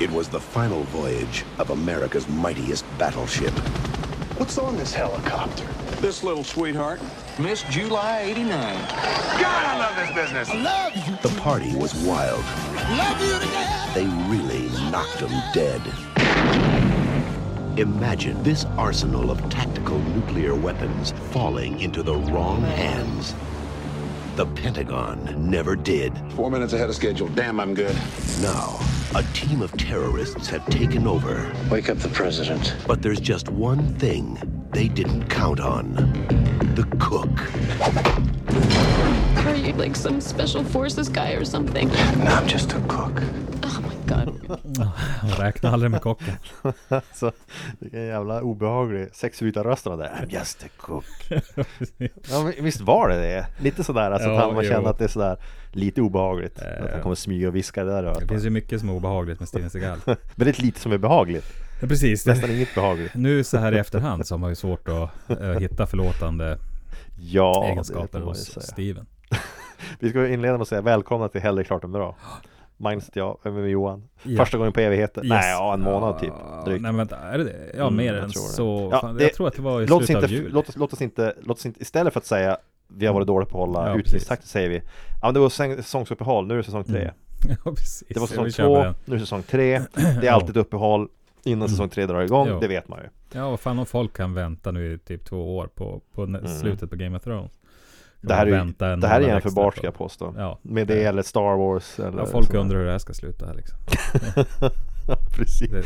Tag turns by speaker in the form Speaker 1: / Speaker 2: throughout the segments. Speaker 1: It was the final voyage of America's mightiest battleship.
Speaker 2: What's on this helicopter?
Speaker 3: This little sweetheart.
Speaker 4: Miss July 89.
Speaker 2: God, I love this business.
Speaker 5: Love you.
Speaker 1: The party was wild.
Speaker 5: Love you to death.
Speaker 1: They really knocked them dead. Imagine this arsenal of tactical nuclear weapons falling into the wrong hands. The Pentagon never did.
Speaker 3: Four minutes ahead of schedule. Damn, I'm good.
Speaker 1: Now, a team of terrorists have taken over.
Speaker 6: Wake up the president.
Speaker 1: But there's just one thing they didn't count on the cook.
Speaker 7: Are you like some special forces guy or something?
Speaker 2: No, I'm just a cook.
Speaker 7: Oh my god.
Speaker 8: Räkna aldrig med kocken.
Speaker 9: Alltså, vilken jävla obehaglig sexbytarröst han hade. I'm just a cook. Ja, men visst var det det? Lite sådär alltså,
Speaker 8: Ja,
Speaker 9: att han, man
Speaker 8: jo.
Speaker 9: känner att det är sådär lite obehagligt. Att han
Speaker 8: ja.
Speaker 9: kommer smyga och viska det där i
Speaker 8: Det
Speaker 9: örat.
Speaker 8: finns ju mycket som är obehagligt med Steven Seagal.
Speaker 9: Väldigt lite som är behagligt.
Speaker 8: Ja, Precis.
Speaker 9: Nästan inget behagligt.
Speaker 8: Nu så här i efterhand så har man ju svårt att eh, hitta förlåtande
Speaker 9: Ja, det får
Speaker 8: egenskaper
Speaker 9: man ju
Speaker 8: hos
Speaker 9: säga.
Speaker 8: Steven.
Speaker 9: Vi ska inleda med att säga välkomna till Hellre klart än bra. Minus jag, vem är jag?
Speaker 8: Ja.
Speaker 9: Första gången på evigheter.
Speaker 8: Yes.
Speaker 9: Nej, ja, en månad typ.
Speaker 8: Ja,
Speaker 9: Drygt.
Speaker 8: Nej men vänta, är det det? Ja,
Speaker 9: Mm,
Speaker 8: mer
Speaker 9: jag
Speaker 8: än
Speaker 9: tror det.
Speaker 8: så.
Speaker 9: Ja,
Speaker 8: fan,
Speaker 9: det-
Speaker 8: jag tror att det var i
Speaker 9: Låt oss,
Speaker 8: slutet
Speaker 9: inte,
Speaker 8: av jul.
Speaker 9: låt, oss, låt, oss inte, låt oss inte, istället för att säga vi har varit dåliga på att hålla
Speaker 8: Ja,
Speaker 9: ja,
Speaker 8: precis.
Speaker 9: utbildningstakten säger vi Ja men det var säng- säsongsuppehåll, nu är det säsong tre
Speaker 8: Mm. Ja, precis.
Speaker 9: Det var
Speaker 8: Ja,
Speaker 9: säsong
Speaker 8: vi kör med
Speaker 9: två,
Speaker 8: den.
Speaker 9: nu är det säsong tre Det är
Speaker 8: Ja.
Speaker 9: alltid ett uppehåll innan säsong tre drar igång,
Speaker 8: Mm. Ja.
Speaker 9: det vet man ju
Speaker 8: Ja, vad fan om folk kan vänta nu i typ två år på, på nä- slutet på Game of Thrones.
Speaker 9: Mm. Det här är, ju-
Speaker 8: Vänta en
Speaker 9: det här är
Speaker 8: månad
Speaker 9: jämförbart
Speaker 8: extra
Speaker 9: ska jag
Speaker 8: på.
Speaker 9: påstå
Speaker 8: Ja.
Speaker 9: Med det eller Star Wars eller
Speaker 8: Ja, folk
Speaker 9: sådär.
Speaker 8: undrar hur det här ska sluta här liksom.
Speaker 9: precis.
Speaker 8: Det,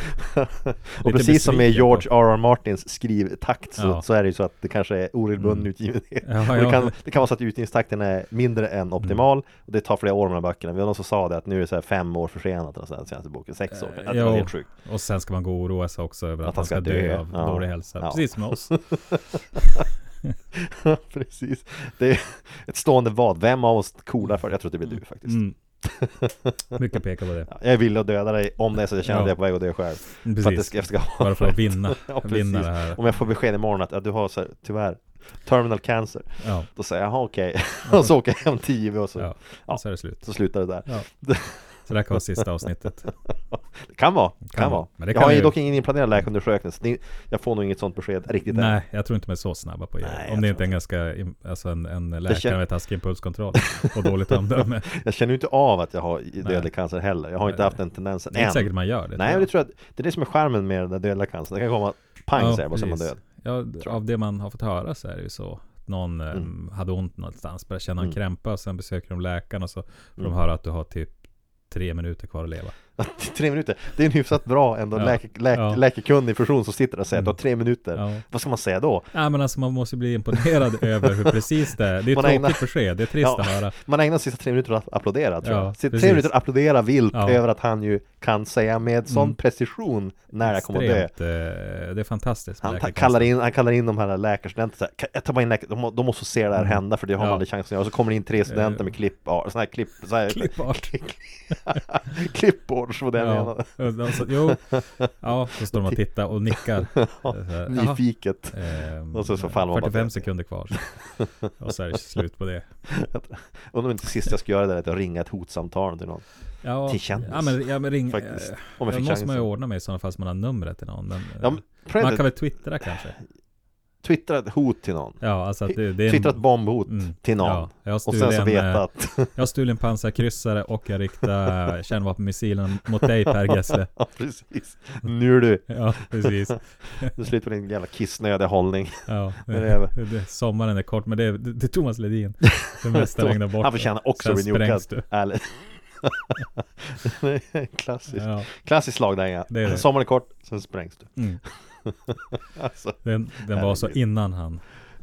Speaker 9: Och precis som med
Speaker 8: besviken
Speaker 9: George R.R. Martins skrivtakt så,
Speaker 8: Ja.
Speaker 9: så är det ju så att det kanske är oregelbunden
Speaker 8: Mm.
Speaker 9: utgivenhet.
Speaker 8: Ja,
Speaker 9: Och det,
Speaker 8: ja. Mm.
Speaker 9: kan, det kan vara så att utgivningstakten är mindre än optimal och det tar flera år med de här böckerna. Vi har någon som sa det att nu är det så här fem år försenat och den senaste boken, sex år.
Speaker 8: Eh,
Speaker 9: Att det var
Speaker 8: jo.
Speaker 9: helt sjukt.
Speaker 8: och sen ska man gå och oroa sig också över att,
Speaker 9: Att han
Speaker 8: han ska,
Speaker 9: ska
Speaker 8: dö,
Speaker 9: dö.
Speaker 8: av
Speaker 9: Ja.
Speaker 8: dålig hälsa.
Speaker 9: Ja.
Speaker 8: Precis som oss.
Speaker 9: precis. Det är ett stående vad. Vem av oss coolar för det? Jag tror att det blir du faktiskt.
Speaker 8: Mm. Mycket pekar på det.
Speaker 9: Ja, Jag vill att döda dig om det är så att jag känner att
Speaker 8: Ja. Mm,
Speaker 9: jag är på väg att dö själv. För att det
Speaker 8: Precis.
Speaker 9: ska, jag ska ha
Speaker 8: Bara för att vinna.
Speaker 9: Ja, precis.
Speaker 8: vinna det här.
Speaker 9: Om jag får besked imorgon att ja, du har så här, tyvärr terminal cancer.
Speaker 8: Ja.
Speaker 9: Då säger jag jaha okej. och så åker jag hem till IV och så,
Speaker 8: Ja.
Speaker 9: Ja.
Speaker 8: Så är det slut.
Speaker 9: så slutar det där.
Speaker 8: Ja. Så det här kan vara sista avsnittet.
Speaker 9: Det kan vara, kan,
Speaker 8: Kan
Speaker 9: vara.
Speaker 8: vara. Men det
Speaker 9: jag
Speaker 8: kan
Speaker 9: har ju
Speaker 8: ju-
Speaker 9: dock ingen inplanerad läkarundersökning så det, jag får nog inget sånt besked riktigt än.
Speaker 8: Nej, jag tror inte de är så snabba på
Speaker 9: Nej,
Speaker 8: det.
Speaker 9: jag
Speaker 8: Om det
Speaker 9: tror
Speaker 8: inte är en ganska, im- alltså en, en läkare
Speaker 9: kän-
Speaker 8: med taskig impulskontroll och dåligt omdöme.
Speaker 9: Jag känner ju inte av att jag har dödlig cancer heller. Jag har inte haft den tendensen
Speaker 8: Det är
Speaker 9: än.
Speaker 8: inte säkert man gör det.
Speaker 9: Nej, men det tror jag att, det är det som är skärmen med den där dödliga cancern. Det kan komma pang
Speaker 8: Ja,
Speaker 9: säger jag och så är man
Speaker 8: precis.
Speaker 9: död.
Speaker 8: Ja, d- av det man har fått höra så är det ju så. Att Någon eh,
Speaker 9: Mm.
Speaker 8: hade ont någonstans, började känna en krämpa och sen besöker de läkaren och så får
Speaker 9: Mm.
Speaker 8: de höra att du har typ tre minuter kvar att leva.
Speaker 9: tre minuter, det är en hyfsat bra ändå
Speaker 8: Ja.
Speaker 9: läke, läke,
Speaker 8: Ja. Mm.
Speaker 9: läkekunnig person som sitter där och säger att du har tre minuter.
Speaker 8: Ja.
Speaker 9: Vad ska man säga då?
Speaker 8: Nej men alltså man måste ju bli imponerad över hur precis det är. Det är
Speaker 9: Man
Speaker 8: tråkigt
Speaker 9: ägnar-
Speaker 8: besked, det är trist att höra.
Speaker 9: Man ägnar de sista tre minuterna åt att applådera tror
Speaker 8: Ja,
Speaker 9: jag. Sitt tre
Speaker 8: precis.
Speaker 9: minuter och applådera vilt
Speaker 8: Ja. Mm.
Speaker 9: över att han ju kan säga med sån precision när jag kommer att dö.
Speaker 8: Extremt, eh, det är fantastiskt. med
Speaker 9: Han ta-
Speaker 8: läkarkonst.
Speaker 9: kallar in, han kallar in de här läkarstudenterna, så här, "Kan- jag tar bara in läkare, de, må- de måste se det här hända för det har man
Speaker 8: Mm. Ja. Eh.
Speaker 9: aldrig chansen att göra. Och så kommer det in tre studenter med klipp, ja, sån här klipp, så här,
Speaker 8: Klippart.
Speaker 9: klippbords, vad det jag
Speaker 8: Ja,
Speaker 9: menar.
Speaker 8: alltså, jo. ja, så står de och tittar och nickar. Jaha.
Speaker 9: Nyfiket.
Speaker 8: Ehm,
Speaker 9: Och så- så faller man bara
Speaker 8: 45
Speaker 9: till.
Speaker 8: sekunder kvar. Och så är det slut på det.
Speaker 9: Undrar om inte sist jag ska göra det är att ringa ett hotsamtal till någon.
Speaker 8: Ja,
Speaker 9: Till kändis.
Speaker 8: Ja, men, ja, men ring.
Speaker 9: Faktiskt.
Speaker 8: eh,
Speaker 9: Om jag
Speaker 8: då
Speaker 9: fick
Speaker 8: måste man ju
Speaker 9: chansen.
Speaker 8: ordna med i sådana fall så man har numret till någon. Men, eh,
Speaker 9: Ja, men, pröva
Speaker 8: man
Speaker 9: det.
Speaker 8: kan väl twittra kanske?
Speaker 9: twittra ett hot till någon.
Speaker 8: Ja, alltså att det, det är en-
Speaker 9: Twittra ett bombhot
Speaker 8: Mm.
Speaker 9: till någon.
Speaker 8: Ja, jag har
Speaker 9: och sen
Speaker 8: stulit
Speaker 9: så
Speaker 8: en,
Speaker 9: veta
Speaker 8: eh,
Speaker 9: att
Speaker 8: jag har stulit en pansarkryssare och jag riktar kärnvapenmissilen mot dig Per Gessle.
Speaker 9: Ja, precis. Nu är du,
Speaker 8: Ja, precis.
Speaker 9: nu slut på din jävla kissnödiga hållning.
Speaker 8: Ja,
Speaker 9: Det är över.
Speaker 8: det, sommaren är kort, men det, det, det är Thomas Ledin. Det mesta regnar bort.
Speaker 9: Han förtjänar också
Speaker 8: Sen
Speaker 9: att bli
Speaker 8: sprängs
Speaker 9: nukad.
Speaker 8: du.
Speaker 9: Ärligt. Det är Klassiskt.
Speaker 8: Ja,
Speaker 9: Klassisk slagdänga.
Speaker 8: Det är det.
Speaker 9: Sommaren är kort, sen sprängs du.
Speaker 8: Mm.
Speaker 9: alltså,
Speaker 8: den, den var så
Speaker 9: Herregud.
Speaker 8: innan han,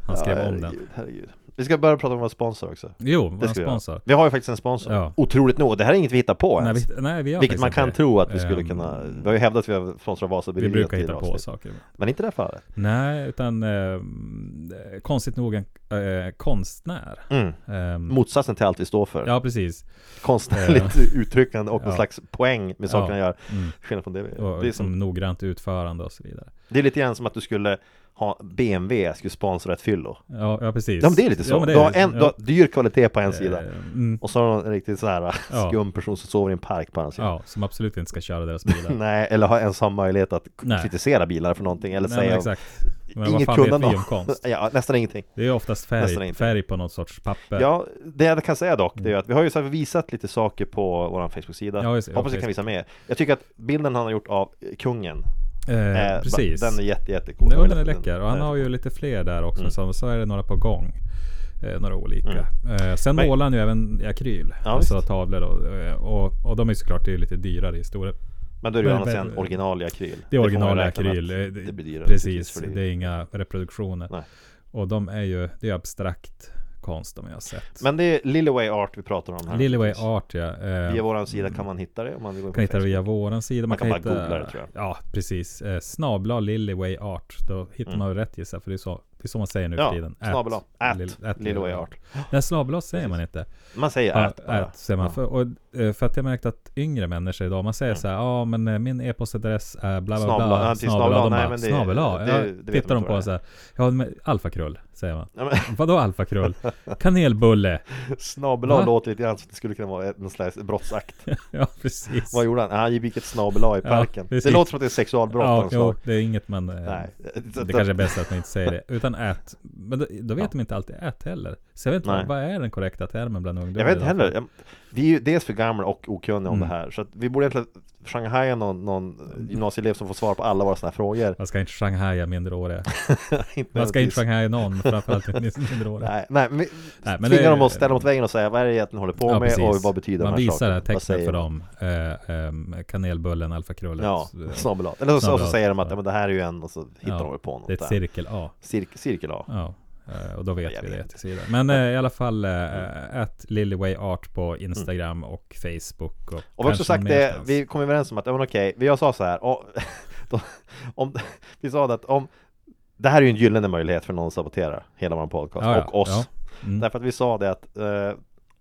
Speaker 8: han skrev
Speaker 9: ja,
Speaker 8: om den.
Speaker 9: herregud, herregud. Vi ska börja prata om vår sponsor också.
Speaker 8: Jo, vår
Speaker 9: Det ska vi göra.
Speaker 8: sponsor.
Speaker 9: Vi har ju faktiskt en sponsor.
Speaker 8: Ja.
Speaker 9: Otroligt nog. Det här är inget vi hittar på
Speaker 8: Nej,
Speaker 9: ens.
Speaker 8: vi, nej, vi har faktiskt
Speaker 9: Vilket man
Speaker 8: inte
Speaker 9: kan
Speaker 8: det.
Speaker 9: tro att vi skulle
Speaker 8: Ehm,
Speaker 9: kunna... Vi har ju hävdat att vi har sponsrat
Speaker 8: Vi
Speaker 9: Vasabryggeriet
Speaker 8: brukar
Speaker 9: i
Speaker 8: hitta
Speaker 9: ett
Speaker 8: på
Speaker 9: avsnitt.
Speaker 8: saker.
Speaker 9: Men inte det här fallet.
Speaker 8: Nej, utan eh, konstigt nog en eh, konstnär.
Speaker 9: Mm.
Speaker 8: Ehm,
Speaker 9: Motsatsen till allt vi står för.
Speaker 8: ja, precis.
Speaker 9: Konstnärligt uttryckande och någon
Speaker 8: Ja.
Speaker 9: slags poäng med sakerna
Speaker 8: Ja.
Speaker 9: jag gör.
Speaker 8: Mm.
Speaker 9: Skillnad från det vi
Speaker 8: Och
Speaker 9: det är,
Speaker 8: liksom
Speaker 9: som,
Speaker 8: noggrant utförande och så vidare.
Speaker 9: det är lite grann som att du skulle ha, BMW skulle sponsra ett fyllo.
Speaker 8: Ja, ja precis.
Speaker 9: Ja men det är lite så.
Speaker 8: Ja, men det
Speaker 9: du, har
Speaker 8: är det.
Speaker 9: en, du har dyr kvalitet på en sida.
Speaker 8: Mm,
Speaker 9: Och så har du en riktigt så här
Speaker 8: Ja.
Speaker 9: skum person som sover i en park på andra sidan.
Speaker 8: ja, som absolut inte ska köra deras bilar.
Speaker 9: Nej, eller har ens har möjlighet att k-
Speaker 8: Nej.
Speaker 9: kritisera bilar för någonting. Eller
Speaker 8: Nej, men
Speaker 9: säga
Speaker 8: exakt. Men vad
Speaker 9: inget
Speaker 8: fan vet
Speaker 9: kunnande.
Speaker 8: vi om konst?
Speaker 9: ja, nästan ingenting.
Speaker 8: Det är ju oftast
Speaker 9: Nästan
Speaker 8: färg,
Speaker 9: inte.
Speaker 8: färg på någon sorts papper.
Speaker 9: Ja, det jag kan säga dock, det är ju att vi har ju så här visat lite saker på vår Facebook-sida.
Speaker 8: Mm. Ja, just det,
Speaker 9: Hoppas
Speaker 8: ja,
Speaker 9: jag kan
Speaker 8: precis.
Speaker 9: visa mer. Jag tycker att bilden han har gjort av eh, kungen,
Speaker 8: eh,
Speaker 9: eh,
Speaker 8: precis.
Speaker 9: ba- den är jätte, jättecool.
Speaker 8: Ja,
Speaker 9: Jag
Speaker 8: den är
Speaker 9: vill-
Speaker 8: läcker. Och han
Speaker 9: den-
Speaker 8: har ju lite fler där också.
Speaker 9: Mm.
Speaker 8: Så, så är det några på gång. Eh, några olika. Eh, sen
Speaker 9: Mm. Men-
Speaker 8: målar han ju även i akryl.
Speaker 9: Ja,
Speaker 8: alltså
Speaker 9: visst.
Speaker 8: tavlor. Och, och, och de är ju såklart det är ju lite dyrare historier.
Speaker 9: Men då är det ju
Speaker 8: Men-
Speaker 9: annars
Speaker 8: men-
Speaker 9: en original i akryl.
Speaker 8: Det är
Speaker 9: får man
Speaker 8: original
Speaker 9: väl räkna med
Speaker 8: akryl.
Speaker 9: att
Speaker 8: eh,
Speaker 9: Det blir dyrare.
Speaker 8: Precis,
Speaker 9: för
Speaker 8: det är inga reproduktioner.
Speaker 9: Nej.
Speaker 8: Och de är ju, det är abstrakt konst de jag har sett.
Speaker 9: Men det är Lilleway Art vi pratar om här.
Speaker 8: Lilleway Art ja. Eh,
Speaker 9: Via våran sida kan man hitta det om man vill gå in på
Speaker 8: kan hitta det
Speaker 9: Facebook.
Speaker 8: via våran sida. Man,
Speaker 9: Man
Speaker 8: kan,
Speaker 9: kan bara
Speaker 8: hitta,
Speaker 9: googla det, tror jag.
Speaker 8: Ja, precis. Eh, snabla Lilleway Art. Då hittar man rätt gissar för det är, så, det är så man säger nu
Speaker 9: Mm. Ja,
Speaker 8: för tiden.
Speaker 9: snabel-a. At
Speaker 8: Lill-
Speaker 9: Lilleway Art.
Speaker 8: Nej, snabel-a säger man inte.
Speaker 9: Man säger
Speaker 8: Ja,
Speaker 9: ät bara.
Speaker 8: ät säger man.
Speaker 9: Ja.
Speaker 8: För, och, eh, för att jag märkt att yngre människor idag, man säger så här, ja men eh, min e-postadress är bla bla
Speaker 9: Snabel-a.
Speaker 8: bla.
Speaker 9: Ja, till
Speaker 8: Snabel-a.
Speaker 9: snabel-a.
Speaker 8: De
Speaker 9: Nej,
Speaker 8: bara,
Speaker 9: men det-
Speaker 8: snabel-a.
Speaker 9: det-
Speaker 8: Ja,
Speaker 9: det vet man
Speaker 8: Tittar de
Speaker 9: inte
Speaker 8: på
Speaker 9: vad
Speaker 8: en så här, ja men alfakrull säger man.
Speaker 9: Ja, men-
Speaker 8: Vadå alfakrull? Kanelbulle. Va?
Speaker 9: Snabel-a låter lite grann som att det skulle kunna vara en slags brottsakt.
Speaker 8: Ja precis.
Speaker 9: Vad gjorde han? Han gick ett snabel-a i parken. det
Speaker 8: precis.
Speaker 9: låter som att det är sexualbrott av
Speaker 8: Ja,
Speaker 9: något
Speaker 8: jo,
Speaker 9: slag.
Speaker 8: det är inget man... eh,
Speaker 9: Nej.
Speaker 8: Det kanske är bäst att man inte säger det. Utan ät. Men då, då vet de inte alltid ät heller. Så jag vet inte
Speaker 9: Nej.
Speaker 8: vad, vad är den korrekta termen bland ungdomar
Speaker 9: Jag vet
Speaker 8: idag?
Speaker 9: inte heller. Jag- Vi är ju dels för gamla och okunniga om
Speaker 8: Mm.
Speaker 9: det här. Så att vi borde egentligen shanghaja någon, någon gymnasieelev som får svar på alla våra sådana här frågor.
Speaker 8: Man ska inte shanghaja minderåriga.
Speaker 9: Inte
Speaker 8: Man ska inte
Speaker 9: nödvändigtvis.
Speaker 8: shanghaja någon, framförallt inte minderåriga.
Speaker 9: Nej, nej, men,
Speaker 8: Nej, men
Speaker 9: men tvingar
Speaker 8: det-
Speaker 9: dem att ställa mot väggen och säga vad är det egentligen håller på med och vad betyder
Speaker 8: Man
Speaker 9: de här
Speaker 8: visar
Speaker 9: sakerna?
Speaker 8: den här
Speaker 9: Vad
Speaker 8: texten
Speaker 9: säger
Speaker 8: för
Speaker 9: de?
Speaker 8: dem. Eh, ehm, kanelbullen, alfakrullet.
Speaker 9: Ja,
Speaker 8: eh,
Speaker 9: snabel-a. Eller så, och så
Speaker 8: snabel-a,
Speaker 9: säger de att
Speaker 8: ja.
Speaker 9: ja. men det här är ju en och så hittar
Speaker 8: ja,
Speaker 9: de väl på något
Speaker 8: Det är ett
Speaker 9: där.
Speaker 8: cirkel A.
Speaker 9: Cir- cirkel A.
Speaker 8: Ja. eh, Och då vet
Speaker 9: Jag
Speaker 8: vi det
Speaker 9: vet inte. Mm.
Speaker 8: till sidan. Men eh, i alla fall, att Lillyway Art på Instagram och Facebook. Och,
Speaker 9: Och vi har
Speaker 8: kanske
Speaker 9: också sagt
Speaker 8: mer
Speaker 9: det,
Speaker 8: stans.
Speaker 9: vi kom överens om att, ja men okej, vi- jag sa så här, och, då, om, vi sa det att om, det här är ju en gyllene möjlighet för någon att sabotera hela vår podcast
Speaker 8: Ja, ja,
Speaker 9: och oss.
Speaker 8: ja. Mm.
Speaker 9: Därför att vi sa det att eh,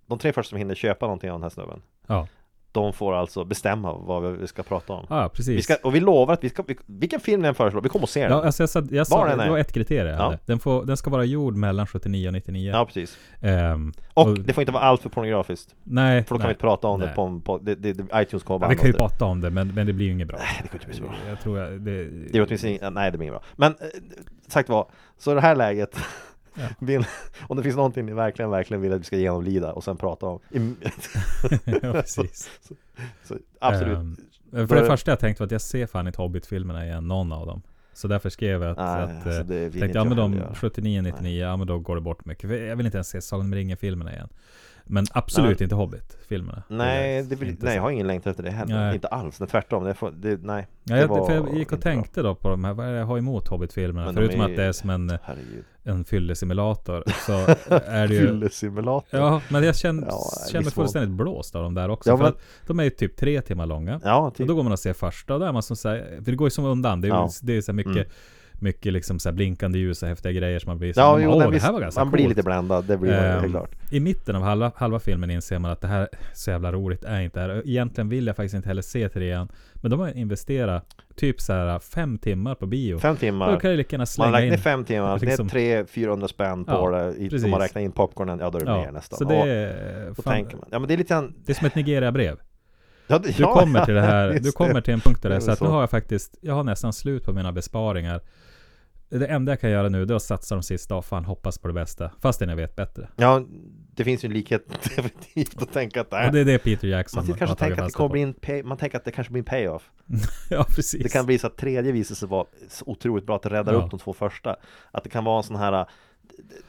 Speaker 9: de tre första som hinner köpa någonting av den här snubben,
Speaker 8: Ja,
Speaker 9: de får alltså bestämma vad vi ska prata om.
Speaker 8: ja precis.
Speaker 9: Vi ska, och vi lovar att vi ska, vi, vilken film vi än föreslår, vi kommer att se den.
Speaker 8: Ja,
Speaker 9: Ja,
Speaker 8: alltså jag sa, jag
Speaker 9: Var
Speaker 8: sa
Speaker 9: den
Speaker 8: det
Speaker 9: är.
Speaker 8: var ett kriterium jag
Speaker 9: Ja.
Speaker 8: hade. den, får, den ska vara gjord mellan 79 och 99.
Speaker 9: precis.
Speaker 8: Ehm,
Speaker 9: Och, det får inte vara allt för pornografiskt.
Speaker 8: nej,
Speaker 9: För då kan
Speaker 8: nej.
Speaker 9: vi inte prata om
Speaker 8: nej.
Speaker 9: det på en podd. Det, det, det, iTunes kommer
Speaker 8: Ja,
Speaker 9: bara
Speaker 8: vi kan ju
Speaker 9: annars-
Speaker 8: prata om det, men, men det blir ju inget bra.
Speaker 9: Det kommer inte bli så bra.
Speaker 8: Jag tror jag, det,
Speaker 9: Det är åtminstone ing- nej det blir inget bra. Men eh, sagt var, så i det här läget vill, om det finns någonting ni verkligen, verkligen vill att vi ska genomlida och sen prata om. i-
Speaker 8: ja, precis.
Speaker 9: så, absolut.
Speaker 8: Ehm, för
Speaker 9: Börja-
Speaker 8: det första jag tänkte var att jag ser fan inte Hobbit-filmerna igen, någon av dem. Så därför skrev jag att,
Speaker 9: Nej,
Speaker 8: att
Speaker 9: alltså,
Speaker 8: eh,
Speaker 9: det vill
Speaker 8: tänkte,
Speaker 9: inte
Speaker 8: ja
Speaker 9: jag
Speaker 8: men de
Speaker 9: heller göra.
Speaker 8: 79-99, ja men då går det bort mycket. För Jag vill inte ens se Sagan om ringen-filmerna igen. Men absolut
Speaker 9: Nej.
Speaker 8: inte Hobbit-filmerna.
Speaker 9: nej,
Speaker 8: är
Speaker 9: det vill,
Speaker 8: inte
Speaker 9: nej,
Speaker 8: så.
Speaker 9: jag har ingen längtan efter det heller.
Speaker 8: Nej.
Speaker 9: Inte alls, nej, tvärtom. Det får, det, nej.
Speaker 8: Ja,
Speaker 9: det
Speaker 8: jag,
Speaker 9: var
Speaker 8: för jag gick och
Speaker 9: inte bra.
Speaker 8: tänkte då på de här, vad är det jag har emot Hobbit-filmerna?
Speaker 9: Men de
Speaker 8: Förutom
Speaker 9: är
Speaker 8: att
Speaker 9: ju-
Speaker 8: det är som en,
Speaker 9: Herregud.
Speaker 8: en fyllesimulator så är det ju...
Speaker 9: Fyllesimulator.
Speaker 8: Ja, men jag känner,
Speaker 9: Ja,
Speaker 8: känner mig
Speaker 9: viss mån.
Speaker 8: fullständigt blåst av de där också.
Speaker 9: Ja,
Speaker 8: för
Speaker 9: men-
Speaker 8: att de är ju typ tre timmar långa.
Speaker 9: Ja,
Speaker 8: Och
Speaker 9: typ.
Speaker 8: då går man och ser första och då är man som så här, för det går ju som undan. Det är, ju-
Speaker 9: Ja. Mm.
Speaker 8: det är så här mycket, mycket liksom så här blinkande ljus och häftiga grejer som man blir så
Speaker 9: Ja,
Speaker 8: här,
Speaker 9: jo,
Speaker 8: "Åh,
Speaker 9: nej,
Speaker 8: det
Speaker 9: visst,
Speaker 8: här var ganska
Speaker 9: man blir
Speaker 8: coolt."
Speaker 9: lite bländad, det blir man
Speaker 8: Ehm,
Speaker 9: helt klart.
Speaker 8: I mitten av halva, halva filmen inser man att det här så jävla roligt är inte det här. Egentligen vill jag faktiskt inte heller se trean. Men de har investerat typ så här fem timmar på bio.
Speaker 9: Fem
Speaker 8: Då
Speaker 9: timmar.
Speaker 8: kan jag lika gärna
Speaker 9: Man
Speaker 8: slänga
Speaker 9: räknar
Speaker 8: in.
Speaker 9: in fem timmar,
Speaker 8: liksom-
Speaker 9: det är 300-400 spänn på
Speaker 8: Ja,
Speaker 9: det. I- Om
Speaker 8: precis.
Speaker 9: man räknar in popcornen, ja då är det mer nästan.
Speaker 8: Så det är,
Speaker 9: och, då
Speaker 8: fan,
Speaker 9: tänker man. Ja men det är lite grann,
Speaker 8: det är som ett Nigeria-brev.
Speaker 9: Ja, det-
Speaker 8: Du
Speaker 9: ja,
Speaker 8: kommer till det här,
Speaker 9: just
Speaker 8: du kommer till en punkt där det är
Speaker 9: Det är
Speaker 8: så
Speaker 9: väl
Speaker 8: att nu
Speaker 9: så.
Speaker 8: har jag faktiskt, jag har nästan slut på mina besparingar. Det enda jag kan göra nu det är att satsa de sista och fan hoppas på det bästa. Fastän jag vet bättre.
Speaker 9: Ja, det finns ju en likhet definitivt att tänka att
Speaker 8: Och det
Speaker 9: nej.
Speaker 8: är det Peter Jackson
Speaker 9: Äh. Man
Speaker 8: har
Speaker 9: kanske
Speaker 8: tagit
Speaker 9: tänker att det
Speaker 8: fasta
Speaker 9: kommer
Speaker 8: på.
Speaker 9: bli en pay, man tänker att det kanske blir en payoff.
Speaker 8: Ja, precis.
Speaker 9: Det kan bli så att tredje visar sig vara så otroligt bra att det räddar
Speaker 8: Ja.
Speaker 9: upp de två första. Att det kan vara en sån här det-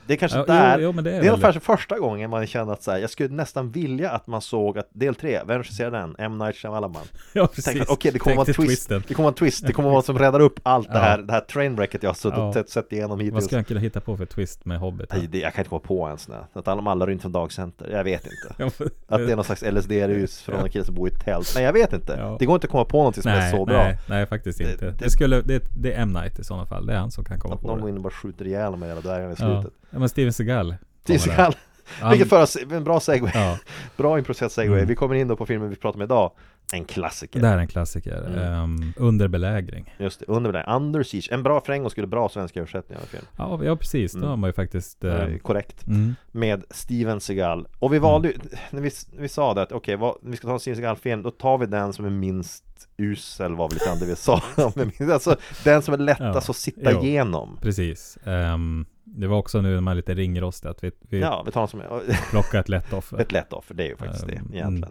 Speaker 9: det är kanske
Speaker 8: Ja, jo,
Speaker 9: där,
Speaker 8: jo, men det är
Speaker 9: det är
Speaker 8: väl
Speaker 9: nog kanske första gången man känner att så här, jag skulle nästan vilja att man såg att del tre, vem regisserar den? M. Night Shyamalan
Speaker 8: Ja, precis.
Speaker 9: Tänkte att okej, det kommer
Speaker 8: Tänk till
Speaker 9: vara en twist, det kommer vara en twist, det kommer vara vad som räddar upp allt det här, det här trainwrecket jag har suttit
Speaker 8: Ja.
Speaker 9: och sett- sett igenom
Speaker 8: Vad
Speaker 9: hittills
Speaker 8: ska han kunna hitta på för twist med Hobbit?
Speaker 9: Nej, det, jag kan inte komma på ens nu. Att alla, alla rymt från dagcenter. Jag vet inte.
Speaker 8: Ja, för-
Speaker 9: Att det är någon slags LSD-rus från en kille som bor i ett tält. Nej, jag vet inte.
Speaker 8: Ja.
Speaker 9: Det går inte att komma på någonting som är
Speaker 8: nej,
Speaker 9: så bra.
Speaker 8: nej, nej, faktiskt inte. Det,
Speaker 9: det-
Speaker 8: skulle, det, det är M. Night i sådana fall. Det är han som kan komma
Speaker 9: Att
Speaker 8: på
Speaker 9: någon
Speaker 8: det.
Speaker 9: går in och bara skjuter ihjäl de här jävla dvärgarna i
Speaker 8: Ja.
Speaker 9: slutet.
Speaker 8: ja, men Steven Seagal.
Speaker 9: Det är
Speaker 8: kommer
Speaker 9: så
Speaker 8: där.
Speaker 9: kall.
Speaker 8: Han-
Speaker 9: Vilket för oss, en bra segway.
Speaker 8: Ja.
Speaker 9: Bra improviserad segway.
Speaker 8: Mm.
Speaker 9: Vi kommer in då på filmen vi pratar om idag. En klassiker.
Speaker 8: Det här är en klassiker.
Speaker 9: Mm.
Speaker 8: Ehm, under belägring.
Speaker 9: Just det, under det. Under Siege. En bra fräng och skulle bra svenska översättningar av film.
Speaker 8: Ja, ja precis.
Speaker 9: Mm.
Speaker 8: Då har man ju faktiskt... eh,
Speaker 9: Eh, Korrekt.
Speaker 8: mm.
Speaker 9: Med Steven Seagal. Och vi valde ju, när vi, när vi sa det att okej, vad- vi ska ta en Steven Seagal-film, då tar vi den som är minst usel var väl lite grann det vi sa. Men minst- alltså den som är lättast
Speaker 8: Ja,
Speaker 9: att sitta
Speaker 8: jo.
Speaker 9: igenom.
Speaker 8: Precis. Ehm, det var också nu när man är lite ringrostig att vi, vi
Speaker 9: Ja, vi tar den som är
Speaker 8: plockar ett lätt offer.
Speaker 9: ett lätt offer, det är ju faktiskt det
Speaker 8: Ehm,
Speaker 9: egentligen.
Speaker 8: mm.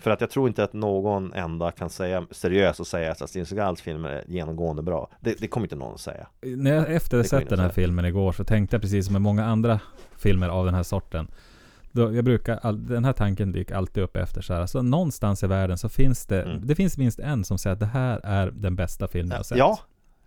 Speaker 9: För att jag tror inte att någon enda kan säga seriöst och säga att Steven Seagals filmer är genomgående bra. Det, det kommer inte någon säga.
Speaker 8: När jag efter jag
Speaker 9: Det går in
Speaker 8: sett
Speaker 9: och
Speaker 8: den här
Speaker 9: så här.
Speaker 8: filmen igår så tänkte jag precis som med många andra filmer av den här sorten. Då jag brukar, all, den här tanken dyker alltid upp efter så här. Så någonstans i världen så finns det,
Speaker 9: Mm.
Speaker 8: det finns minst en som säger att det här är den bästa filmen jag har sett.
Speaker 9: Ja,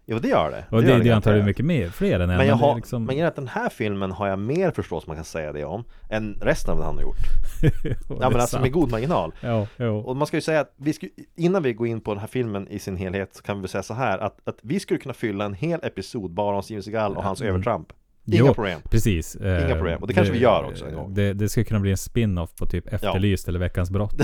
Speaker 9: jo det gör det.
Speaker 8: Och det,
Speaker 9: gör
Speaker 8: det, det antar jag
Speaker 9: garanterat.
Speaker 8: mycket mer, fler än en.
Speaker 9: Men, jag
Speaker 8: det är
Speaker 9: har,
Speaker 8: liksom-
Speaker 9: men grejen är att den här filmen har jag mer förstås man kan säga det om Än resten av det han har gjort
Speaker 8: och det
Speaker 9: Ja
Speaker 8: är
Speaker 9: men alltså med
Speaker 8: sant.
Speaker 9: god marginal
Speaker 8: Ja, jo.
Speaker 9: Och man ska ju säga att vi skulle, innan vi går in på den här filmen i sin helhet Så kan vi väl säga så här att, att vi skulle kunna fylla en hel episod bara om Steven Seagal och hans övertramp Inga
Speaker 8: Mm. Jo,
Speaker 9: problem
Speaker 8: Precis. eh,
Speaker 9: problem. Och det kanske vi gör också en gång.
Speaker 8: Det, det skulle kunna bli en spin-off på typ Efterlyst eller Veckans brott.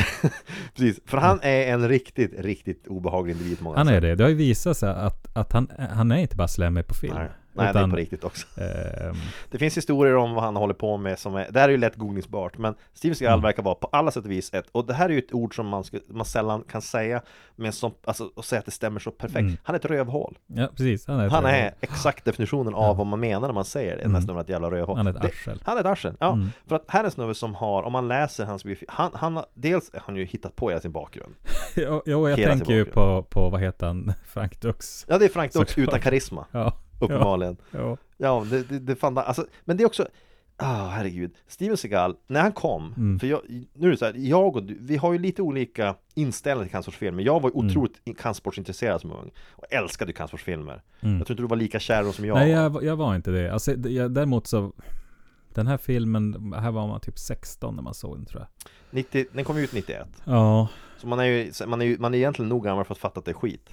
Speaker 9: Precis, för han är en riktigt, riktigt obehaglig individ på många
Speaker 8: Han
Speaker 9: sätt.
Speaker 8: är det. Det har ju visat sig att, att han, han är inte bara slemmig på film.
Speaker 9: Nej, nej det är på riktigt också
Speaker 8: ehm,
Speaker 9: Det finns historier om vad han håller på med som är, det här är ju lätt googlingsbart men Steven Seagal
Speaker 8: Mm.
Speaker 9: verkar vara på alla sätt och vis ett, och det här är ju ett ord som man, ska, man sällan kan säga Men som, alltså att säga att det stämmer så perfekt
Speaker 8: Mm.
Speaker 9: Han är ett rövhål
Speaker 8: ja, precis. Han är, ett
Speaker 9: Han
Speaker 8: rövhål.
Speaker 9: är exakt definitionen av vad man menar när man säger det, nästan ett jävla rövhål
Speaker 8: Mm. Han är ett Mm. arsel.
Speaker 9: Det- Han är ett arsel, ja För att här är en snubbe som har, om man läser hans biografi han, han har, dels har han ju hittat på hela sin bakgrund
Speaker 8: Jo, jo jag
Speaker 9: Hela
Speaker 8: tänker ju
Speaker 9: tillbaka.
Speaker 8: på, på, vad heter han, Frank Dux.
Speaker 9: Ja det är Frank Dux
Speaker 8: Såklart.
Speaker 9: utan karisma
Speaker 8: Ja.
Speaker 9: Uppenbarligen
Speaker 8: Ja, ja.
Speaker 9: Ja, det, det, det fan, alltså, men det är också Ah, herregud. Steven Seagal, när han kom, för jag, nu är det så här, jag och du, vi har ju lite olika inställning till kampsportsfilmer. Jag var ju otroligt mm. kampsportsintresserad som ung och älskade ju kampsportsfilmer. Jag tror inte du var lika kär i dem som jag.
Speaker 8: Nej, jag, var- jag var inte det. Alltså, det- jag, däremot så, den här filmen, här var man typ 16 när man såg den tror jag.
Speaker 9: 90, den kom ju ut 91.
Speaker 8: Ja,
Speaker 9: Så man är ju, så man är ju man är egentligen nog gammal för att fatta att det är skit.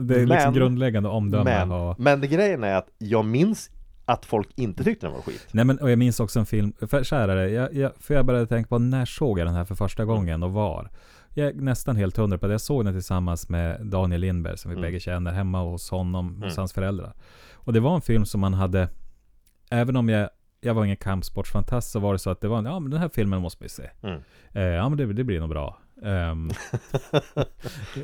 Speaker 8: det är liksom
Speaker 9: Men-
Speaker 8: grundläggande omdöme.
Speaker 9: Men,
Speaker 8: och...
Speaker 9: men det grejen är att jag minns att folk inte tyckte den var skit.
Speaker 8: Nej men och jag minns också en film, för, så här är det, jag, jag, för jag började tänka på när såg jag den här för första
Speaker 9: Mm.
Speaker 8: gången och var? Jag är nästan helt hundra på det. Jag såg den tillsammans med Daniel Lindberg
Speaker 9: Mm.
Speaker 8: som vi bägge känner hemma hos honom, hos hans föräldrar. Och det var en film som man hade, även om jag, jag var ingen kampsportsfantast så var det så att det var en, ja men den här filmen måste vi se.
Speaker 9: Mm.
Speaker 8: Eh, ja men det, det blir nog bra. Ehm,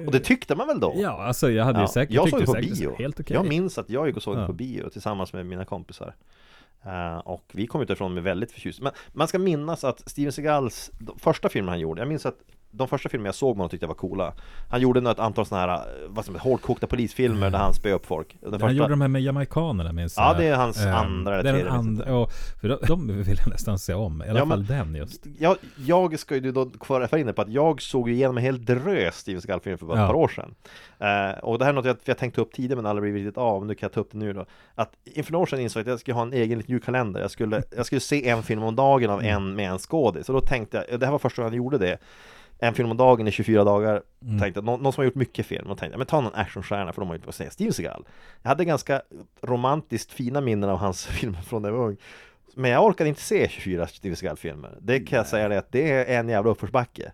Speaker 9: Och det tyckte man väl då?
Speaker 8: ja alltså jag hade ju
Speaker 9: Ja,
Speaker 8: säkert
Speaker 9: jag
Speaker 8: tyckte
Speaker 9: såg det på
Speaker 8: säkert
Speaker 9: bio.
Speaker 8: helt okej.
Speaker 9: Jag minns att jag gick och såg det
Speaker 8: Ja.
Speaker 9: på bio tillsammans med mina kompisar. Eh, och vi kom utifrån med väldigt förtjust. Men man ska minnas att Steven Seagals de första filmer han gjorde, jag minns att de första filmer jag såg med honom tyckte jag var coola. Han gjorde nog ett antal sådana här, eh, vad som heter, hårdkokta polisfilmer där han spöade upp folk. Den första,
Speaker 8: Han Mm. gjorde de här med jamaikanerna minns
Speaker 9: Ja,
Speaker 8: jag.
Speaker 9: det är hans
Speaker 8: Eh,
Speaker 9: andra eller
Speaker 8: det är den
Speaker 9: tredje, jag vet
Speaker 8: andra, ja, för de, de vill jag nästan se om. I alla
Speaker 9: Ja, men-
Speaker 8: fall den just.
Speaker 9: jag, jag ska ju då vara för inne på att jag såg ju igenom en hel drös Steven Seagal-film för bara
Speaker 8: Ja.
Speaker 9: ett par år sedan. Eh, och det här är något jag, jag tänkte upp tidigare men aldrig blivit riktigt av, men nu kan jag ta upp det nu då. Att inför några år sedan insåg jag att jag skulle ha en egen liten julkalender. Jag skulle, jag skulle se en film om dagen av en med en skådis. Och då tänkte jag, det här var första gången jag gjorde det. En film om dagen i 24 dagar Tänkte att någon, någon som har gjort mycket film och tänkte, men ta någon actionstjärna för de har ju inte fått se Steven Seagal Jag hade ganska romantiskt fina minnen av hans filmer från när jag var ung Men jag orkade inte se 24 Steven Seagal-filmer Det kan jag säga det att det är en jävla uppförsbacke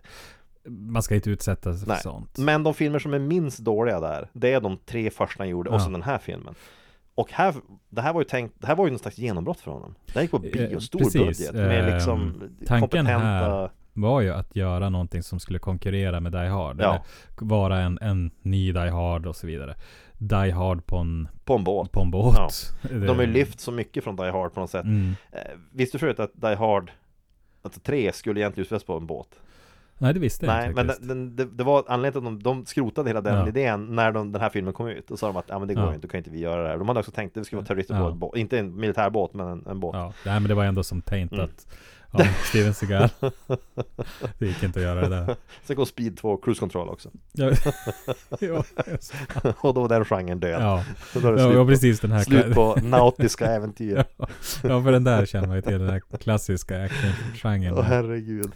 Speaker 8: Man ska inte utsätta sig för
Speaker 9: Nej.
Speaker 8: sånt.
Speaker 9: Men de filmer som är minst dåliga där Det är de tre första han gjorde och
Speaker 8: Ja.
Speaker 9: sen den här filmen Och här, det här var ju tänkt, det här var ju någon slags genombrott för honom Det här gick på bio,
Speaker 8: Eh,
Speaker 9: stor
Speaker 8: precis.
Speaker 9: budget med
Speaker 8: Ehm,
Speaker 9: liksom
Speaker 8: tanken
Speaker 9: kompetenta
Speaker 8: här- Var ju att göra någonting som skulle konkurrera med Die Hard.
Speaker 9: Ja.
Speaker 8: Eller vara en, en ny Die Hard och så vidare. Die Hard på en,
Speaker 9: på en båt
Speaker 8: på en båt.
Speaker 9: Ja.
Speaker 8: Det-
Speaker 9: De har ju lyft så mycket från Die Hard på något sätt
Speaker 8: Mm.
Speaker 9: Eh, Visste du förut att Die Hard Alltså 3 skulle egentligen utspelas på en båt?
Speaker 8: Nej, det visste jag
Speaker 9: Nej,
Speaker 8: inte
Speaker 9: men
Speaker 8: faktiskt.
Speaker 9: den, den, det, det var anledningen att de, de skrotade hela den
Speaker 8: Ja.
Speaker 9: idén när de, den här filmen kom ut. Och sa de att ja, men det går
Speaker 8: Ja.
Speaker 9: ju inte, då kan inte vi göra det här. De hade också tänkt att det skulle vara terrorister på
Speaker 8: Ja.
Speaker 9: en båt, inte en militärbåt men en, en båt.
Speaker 8: Ja, nej, men det var ändå som tänkt
Speaker 9: Mm.
Speaker 8: att ja, Steven Seagal. det gick inte att göra det där.
Speaker 9: Sen går Speed 2 Cruise Control också.
Speaker 8: Ja, ja, just-
Speaker 9: och då var den genren död.
Speaker 8: ja.
Speaker 9: Så då är det
Speaker 8: ja,
Speaker 9: slut,
Speaker 8: ja, precis den här.
Speaker 9: slut på nautiska äventyr.
Speaker 8: Ja, ja, för den där känner man ju till, den där klassiska actiongenren.
Speaker 9: Åh herregud.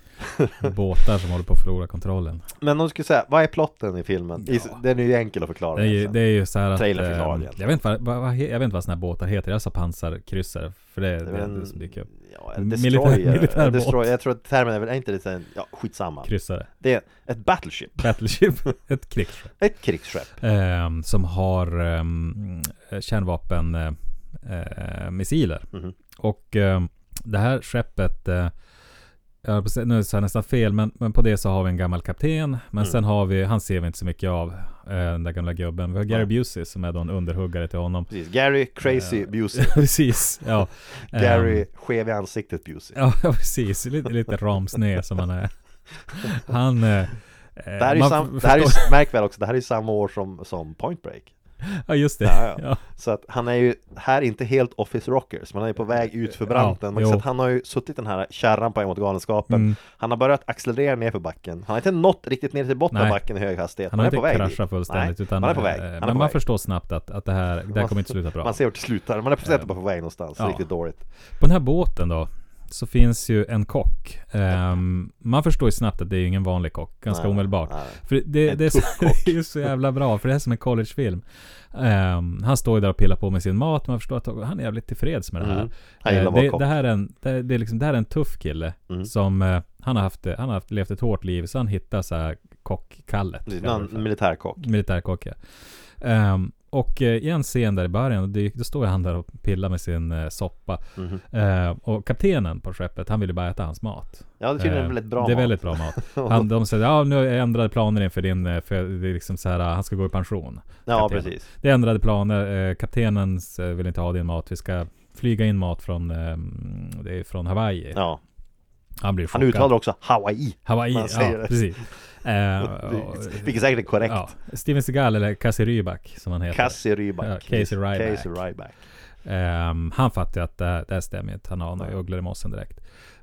Speaker 8: med Båtar som håller på att förlora kontrollen.
Speaker 9: Men om du skulle säga, vad är plotten i filmen? I-
Speaker 8: Ja.
Speaker 9: Den är ju enkel att förklara. liksom.
Speaker 8: Det är ju, det är ju så här att...
Speaker 9: Trailern förklarar
Speaker 8: ehm,
Speaker 9: det egentligen.
Speaker 8: jag, vet inte vad, vad, vad, he- jag vet inte vad såna här båtar heter, jag sa pansarkryssare. För det är
Speaker 9: Det
Speaker 8: det,
Speaker 9: är väl en-
Speaker 8: det som dyker upp.
Speaker 9: Ja,
Speaker 8: Militär-
Speaker 9: destroyer,
Speaker 8: militärbåt.
Speaker 9: destroyer. Jag tror att termen är väl är inte det sen, ja skitsamma.
Speaker 8: Kryssare.
Speaker 9: Det är ett battleship,
Speaker 8: Battleship. Ett krigsskepp.
Speaker 9: ett krigsskepp.
Speaker 8: Ehm, som har ehm, kärnvapenmissiler.
Speaker 9: Mhm.
Speaker 8: Och ehm, det här skeppet, eh, jag höll på att säga- nu sa jag nästan fel, men, men på det så har vi en gammal kapten. Men
Speaker 9: Mm.
Speaker 8: sen har vi, han ser vi inte så mycket av, eh, den där gamla gubben. Vi har Gary
Speaker 9: Ja.
Speaker 8: Busey som är då en underhuggare till honom.
Speaker 9: Precis, Gary Crazy Busey.
Speaker 8: Precis, ja. Ehm,
Speaker 9: Gary Skev i ansiktet Busey.
Speaker 8: Ja, ja, precis. Lite, lite ramsnö som han är. Han... Eh,
Speaker 9: Det här är ju sam, det här är, ju- märk väl också, det här är ju samma år som, som Point Break.
Speaker 8: Ja, just det.
Speaker 9: Ja, ja.
Speaker 8: Ja.
Speaker 9: Så att han är ju här inte helt Office Rockers, men han är på väg ut för branten.
Speaker 8: Ja,
Speaker 9: Man kan säga
Speaker 8: jo. Mm.
Speaker 9: att han har ju suttit den här kärran på väg mot galenskapen. Han har börjat accelerera ner för backen. Han har inte nått riktigt ner till botten av
Speaker 8: Nej.
Speaker 9: backen i hög hastighet.
Speaker 8: Han har
Speaker 9: är på
Speaker 8: inte
Speaker 9: väg
Speaker 8: kraschat
Speaker 9: dit.
Speaker 8: fullständigt.
Speaker 9: Nej,
Speaker 8: utan,
Speaker 9: han är på väg.
Speaker 8: eh,
Speaker 9: Han är
Speaker 8: men
Speaker 9: på
Speaker 8: man
Speaker 9: väg.
Speaker 8: förstår snabbt att, att det här, det här kommer inte sluta bra. Eh,
Speaker 9: Man ser vart det slutar. Man är precis bara på väg någonstans.
Speaker 8: Ja.
Speaker 9: Riktigt dåligt.
Speaker 8: På den här båten då, så finns ju en kock. Ehm, man förstår ju snabbt att det är ju ingen vanlig kock, ganska
Speaker 9: Nej,
Speaker 8: omedelbart.
Speaker 9: nej.
Speaker 8: För det,
Speaker 9: En
Speaker 8: det, är så,
Speaker 9: tuffkock.
Speaker 8: det är ju så jävla bra, för det är som en collegefilm. Ehm, han står ju där och pillar på med sin mat, man förstår att han är jävligt tillfreds med det här.
Speaker 9: Mm. Han gillar
Speaker 8: Eh,
Speaker 9: att vara
Speaker 8: det,
Speaker 9: kock.
Speaker 8: det, här är en, det, det, är liksom, det här är en tuff kille
Speaker 9: Mm.
Speaker 8: som eh, han har, haft, han har haft, levt ett hårt liv, så han hittar så här kockkallet.
Speaker 9: Precis,
Speaker 8: kallar det för.
Speaker 9: Någon militärkock.
Speaker 8: Militärkock ja. Ehm, och eh, i en scen där i början, och det, då står han där och pillar med sin eh, soppa.
Speaker 9: Mhm.
Speaker 8: Ehm, och kaptenen på skeppet, han ville bara äta hans mat.
Speaker 9: Ja, det är tydligen
Speaker 8: Ehm,
Speaker 9: väldigt bra
Speaker 8: Det är
Speaker 9: mat.
Speaker 8: väldigt bra mat. Han, de säger ja nu ändrade planer inför din, eh, för det är liksom så här, han ska gå i pension.
Speaker 9: Ja,
Speaker 8: kaptenen.
Speaker 9: precis.
Speaker 8: Det är ändrade planer, eh, kaptenen eh, vill inte ha din mat, vi ska flyga in mat från, eh, det är från Hawaii.
Speaker 9: Ja.
Speaker 8: Han blir
Speaker 9: Han
Speaker 8: chockad.
Speaker 9: uttalar också Hawaii.
Speaker 8: Hawaii,
Speaker 9: Man säger
Speaker 8: ja
Speaker 9: det.
Speaker 8: precis. Ehm, och-
Speaker 9: Vilket säkert är korrekt.
Speaker 8: Ja, Steven Seagal eller Cassie Ryback som han heter.
Speaker 9: Cassie Ryback.
Speaker 8: Ja, Casey Ryback.
Speaker 9: Casey Ryback.
Speaker 8: Ehm, han fattar ju att det här, det här stämmer inte. Han anar ju ugglor i mossen direkt.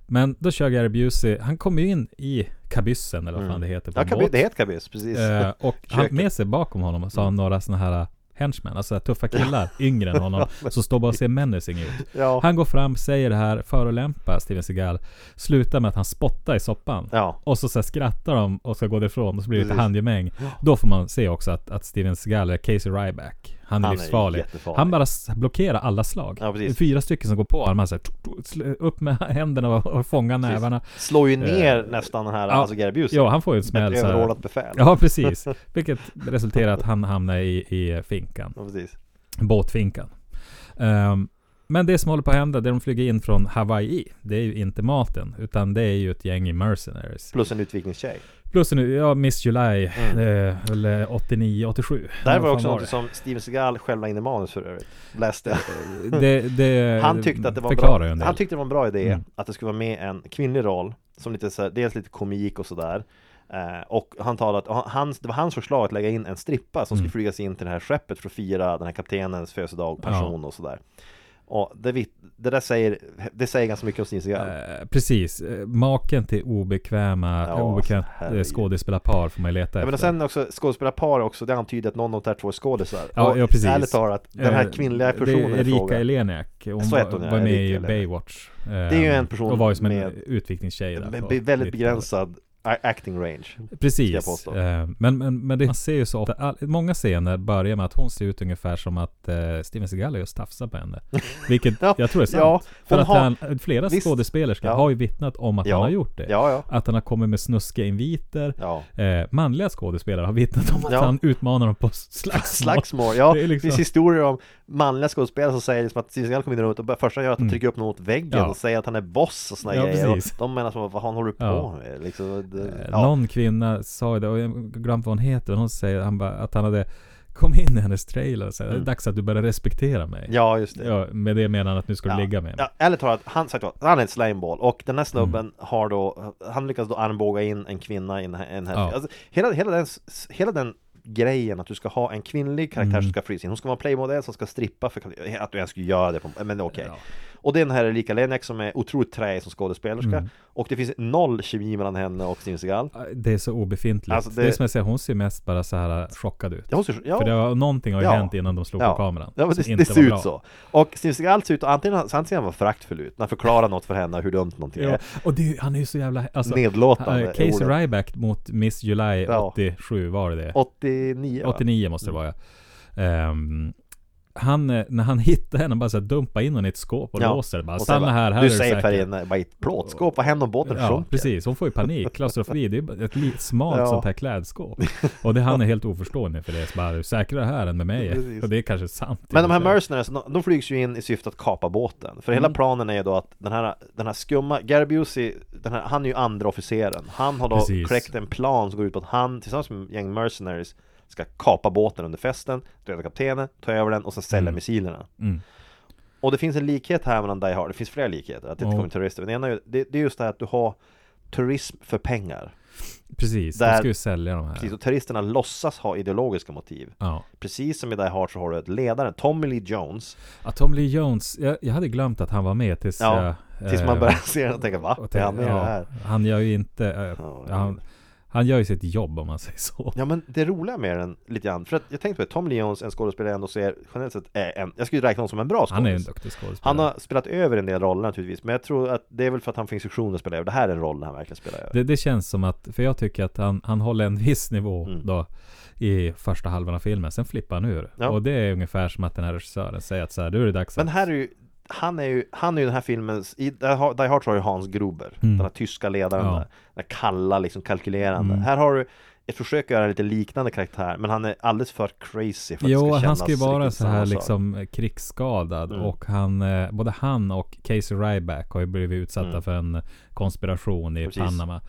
Speaker 8: Men då kör Gary Busey, han kommer ju in i kabyssen eller vad fan det heter på
Speaker 9: Ja,
Speaker 8: en
Speaker 9: kabys,
Speaker 8: båt.
Speaker 9: det heter kabys, precis.
Speaker 8: Eh, och han
Speaker 9: Köket.
Speaker 8: med sig bakom honom så har
Speaker 9: Mm.
Speaker 8: han några sådana här henchmen, alltså tuffa killar, yngre än honom, som står bara och ser menacing ut.
Speaker 9: Ja.
Speaker 8: Han går fram, säger det här, förolämpar Steven Seagal, slutar med att han spottar i soppan.
Speaker 9: Ja.
Speaker 8: Och så, så här, skrattar de och ska gå därifrån och så blir det lite
Speaker 9: Precis.
Speaker 8: handgemäng. Då får man se också att, att Steven Seagal, eller Casey Ryback, han är
Speaker 9: Han är
Speaker 8: livsfarlig.
Speaker 9: jättefarlig.
Speaker 8: Han bara s- blockerar alla slag.
Speaker 9: Ja, precis.
Speaker 8: det är fyra stycken som går på honom. Han så här, tsk, tsk, sl- upp med händerna och, och fångar nävarna.
Speaker 9: Slår ju ner nästan den här, alltså Gary Busey.
Speaker 8: Eh, Ja, han får ju en
Speaker 9: Ett
Speaker 8: smäll. så här.
Speaker 9: överordnat befäl.
Speaker 8: Ja, precis. Vilket resulterar i att han hamnar i, i finkan.
Speaker 9: Ja, precis.
Speaker 8: Båtfinkan. Ehm, men det som håller på att hända, det de flyger in från Hawaii, det är ju inte maten, utan det är ju ett gäng mercenaries.
Speaker 9: Plus en utvikningstjej.
Speaker 8: Plus nu, ja, Miss July, eh, eller 89, 87.
Speaker 9: Det
Speaker 8: Vad
Speaker 9: här Mm. var
Speaker 8: fan
Speaker 9: också något
Speaker 8: det?
Speaker 9: som Steven Seagal själv la in i manus för övrigt. Läste jag.
Speaker 8: det, det
Speaker 9: Han tyckte att det var en
Speaker 8: förklarar ju
Speaker 9: bra,
Speaker 8: en del. Mm.
Speaker 9: han tyckte det var en bra idé att det skulle vara med en kvinnlig roll som lite så här, dels lite komik och sådär. Eh, och han talade att han, det var hans förslag att lägga in en strippa som
Speaker 8: Mm.
Speaker 9: skulle flygas in till det här skeppet för att fira den här kaptenens födelsedag, pension och sådär. Och det, vi- det där säger, det säger ganska mycket om Steven Seagal.
Speaker 8: Eh, Precis, eh, maken till obekväma,
Speaker 9: Ja,
Speaker 8: obekvämt
Speaker 9: alltså,
Speaker 8: eh,
Speaker 9: herregud.
Speaker 8: skådespelarpar får man ju leta
Speaker 9: Ja, men
Speaker 8: efter.
Speaker 9: och sen också skådespelarpar också, det antyder att någon av de här två är skådisar.
Speaker 8: Ja,
Speaker 9: Och
Speaker 8: ja, precis.
Speaker 9: Ärligt talat, den här
Speaker 8: Eh,
Speaker 9: kvinnliga personen
Speaker 8: Det är
Speaker 9: i
Speaker 8: Erika
Speaker 9: fråga.
Speaker 8: Eleniak. Hon
Speaker 9: Så
Speaker 8: var,
Speaker 9: heter hon, ja,
Speaker 8: var med
Speaker 9: Erika
Speaker 8: i
Speaker 9: Eleniak.
Speaker 8: Baywatch. Det
Speaker 9: är ju en person
Speaker 8: Och var ju som en
Speaker 9: med-
Speaker 8: utvikningstjej där.
Speaker 9: Med
Speaker 8: på
Speaker 9: be- väldigt
Speaker 8: 90-talet.
Speaker 9: begränsad a- acting range. ska jag
Speaker 8: Precis.
Speaker 9: påstå.
Speaker 8: Eh, Men, men, men det, man ser ju så ofta, all, många scener börjar med att hon ser ut ungefär som att eh, Steven Seagal just tafsar på henne. Vilket
Speaker 9: Ja,
Speaker 8: jag tror är sant.
Speaker 9: ja,
Speaker 8: För
Speaker 9: hon
Speaker 8: att
Speaker 9: har-
Speaker 8: han, flera
Speaker 9: visst.
Speaker 8: skådespelerskor
Speaker 9: Ja.
Speaker 8: har ju vittnat om att
Speaker 9: Ja.
Speaker 8: han har gjort det.
Speaker 9: Ja, ja.
Speaker 8: Att han har kommit med snuskiga inviter.
Speaker 9: Ja.
Speaker 8: Eh, manliga skådespelare har vittnat om att
Speaker 9: Ja.
Speaker 8: han utmanar dem på slagsmål.
Speaker 9: Slagsmål, ja.
Speaker 8: Det
Speaker 9: Det,
Speaker 8: är liksom-
Speaker 9: finns historier om manliga skådespelare som säger liksom att Steven Seagal kommer in i rummet och bör- först han gör är att han trycker upp någon mot väggen
Speaker 8: Mm. Ja.
Speaker 9: och säger att han är boss och såna
Speaker 8: Ja,
Speaker 9: grejer. Och
Speaker 8: precis.
Speaker 9: de menar som, vad han håller du på
Speaker 8: Ja.
Speaker 9: med? Liksom, det,
Speaker 8: Eh,
Speaker 9: ja.
Speaker 8: Någon kvinna sa ju det, och jag glömde vad hon heter, men hon säger han bara, att han hade Kom in i hennes trailer och säger det är dags att du börjar respektera mig.
Speaker 9: Mm. ja, just det.
Speaker 8: Ja, med det menar han att nu ska du ligga med Mm. mig.
Speaker 9: Ja, ärligt talat, han, sagt vad, han är ett slimeball och den här snubben har då, han lyckas då armbåga in en kvinna i den här... En här
Speaker 8: Ja.
Speaker 9: alltså, hela, hela, den, s- hela den grejen att du ska ha en kvinnlig karaktär
Speaker 8: Mm.
Speaker 9: som ska frysa in. Hon ska vara en playmodell som ska strippa för att du ens skulle göra det. På, men okej. Och det är den här Erika Lenek som är otroligt träig som skådespelerska.
Speaker 8: Mm.
Speaker 9: Och det finns noll kemi mellan henne och Steven Seagal.
Speaker 8: Det är så obefintligt.
Speaker 9: Alltså,
Speaker 8: det...
Speaker 9: det-
Speaker 8: är som jag säger, hon ser mest bara så här äh, chockad ut.
Speaker 9: Ja, hon ser- ja.
Speaker 8: För det var, någonting har ju
Speaker 9: Ja.
Speaker 8: hänt innan de slog på kameran.
Speaker 9: Ja, men
Speaker 8: som
Speaker 9: det,
Speaker 8: inte
Speaker 9: det
Speaker 8: var
Speaker 9: ser
Speaker 8: bra.
Speaker 9: ut så. Och Steven Seagal ser ut att antingen, han- antingen han var föraktfull ut, när han förklarar något för henne hur dumt någonting
Speaker 8: Ja,
Speaker 9: är.
Speaker 8: och det, är ju- han är ju så jävla... Alltså,
Speaker 9: Nedlåtande
Speaker 8: eh,
Speaker 9: är
Speaker 8: Casey
Speaker 9: ordet.
Speaker 8: Ryback mot Miss July
Speaker 9: Ja.
Speaker 8: 87 var det det?
Speaker 9: 89 va?
Speaker 8: 89 måste det vara ja. Ehm, han, eh, när han hittar henne, bara så här, dumpar in henne i ett skåp och låser det. Bara,
Speaker 9: sen
Speaker 8: stanna här, här
Speaker 9: Du
Speaker 8: är
Speaker 9: safe här
Speaker 8: säker."
Speaker 9: inne, bara i ett plåtskåp, vad händer om båten
Speaker 8: Ja,
Speaker 9: sjunker?
Speaker 8: precis. Hon får ju panik. Klaustrofobi, det är ju bara ett litet smalt
Speaker 9: Ja.
Speaker 8: sånt här klädskåp. Och det, han är helt oförstående för det. Så bara, "Är du säkrare här än med mig.
Speaker 9: Precis.
Speaker 8: Och det är kanske sant. i
Speaker 9: Men de
Speaker 8: och
Speaker 9: här
Speaker 8: för sig.
Speaker 9: mercenaries, de, de flygs ju in i syfte att kapa båten För hela
Speaker 8: Mm.
Speaker 9: planen är ju då att den här, den här skumma, Gary Busey, den här, han är ju andra officeren Han har då
Speaker 8: Precis.
Speaker 9: kläckt en plan som går ut på att han tillsammans med ett gäng mercenaries Ska kapa båten under festen, döda kaptenen, ta över den och sen
Speaker 8: Mm.
Speaker 9: sälja missilerna Och det finns en likhet här mellan Die Hard, det finns flera likheter, att det inte
Speaker 8: Ja.
Speaker 9: kommer terrorister Men det ena är ju, det, det är just det här att du har turism för pengar
Speaker 8: Precis, de
Speaker 9: där-
Speaker 8: ska ju sälja de här.
Speaker 9: Precis, och terroristerna låtsas ha ideologiska motiv
Speaker 8: Ja.
Speaker 9: Precis som i Die Hard så har du ett ledaren, Tommy Lee Jones
Speaker 8: Ja, Tom Lee Jones, jag, jag hade glömt att han var med tills
Speaker 9: Ja,
Speaker 8: jag...
Speaker 9: Tills man
Speaker 8: eh,
Speaker 9: börjar se den och tänka va?
Speaker 8: och
Speaker 9: Är
Speaker 8: tänk-
Speaker 9: han med i det
Speaker 8: ja,
Speaker 9: här?
Speaker 8: Han gör ju inte... eh,
Speaker 9: Ja,
Speaker 8: han, han gör ju sitt jobb om man säger så.
Speaker 9: Ja men det roliga med den lite grann, för att jag tänkte på det, Tom Leons, en skådespelare jag ändå ser generellt sett är en, jag skulle räkna honom som en bra
Speaker 8: Han är ju en
Speaker 9: skådespelare
Speaker 8: duktig skådespelare.
Speaker 9: Han har spelat över en del roller naturligtvis, men jag tror att det är väl för att han får instruktioner att spela över, det här är en roll när han verkligen spelar över
Speaker 8: det, det känns som att, för jag tycker att han, han håller en viss nivå
Speaker 9: Mm.
Speaker 8: då i första halvan av filmen, sen flippar han ur.
Speaker 9: Ja.
Speaker 8: Och det är ungefär som att den här regissören säger att så här, nu är det dags
Speaker 9: Men
Speaker 8: att...
Speaker 9: här är ju han är ju, han är ju den här filmens, i Die Hard Die Hard så har ju Hans Gruber, den här tyska ledaren
Speaker 8: Mm. Ja. Mm.
Speaker 9: där, den här kalla liksom kalkylerande. Här har du ett försök att göra en lite liknande karaktär, men han är alldeles för crazy för att det
Speaker 8: Jo,
Speaker 9: ska
Speaker 8: han
Speaker 9: kännas
Speaker 8: ska ju vara
Speaker 9: riktigt
Speaker 8: så här
Speaker 9: samma sak. Mm.
Speaker 8: liksom eh, krigsskadad och han, eh, både han och Casey Ryback har ju blivit utsatta för en konspiration i
Speaker 9: Mm. Precis.
Speaker 8: Panama.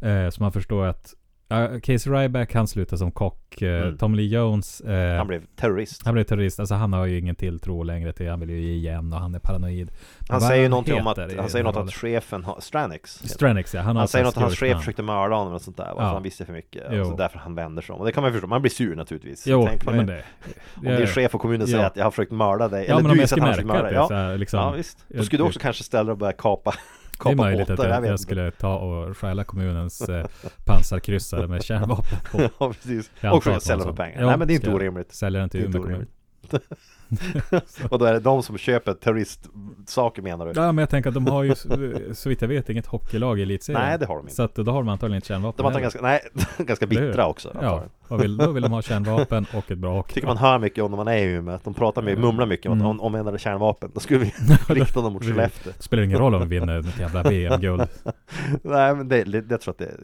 Speaker 8: Eh, så man förstår att ja, Casey Ryback han slutar som kock, eh,
Speaker 9: Mm.
Speaker 8: Tom Lee Jones eh,
Speaker 9: Han blev terrorist.
Speaker 8: han blev terrorist, alltså han har ju ingen tilltro längre till, han vill ju ge igen och han är paranoid. Men
Speaker 9: Han
Speaker 8: vad
Speaker 9: säger ju någonting om att,
Speaker 8: heter i
Speaker 9: han säger
Speaker 8: den
Speaker 9: något
Speaker 8: här
Speaker 9: att chefen, har- Stranix heter
Speaker 8: Stranix ja, han,
Speaker 9: han,
Speaker 8: har
Speaker 9: han
Speaker 8: alltså
Speaker 9: säger
Speaker 8: en
Speaker 9: något att hans
Speaker 8: skurknamn.
Speaker 9: chef försökte mörda honom och sånt där, varför
Speaker 8: Ja.
Speaker 9: han visste för mycket.
Speaker 8: Jo.
Speaker 9: Och så därför han vänder sig om. Och det kan man ju förstå, man blir sur naturligtvis.
Speaker 8: Jo,
Speaker 9: Tänk
Speaker 8: ja,
Speaker 9: man
Speaker 8: men
Speaker 9: ju,
Speaker 8: det.
Speaker 9: om din chef och kommunen säger
Speaker 8: Ja.
Speaker 9: att jag har försökt mörda
Speaker 8: Ja
Speaker 9: dig, eller
Speaker 8: men om
Speaker 9: du
Speaker 8: jag
Speaker 9: gissar att
Speaker 8: skulle
Speaker 9: han har försökt
Speaker 8: märka
Speaker 9: mörda
Speaker 8: att
Speaker 9: dig.
Speaker 8: det är
Speaker 9: Ja.
Speaker 8: så här, liksom,
Speaker 9: ja, visst. Då
Speaker 8: jag-
Speaker 9: skulle du också kanske ställa dig och börja kapa,
Speaker 8: Det är
Speaker 9: kapa
Speaker 8: möjligt
Speaker 9: båtar,
Speaker 8: att
Speaker 9: jag
Speaker 8: jag,
Speaker 9: vet
Speaker 8: jag
Speaker 9: inte.
Speaker 8: skulle ta och stjäla kommunens eh, pansarkryssare med kärnvapen på.
Speaker 9: Ja, precis.
Speaker 8: Jag
Speaker 9: Och
Speaker 8: antar
Speaker 9: försöka
Speaker 8: att
Speaker 9: sälja
Speaker 8: man
Speaker 9: för
Speaker 8: sa-
Speaker 9: pengar.
Speaker 8: Ja,
Speaker 9: Nej, men det är inte
Speaker 8: ska jag
Speaker 9: orimligt.
Speaker 8: Sälja den till
Speaker 9: Det är inte
Speaker 8: Umeå kommun.
Speaker 9: orimligt. Och då är det de som köper terroristsaker menar du?
Speaker 8: Ja men jag tänker att de har ju eh, så- så vitt jag vet inget hockeylag i elitserien.
Speaker 9: Nej, det har de inte.
Speaker 8: Så att då har de antagligen inte kärnvapen.
Speaker 9: De var
Speaker 8: heller.
Speaker 9: ganska, nej, ganska
Speaker 8: Eller hur?
Speaker 9: bittra också.
Speaker 8: Ja,
Speaker 9: antagligen.
Speaker 8: vad vill, då vill de ha kärnvapen och ett bra
Speaker 9: tycker
Speaker 8: hockeylag.
Speaker 9: man hör mycket om när man är i Umeå, att de pratar mycket, mumlar mycket om att om, om vi ändrar kärnvapen, då skulle vi rikta dem mot Skellefteå.
Speaker 8: Mm. Det spelar ingen roll om vi vinner ett jävla VM-guld.
Speaker 9: Nej, men det, det, jag tror att det, det,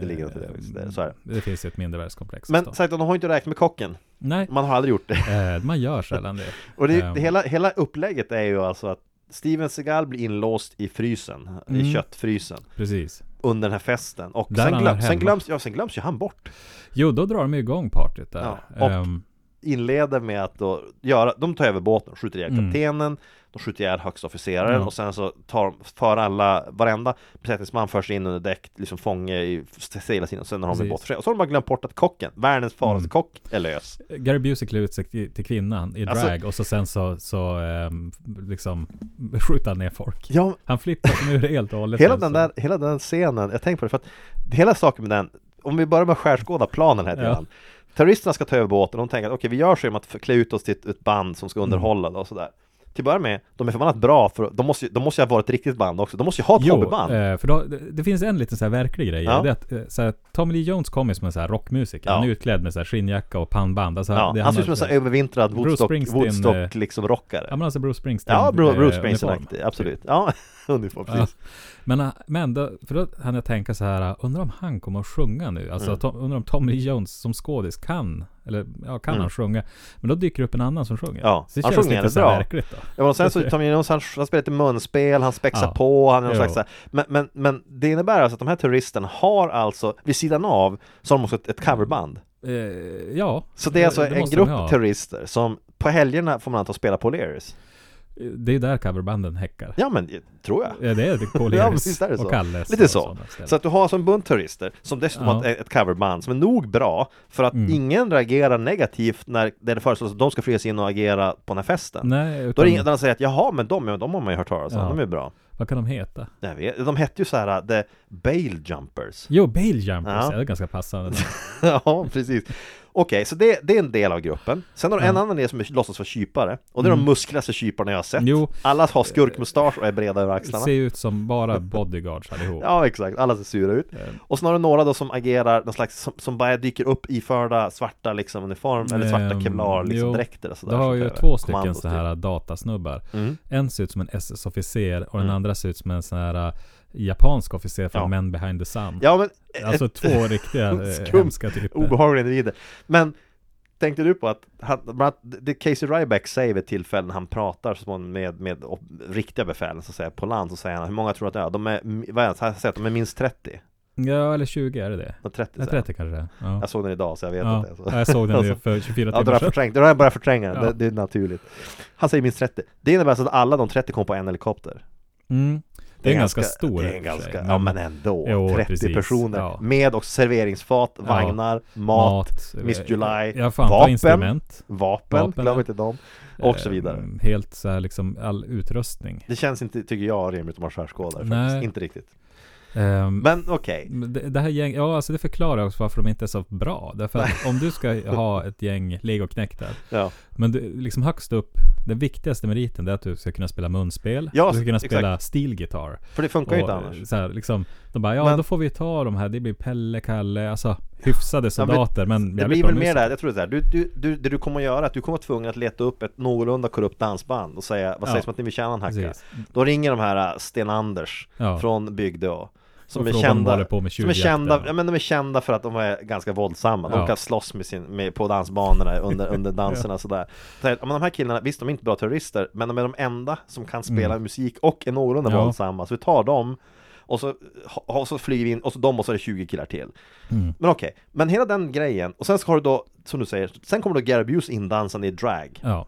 Speaker 9: det
Speaker 8: Eh,
Speaker 9: ligger något i det. Visst, det. Så är det.
Speaker 8: Det finns ju ett mindervärdeskomplex.
Speaker 9: Men
Speaker 8: då.
Speaker 9: sagt, de har inte räknat med kocken.
Speaker 8: Nej,
Speaker 9: Man har aldrig gjort det.
Speaker 8: eh, man gör sällan det.
Speaker 9: Och det,
Speaker 8: Ehm.
Speaker 9: det hela, hela upplägget är ju alltså att Steven Seagal blir inlåst i frysen, i köttfrysen,
Speaker 8: Precis.
Speaker 9: under den här festen. Och
Speaker 8: Mm. Där
Speaker 9: sen
Speaker 8: han är
Speaker 9: glöms, sen,
Speaker 8: hemma.
Speaker 9: glöms, ja, sen glöms ju han bort.
Speaker 8: Jo, då drar de ju igång partyt där.
Speaker 9: Ja, och-
Speaker 8: Ehm,
Speaker 9: Inleder med att då göra, de tar över båten, skjuter ihjäl
Speaker 8: Mm.
Speaker 9: kaptenen, de skjuter ihjäl högsta officeraren
Speaker 8: Ja.
Speaker 9: och sen så tar de, för alla, varenda besättningsman förs in under däck, liksom fånge i seglarsidan, sen har de en
Speaker 8: Precis. Mm.
Speaker 9: båt för sig. Och så har de bara glömt bort att kocken, världens farligaste kock, är lös.
Speaker 8: Gary Busey klär ut sig till till kvinnan i drag
Speaker 9: Alltså-
Speaker 8: och så sen så, så ehm, liksom skjuter han ner folk.
Speaker 9: Ja,
Speaker 8: Han flippar som ur helt och hållet.
Speaker 9: Hela
Speaker 8: sen
Speaker 9: den,
Speaker 8: så.
Speaker 9: där, hela den scenen, jag tänker på det för att Hela saken med den, om vi börjar med att skärskåda planen här
Speaker 8: Ja.
Speaker 9: ja. Terroristerna ska ta över båten, de tänker att okej vi gör så genom att för- klä ut oss till ett, ett band som ska underhålla mm. och sådär Till att börja med, de är förbannat bra för de måste, ju- de måste ju ha varit ett riktigt band också, de måste ju ha ett
Speaker 8: Jo,
Speaker 9: hobbyband
Speaker 8: eh, för då, det, det finns en liten så här verklig grej.
Speaker 9: Ja.
Speaker 8: Det är att, eh, så här, Tommy Lee Jones kommer som en så här rockmusiker.
Speaker 9: Ja.
Speaker 8: Han är utklädd med så här skinnjacka och pannband. Alltså,
Speaker 9: ja,
Speaker 8: det-
Speaker 9: Han
Speaker 8: har
Speaker 9: ser ut som en sån här
Speaker 8: här-
Speaker 9: övervintrad
Speaker 8: Bruce
Speaker 9: Woodstock,
Speaker 8: Springsteen, eh,
Speaker 9: Woodstock liksom rockare
Speaker 8: Ja men alltså Bruce Springsteen.
Speaker 9: Ja, Bru-
Speaker 8: eh,
Speaker 9: Bruce Springsteen
Speaker 8: uniform. Typ.
Speaker 9: absolut Ja, uniform,
Speaker 8: Ja.
Speaker 9: precis
Speaker 8: Men, eh, men då, för då hann jag tänka så här, eh, undrar om han kommer att sjunga nu? Alltså
Speaker 9: Mm.
Speaker 8: Tom, undrar om Tommy Lee Jones som skådis kan, eller ja, kan han sjunga? Men då dyker det upp en annan som sjunger.
Speaker 9: Mm. Ja,
Speaker 8: så det
Speaker 9: han
Speaker 8: känns
Speaker 9: sjunger
Speaker 8: lite så
Speaker 9: bra.
Speaker 8: här verkligt då.
Speaker 9: Ja, och sen så Tom Jones, han, han spelar lite munspel, han spexar
Speaker 8: Ja.
Speaker 9: på, han är
Speaker 8: Jo.
Speaker 9: någon slags så här- men, men, men det innebär alltså att de här terroristerna har alltså, vid sidan av, så har de också ett, ett coverband.
Speaker 8: Eh, ja.
Speaker 9: Så det är alltså en
Speaker 8: måste de
Speaker 9: grupp
Speaker 8: ha.
Speaker 9: terrorister som på helgerna får man anta spela på O'Learys.
Speaker 8: Det är där coverbanden häckar.
Speaker 9: Ja men, eh, tror jag.
Speaker 8: Eh, Det är det Paul
Speaker 9: Ja,
Speaker 8: Harris
Speaker 9: precis, där är det så.
Speaker 8: och Kalles.
Speaker 9: Lite
Speaker 8: och
Speaker 9: så.
Speaker 8: sådana ställen.
Speaker 9: Så att du har alltså en bunt terrorister som dessutom
Speaker 8: Ja. Mm.
Speaker 9: har ett ett coverband som är nog bra för att ingen reagerar negativt när när det föreslås att de ska flygas in och agera på den här festen.
Speaker 8: Nej,
Speaker 9: Då
Speaker 8: utan,
Speaker 9: är det ingen som säger att jaha, men de, ja, de har man ju hört talas om,
Speaker 8: Ja.
Speaker 9: de är bra.
Speaker 8: vad kan de heta?
Speaker 9: Jag vet, de hette ju så här äh, The Bale Jumpers
Speaker 8: Jo, Bale Jumpers. Ja.
Speaker 9: Ja.
Speaker 8: Det är ganska passande.
Speaker 9: Ja, precis Okej, så det, det är en del av gruppen. Sen har du en annan del som är- låtsas vara kypare. Och det är de muskligaste kyparna jag har sett.
Speaker 8: Mm. Jo.
Speaker 9: Alla har skurkmustasch och är breda över axlarna.
Speaker 8: Ser ut som bara bodyguards allihop.
Speaker 9: Ja, exakt. Alla ser sura ut. Och sen har du några då som agerar, någon slags, som, som bara dyker upp iförda svarta liksom uniform, eller svarta
Speaker 8: Ehm,
Speaker 9: kevlar liksom
Speaker 8: jo.
Speaker 9: dräkter och sådär.
Speaker 8: Du har
Speaker 9: som
Speaker 8: ju
Speaker 9: kräver typ.
Speaker 8: två stycken
Speaker 9: kommandos,
Speaker 8: så här datasnubbar.
Speaker 9: Mm.
Speaker 8: En ser ut som en SS-officer och den andra ser ut som en sån här eh, japansk officer från
Speaker 9: Ja.
Speaker 8: Men behind the sun.
Speaker 9: Ja, men eh,
Speaker 8: Alltså två riktiga eh,
Speaker 9: Skum.
Speaker 8: hemska typer.
Speaker 9: obehagliga individer. Men tänkte du på att han, bland annat, det Casey Ryback säger vid ett tillfälle när han pratar så med, med op- riktiga befäl, så att säga, på land, så säger han hur många tror att det är? De är, vad är det? Han säger att de är minst 30.
Speaker 8: Ja, eller 20 är det det.
Speaker 9: De är 30,
Speaker 8: Ja,
Speaker 9: säger han.
Speaker 8: 30 kanske det är. ja.
Speaker 9: Jag såg den idag så jag vet
Speaker 8: ja.
Speaker 9: att det är så.
Speaker 8: ja, jag såg den ju
Speaker 9: Alltså,
Speaker 8: för 24
Speaker 9: Ja, då har
Speaker 8: timmar
Speaker 9: jag
Speaker 8: sedan.
Speaker 9: förträngt, då har jag börjat förtränga
Speaker 8: Ja.
Speaker 9: det, det är naturligt Han säger minst 30 Det innebär alltså att alla de 30 kom på en helikopter
Speaker 8: Mm. Det är en ganska stor.
Speaker 9: Det är
Speaker 8: i
Speaker 9: en
Speaker 8: och för sig,
Speaker 9: ganska, ja men ändå
Speaker 8: Jo,
Speaker 9: 30
Speaker 8: precis,
Speaker 9: personer
Speaker 8: ja.
Speaker 9: Med också serveringsfat,
Speaker 8: Ja.
Speaker 9: vagnar, mat,
Speaker 8: eh,
Speaker 9: Miss July,
Speaker 8: Ja, fan, ta
Speaker 9: vapen.
Speaker 8: instrument.
Speaker 9: vapen,
Speaker 8: Vapen,
Speaker 9: glöm
Speaker 8: ja.
Speaker 9: inte dem Och
Speaker 8: eh,
Speaker 9: så vidare
Speaker 8: Helt så här liksom all utrustning.
Speaker 9: Det känns inte, tycker jag, rimligt om man skärskådar
Speaker 8: Nej.
Speaker 9: faktiskt Inte riktigt
Speaker 8: Ehm,
Speaker 9: Men okej
Speaker 8: Men Det, det här gäng, ja alltså det förklarar också varför de inte är så bra. Därför att om du ska ha ett gäng legoknektar,
Speaker 9: ja.
Speaker 8: men du, liksom högst upp, den viktigaste meriten det är att du ska kunna spela munspel,
Speaker 9: Ja,
Speaker 8: du ska kunna
Speaker 9: exakt.
Speaker 8: spela steel guitar.
Speaker 9: För det funkar ju inte annars
Speaker 8: så här, liksom, de bara, ja
Speaker 9: Men-
Speaker 8: då får vi ta de här, det blir Pelle, Kalle, alltså hyfsade
Speaker 9: Ja, men
Speaker 8: soldater, men,
Speaker 9: Det
Speaker 8: jävligt
Speaker 9: blir
Speaker 8: bra
Speaker 9: väl mer
Speaker 8: musiker.
Speaker 9: det här, jag tror det är så här. Du, du, du, det du kommer att göra är att du kommer att vara tvungen att leta upp ett någorlunda korrupt dansband och säga vad
Speaker 8: Ja.
Speaker 9: sägs om att ni vill tjäna en hacka?
Speaker 8: Precis.
Speaker 9: Då ringer de här äh, Sten-Anders
Speaker 8: Ja.
Speaker 9: från Bygdeå som
Speaker 8: Och
Speaker 9: är,
Speaker 8: frågar om de håller
Speaker 9: kända,
Speaker 8: på med
Speaker 9: som är kända,
Speaker 8: tjuvjakten.
Speaker 9: ja, men de är kända för att de är ganska våldsamma De
Speaker 8: Ja.
Speaker 9: kan slåss med sin, med, på dansbanorna under, under danserna och sådär så här, ja, men De här killarna, visst de är inte bra terrorister Men de är de enda som kan spela musik och är någorlunda
Speaker 8: Mm. Ja.
Speaker 9: våldsamma Så vi tar dem och så, ha- och så flyger vi in, och så de och så är det 20 killar till
Speaker 8: Mm.
Speaker 9: Men okej, men hela den grejen Och sen ska du då, som du säger Sen kommer då Gary Buse indansande i drag
Speaker 8: Ja.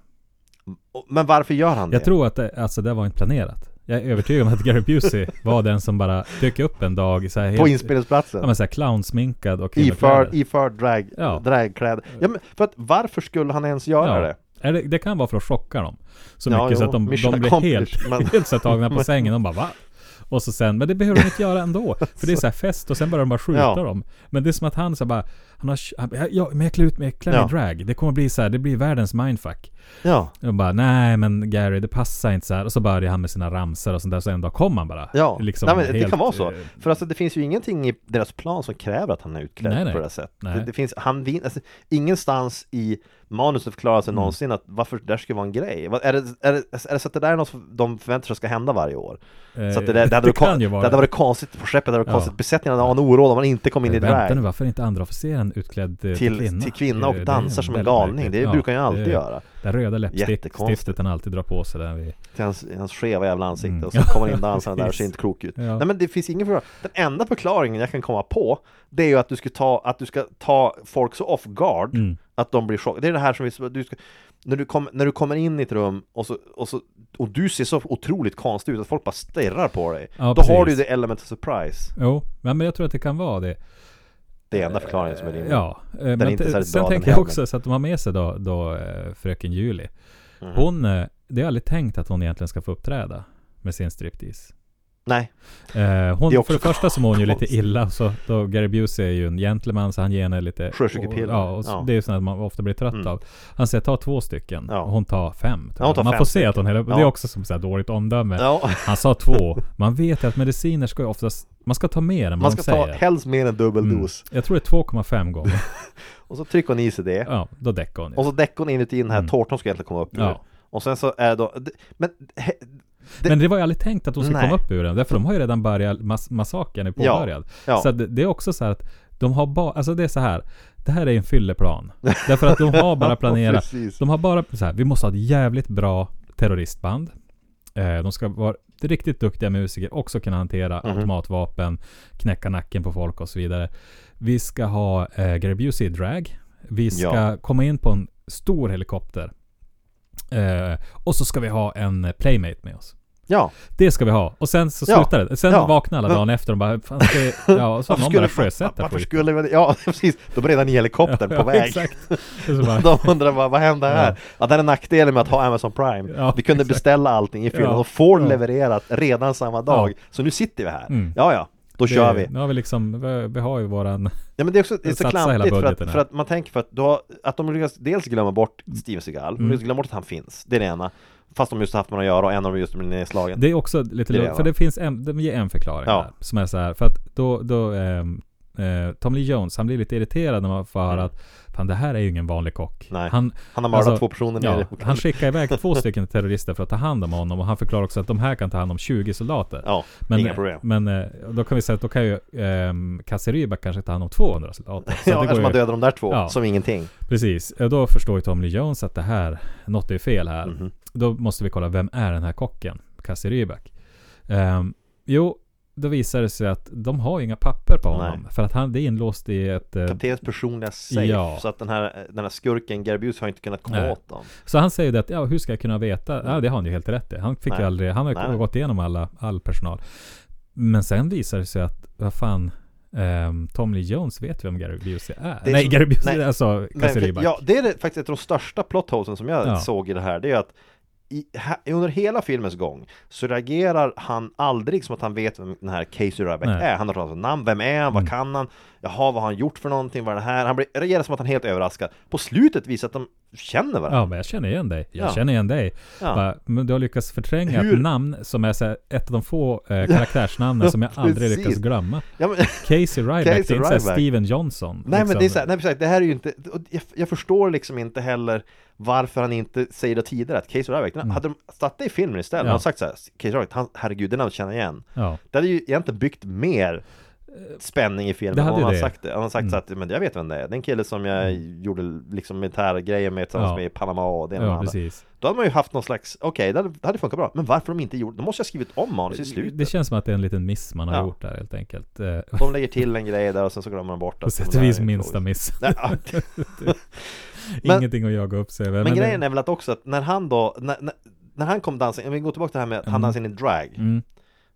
Speaker 9: Och- Men varför gör han det?
Speaker 8: Jag tror att det, alltså, det var inte planerat. Jag är övertygad om att Gary Busey var den som bara dök upp en dag så här,
Speaker 9: På
Speaker 8: helt-
Speaker 9: inspelningsplatsen
Speaker 8: Ja men såhär clownsminkad och
Speaker 9: Iförd,
Speaker 8: kvinnokläder.
Speaker 9: iförd drag,
Speaker 8: Ja.
Speaker 9: dragkläder. Ja, men för att varför skulle han ens göra
Speaker 8: Ja.
Speaker 9: det?
Speaker 8: Är det, det kan vara för att chocka dem. Så
Speaker 9: Ja,
Speaker 8: mycket så
Speaker 9: jo,
Speaker 8: att de,
Speaker 9: mission
Speaker 8: de blir
Speaker 9: accomplished,
Speaker 8: helt,
Speaker 9: men-
Speaker 8: helt så här tagna på sängen. De bara va? Och så sen, men det behöver de inte göra ändå. För det är så här fest och sen börjar de bara skjuta
Speaker 9: Ja.
Speaker 8: dem. Men det är som att han så här bara, han har, han, bara, ja, men jag klär ut mig, jag klär mig i drag. Det kommer bli så här, det blir världens mindfuck.
Speaker 9: Ja,
Speaker 8: Och bara, nej men Gary, det passar inte så här. Och så börjar han med sina ramsor och sånt där. Så en dag kom han bara.
Speaker 9: ja.
Speaker 8: Liksom
Speaker 9: nej, men det
Speaker 8: helt,
Speaker 9: kan vara så.
Speaker 8: eh,
Speaker 9: För alltså, det finns ju ingenting i deras plan som kräver att han är utklädd
Speaker 8: Nej, nej.
Speaker 9: på det här sättet.
Speaker 8: Nej.
Speaker 9: Det, det finns, han vin, alltså, ingenstans i manuset förklarar
Speaker 8: Mm.
Speaker 9: sig någonsin att varför det där ska vara en grej. Vad- Är det, är, det, är det så att det där är något som de förväntar sig ska hända varje år?
Speaker 8: Eh,
Speaker 9: Så att det, där, det,
Speaker 8: det
Speaker 9: hade varit kon-
Speaker 8: kan ju vara
Speaker 9: det
Speaker 8: det.
Speaker 9: hade varit konstigt på skeppet, det hade varit
Speaker 8: Ja.
Speaker 9: konstigt. Besättningen hade en oråd om man inte kom in i drag.
Speaker 8: Vänta nu, varför är inte andra officeren utklädd eh, till,
Speaker 9: till,
Speaker 8: kvinna?
Speaker 9: till kvinna
Speaker 8: Eh, det
Speaker 9: och
Speaker 8: är
Speaker 9: dansar som en
Speaker 8: väldigt
Speaker 9: galning.
Speaker 8: märkligt.
Speaker 9: Det
Speaker 8: Ja,
Speaker 9: brukar han ju
Speaker 8: det
Speaker 9: alltid
Speaker 8: är-
Speaker 9: göra.
Speaker 8: Det röda
Speaker 9: Jättekonstigt.
Speaker 8: läppstiftet han alltid drar på sig där vid...
Speaker 9: Till hans, hans skeva jävla ansikte och så kommer in dansaren där och ser inte klok ut.
Speaker 8: Mm. Ja.
Speaker 9: Nej men det finns ingen förklaring. Den enda förklaringen jag kan komma på Det är ju att du ska ta, att du ska ta folk så off guard
Speaker 8: Mm.
Speaker 9: Att de blir chockade. Det är det här som vi, du ska, när, du kom, när du kommer in i ett rum och, så, och, så, och du ser så otroligt konstig ut att folk bara stirrar på dig.
Speaker 8: Ja,
Speaker 9: Då
Speaker 8: precis.
Speaker 9: har du ju det element of surprise.
Speaker 8: Jo, men men jag tror att det kan vara det.
Speaker 9: Det är enda förklaringen som är rimlig.
Speaker 8: Ja. eh,
Speaker 9: är
Speaker 8: men
Speaker 9: inte
Speaker 8: t-
Speaker 9: särskilt
Speaker 8: sen
Speaker 9: bra, den
Speaker 8: tänker jag
Speaker 9: här,
Speaker 8: också så att de har med sig då, då eh, fröken Julie.
Speaker 9: Mm.
Speaker 8: Hon, eh, det är aldrig tänkt att hon egentligen ska få uppträda med sin striptease.
Speaker 9: Nej,
Speaker 8: Eh,
Speaker 9: Det är
Speaker 8: hon,
Speaker 9: också
Speaker 8: för det första så mår hon ju lite
Speaker 9: konstigt.
Speaker 8: illa, så då Gary Busey är ju en gentleman så han ger henne lite...
Speaker 9: Sjösjukepiller.
Speaker 8: och- Ja, och så-
Speaker 9: Ja.
Speaker 8: det är ju sånt att man ofta blir trött
Speaker 9: Mm.
Speaker 8: av. Han säger ta två stycken,
Speaker 9: Ja.
Speaker 8: och hon tar fem. tror
Speaker 9: Ja, hon tar
Speaker 8: jag. man
Speaker 9: fem
Speaker 8: får se att hon häller upp, det är
Speaker 9: Ja.
Speaker 8: också som så här dåligt omdöme.
Speaker 9: ja,
Speaker 8: Han sa två. Man vet ju att mediciner ska ju oftast... Man Mm. ska ta mer än
Speaker 9: man
Speaker 8: vad
Speaker 9: ska
Speaker 8: de
Speaker 9: ta
Speaker 8: säger.
Speaker 9: helst mer än dubbel dos.
Speaker 8: Jag tror det är 2,5 gånger.
Speaker 9: Och så trycker hon i sig det.
Speaker 8: Ja, då däckar hon ju.
Speaker 9: Och så däckar hon inuti den här tårtan ska egentligen komma upp ur.
Speaker 8: Ja.
Speaker 9: Och sen så är det då, det- men he, det-
Speaker 8: Men det var ju aldrig tänkt att hon skulle
Speaker 9: Nej.
Speaker 8: komma upp ur den. Därför de har ju redan börjat, mass massakern är
Speaker 9: Ja,
Speaker 8: påbörjad.
Speaker 9: ja.
Speaker 8: Så att det- det är också så här att de har bara, alltså det är så här. Det här är en fylleplan. Därför att de har bara planerat,
Speaker 9: precis.
Speaker 8: de har bara så här, vi måste ha ett jävligt bra terroristband. Eh, de ska vara riktigt duktiga musiker, också kunna hantera
Speaker 9: Mhm.
Speaker 8: automatvapen, knäcka nacken på folk och så vidare. Vi ska ha eh, Gary Busey i drag. Vi ska
Speaker 9: Ja.
Speaker 8: komma in på en stor helikopter. Eh, och så ska vi ha en eh, playmate med oss.
Speaker 9: ja,
Speaker 8: Det ska vi ha. Och sen så
Speaker 9: Ja.
Speaker 8: slutar det. Sen
Speaker 9: Ja.
Speaker 8: vaknar alla
Speaker 9: Men-
Speaker 8: dagen efter och bara, fan ska jag... Ja, och så har någon börjat sjösätta
Speaker 9: varför
Speaker 8: skit.
Speaker 9: skulle vi, ja precis, de är redan i helikoptern på väg.
Speaker 8: exakt. Det är så bara,
Speaker 9: De undrar bara, vad händer här? Ja. det här är nackdelen med att ha Amazon Prime.
Speaker 8: Ja,
Speaker 9: vi kunde beställa allting i Finland
Speaker 8: Ja.
Speaker 9: och får
Speaker 8: Ja.
Speaker 9: levererat redan samma dag.
Speaker 8: Ja.
Speaker 9: Så nu sitter vi här.
Speaker 8: Mm.
Speaker 9: Ja, ja. Då
Speaker 8: Det-
Speaker 9: kör vi.
Speaker 8: Nu har vi liksom, vi, vi har ju våran...
Speaker 9: Ja, men det är också det är så
Speaker 8: Satsa
Speaker 9: klantigt
Speaker 8: hela
Speaker 9: för
Speaker 8: budgeten
Speaker 9: att,
Speaker 8: här.
Speaker 9: för att man tänker för att, du har, att de lyckas dels glömma bort Steven Seagal,
Speaker 8: Mm.
Speaker 9: de lyckas glömma bort att han finns. Det är det ena. Fast de just haft med att göra och en av dem just blir nedslagen.
Speaker 8: Det är också lite,
Speaker 9: Det är
Speaker 8: det
Speaker 9: det,
Speaker 8: för
Speaker 9: va?
Speaker 8: det finns en, de ger en förklaring
Speaker 9: Ja.
Speaker 8: där, som är så här, för att då, då ehm, eh, Tom Lee Jones, han blir lite irriterad när man får höra
Speaker 9: Mm.
Speaker 8: att Fan det här är ju ingen vanlig kock.
Speaker 9: Nej.
Speaker 8: Han,
Speaker 9: Han har mördat
Speaker 8: alltså,
Speaker 9: två personer nere
Speaker 8: ja,
Speaker 9: på
Speaker 8: han skickar iväg två stycken terrorister för att ta hand om honom och han förklarar också att de här kan ta hand om 20 soldater.
Speaker 9: Ja,
Speaker 8: men,
Speaker 9: inga problem.
Speaker 8: Men eh, då kan vi säga att då kan ju ehm, Kasseryba kanske ta hand om 200 soldater. Så
Speaker 9: ja,
Speaker 8: det
Speaker 9: eftersom
Speaker 8: går
Speaker 9: man
Speaker 8: ju,
Speaker 9: dödar de där två
Speaker 8: Ja.
Speaker 9: som ingenting.
Speaker 8: precis, Eh, då förstår ju Tom Lee Jones att det här, något är fel här.
Speaker 9: Mhm.
Speaker 8: Då måste vi kolla, vem är den här kocken? Kassi Rybak. Ehm, jo, då visar det sig att de har inga papper på honom. För att han, det är inlåst i ett... eh,
Speaker 9: Kaptenens personliga safe,
Speaker 8: Ja.
Speaker 9: så att den här, den här skurken Garbus har inte kunnat komma
Speaker 8: Nej.
Speaker 9: åt dem.
Speaker 8: så han säger ju det att, ja, hur ska jag kunna veta? Ja, det har han ju helt rätt i. Han fick ju
Speaker 9: Nej.
Speaker 8: aldrig... Han har ju
Speaker 9: Nej.
Speaker 8: gått igenom alla, all personal. Men sen visar det sig att, vad fan... ehm, Tom Lee Jones vet ju vem Gary Busey är.
Speaker 9: Det är
Speaker 8: nej,
Speaker 9: som-
Speaker 8: Gary Busey,
Speaker 9: nej.
Speaker 8: alltså
Speaker 9: Men-
Speaker 8: Kassi
Speaker 9: för-
Speaker 8: Rybak.
Speaker 9: Ja, det är det, faktiskt ett av de största plotholesen som jag
Speaker 8: Ja.
Speaker 9: såg i det här. Det är att i, här, under hela filmens gång så reagerar han aldrig som att han vet vem den här Casey Ryback
Speaker 8: Nej.
Speaker 9: är. Han har talat om namn, vem är han, vad
Speaker 8: Mm.
Speaker 9: kan han, jaha vad har han gjort för någonting, vad är det här? Han blir, reagerar som att han är helt överraskad. På slutet visar att de känner varandra.
Speaker 8: Ja, men jag känner igen dig. Jag
Speaker 9: Ja.
Speaker 8: känner igen dig.
Speaker 9: Ja.
Speaker 8: Bara, men du har lyckats förtränga
Speaker 9: Hur-
Speaker 8: ett namn som är så här, ett av de få eh, karaktärsnamnen som jag aldrig
Speaker 9: precis.
Speaker 8: lyckas glömma.
Speaker 9: Ja, men,
Speaker 8: Casey Ryback,
Speaker 9: Casey
Speaker 8: det är inte så här
Speaker 9: Ryback.
Speaker 8: Steven Johnson.
Speaker 9: nej men
Speaker 8: liksom.
Speaker 9: det är så här, nej, precis, det här är ju inte, och jag, jag förstår liksom inte heller varför han inte säger det tidigare, att Casey Ryback, den- hade de satt det i filmen istället,
Speaker 8: Mm. Ja.
Speaker 9: ja. hade sagt så här, Casey Ryback, han, herregud, den har jag känner igen.
Speaker 8: Ja.
Speaker 9: Det hade ju egentligen byggt mer spänning i
Speaker 8: Eh, Det
Speaker 9: filmen
Speaker 8: hade
Speaker 9: om han hade
Speaker 8: det. Mm.
Speaker 9: sagt det. Han hade sagt så att men jag vet vem det är. Den kille som jag gjorde liksom militärgrejer med tillsammans
Speaker 8: Ja.
Speaker 9: med i Panama och det ena och
Speaker 8: ja,
Speaker 9: det andra.
Speaker 8: precis.
Speaker 9: Då hade man ju haft någon slags, okej, det, hade, det hade funkat bra. Men varför de inte gjorde det? De måste ju ha skrivit om manus i
Speaker 8: Det
Speaker 9: slutet.
Speaker 8: känns som att det är en liten miss man har
Speaker 9: Ja.
Speaker 8: gjort där helt enkelt. Eh,
Speaker 9: De lägger till en grej där och sen så glömmer de bort
Speaker 8: på
Speaker 9: att
Speaker 8: sätt
Speaker 9: de
Speaker 8: och
Speaker 9: där
Speaker 8: vis
Speaker 9: är
Speaker 8: minsta
Speaker 9: frågor.
Speaker 8: miss.
Speaker 9: Nej, ah, ja. Men-
Speaker 8: Ingenting att jaga upp sig över.
Speaker 9: Men
Speaker 8: det-
Speaker 9: grejen är väl att också att när han då, när, när, när han kom dansen, om vi går tillbaka till det här med att han dansar in i drag.
Speaker 8: Mm.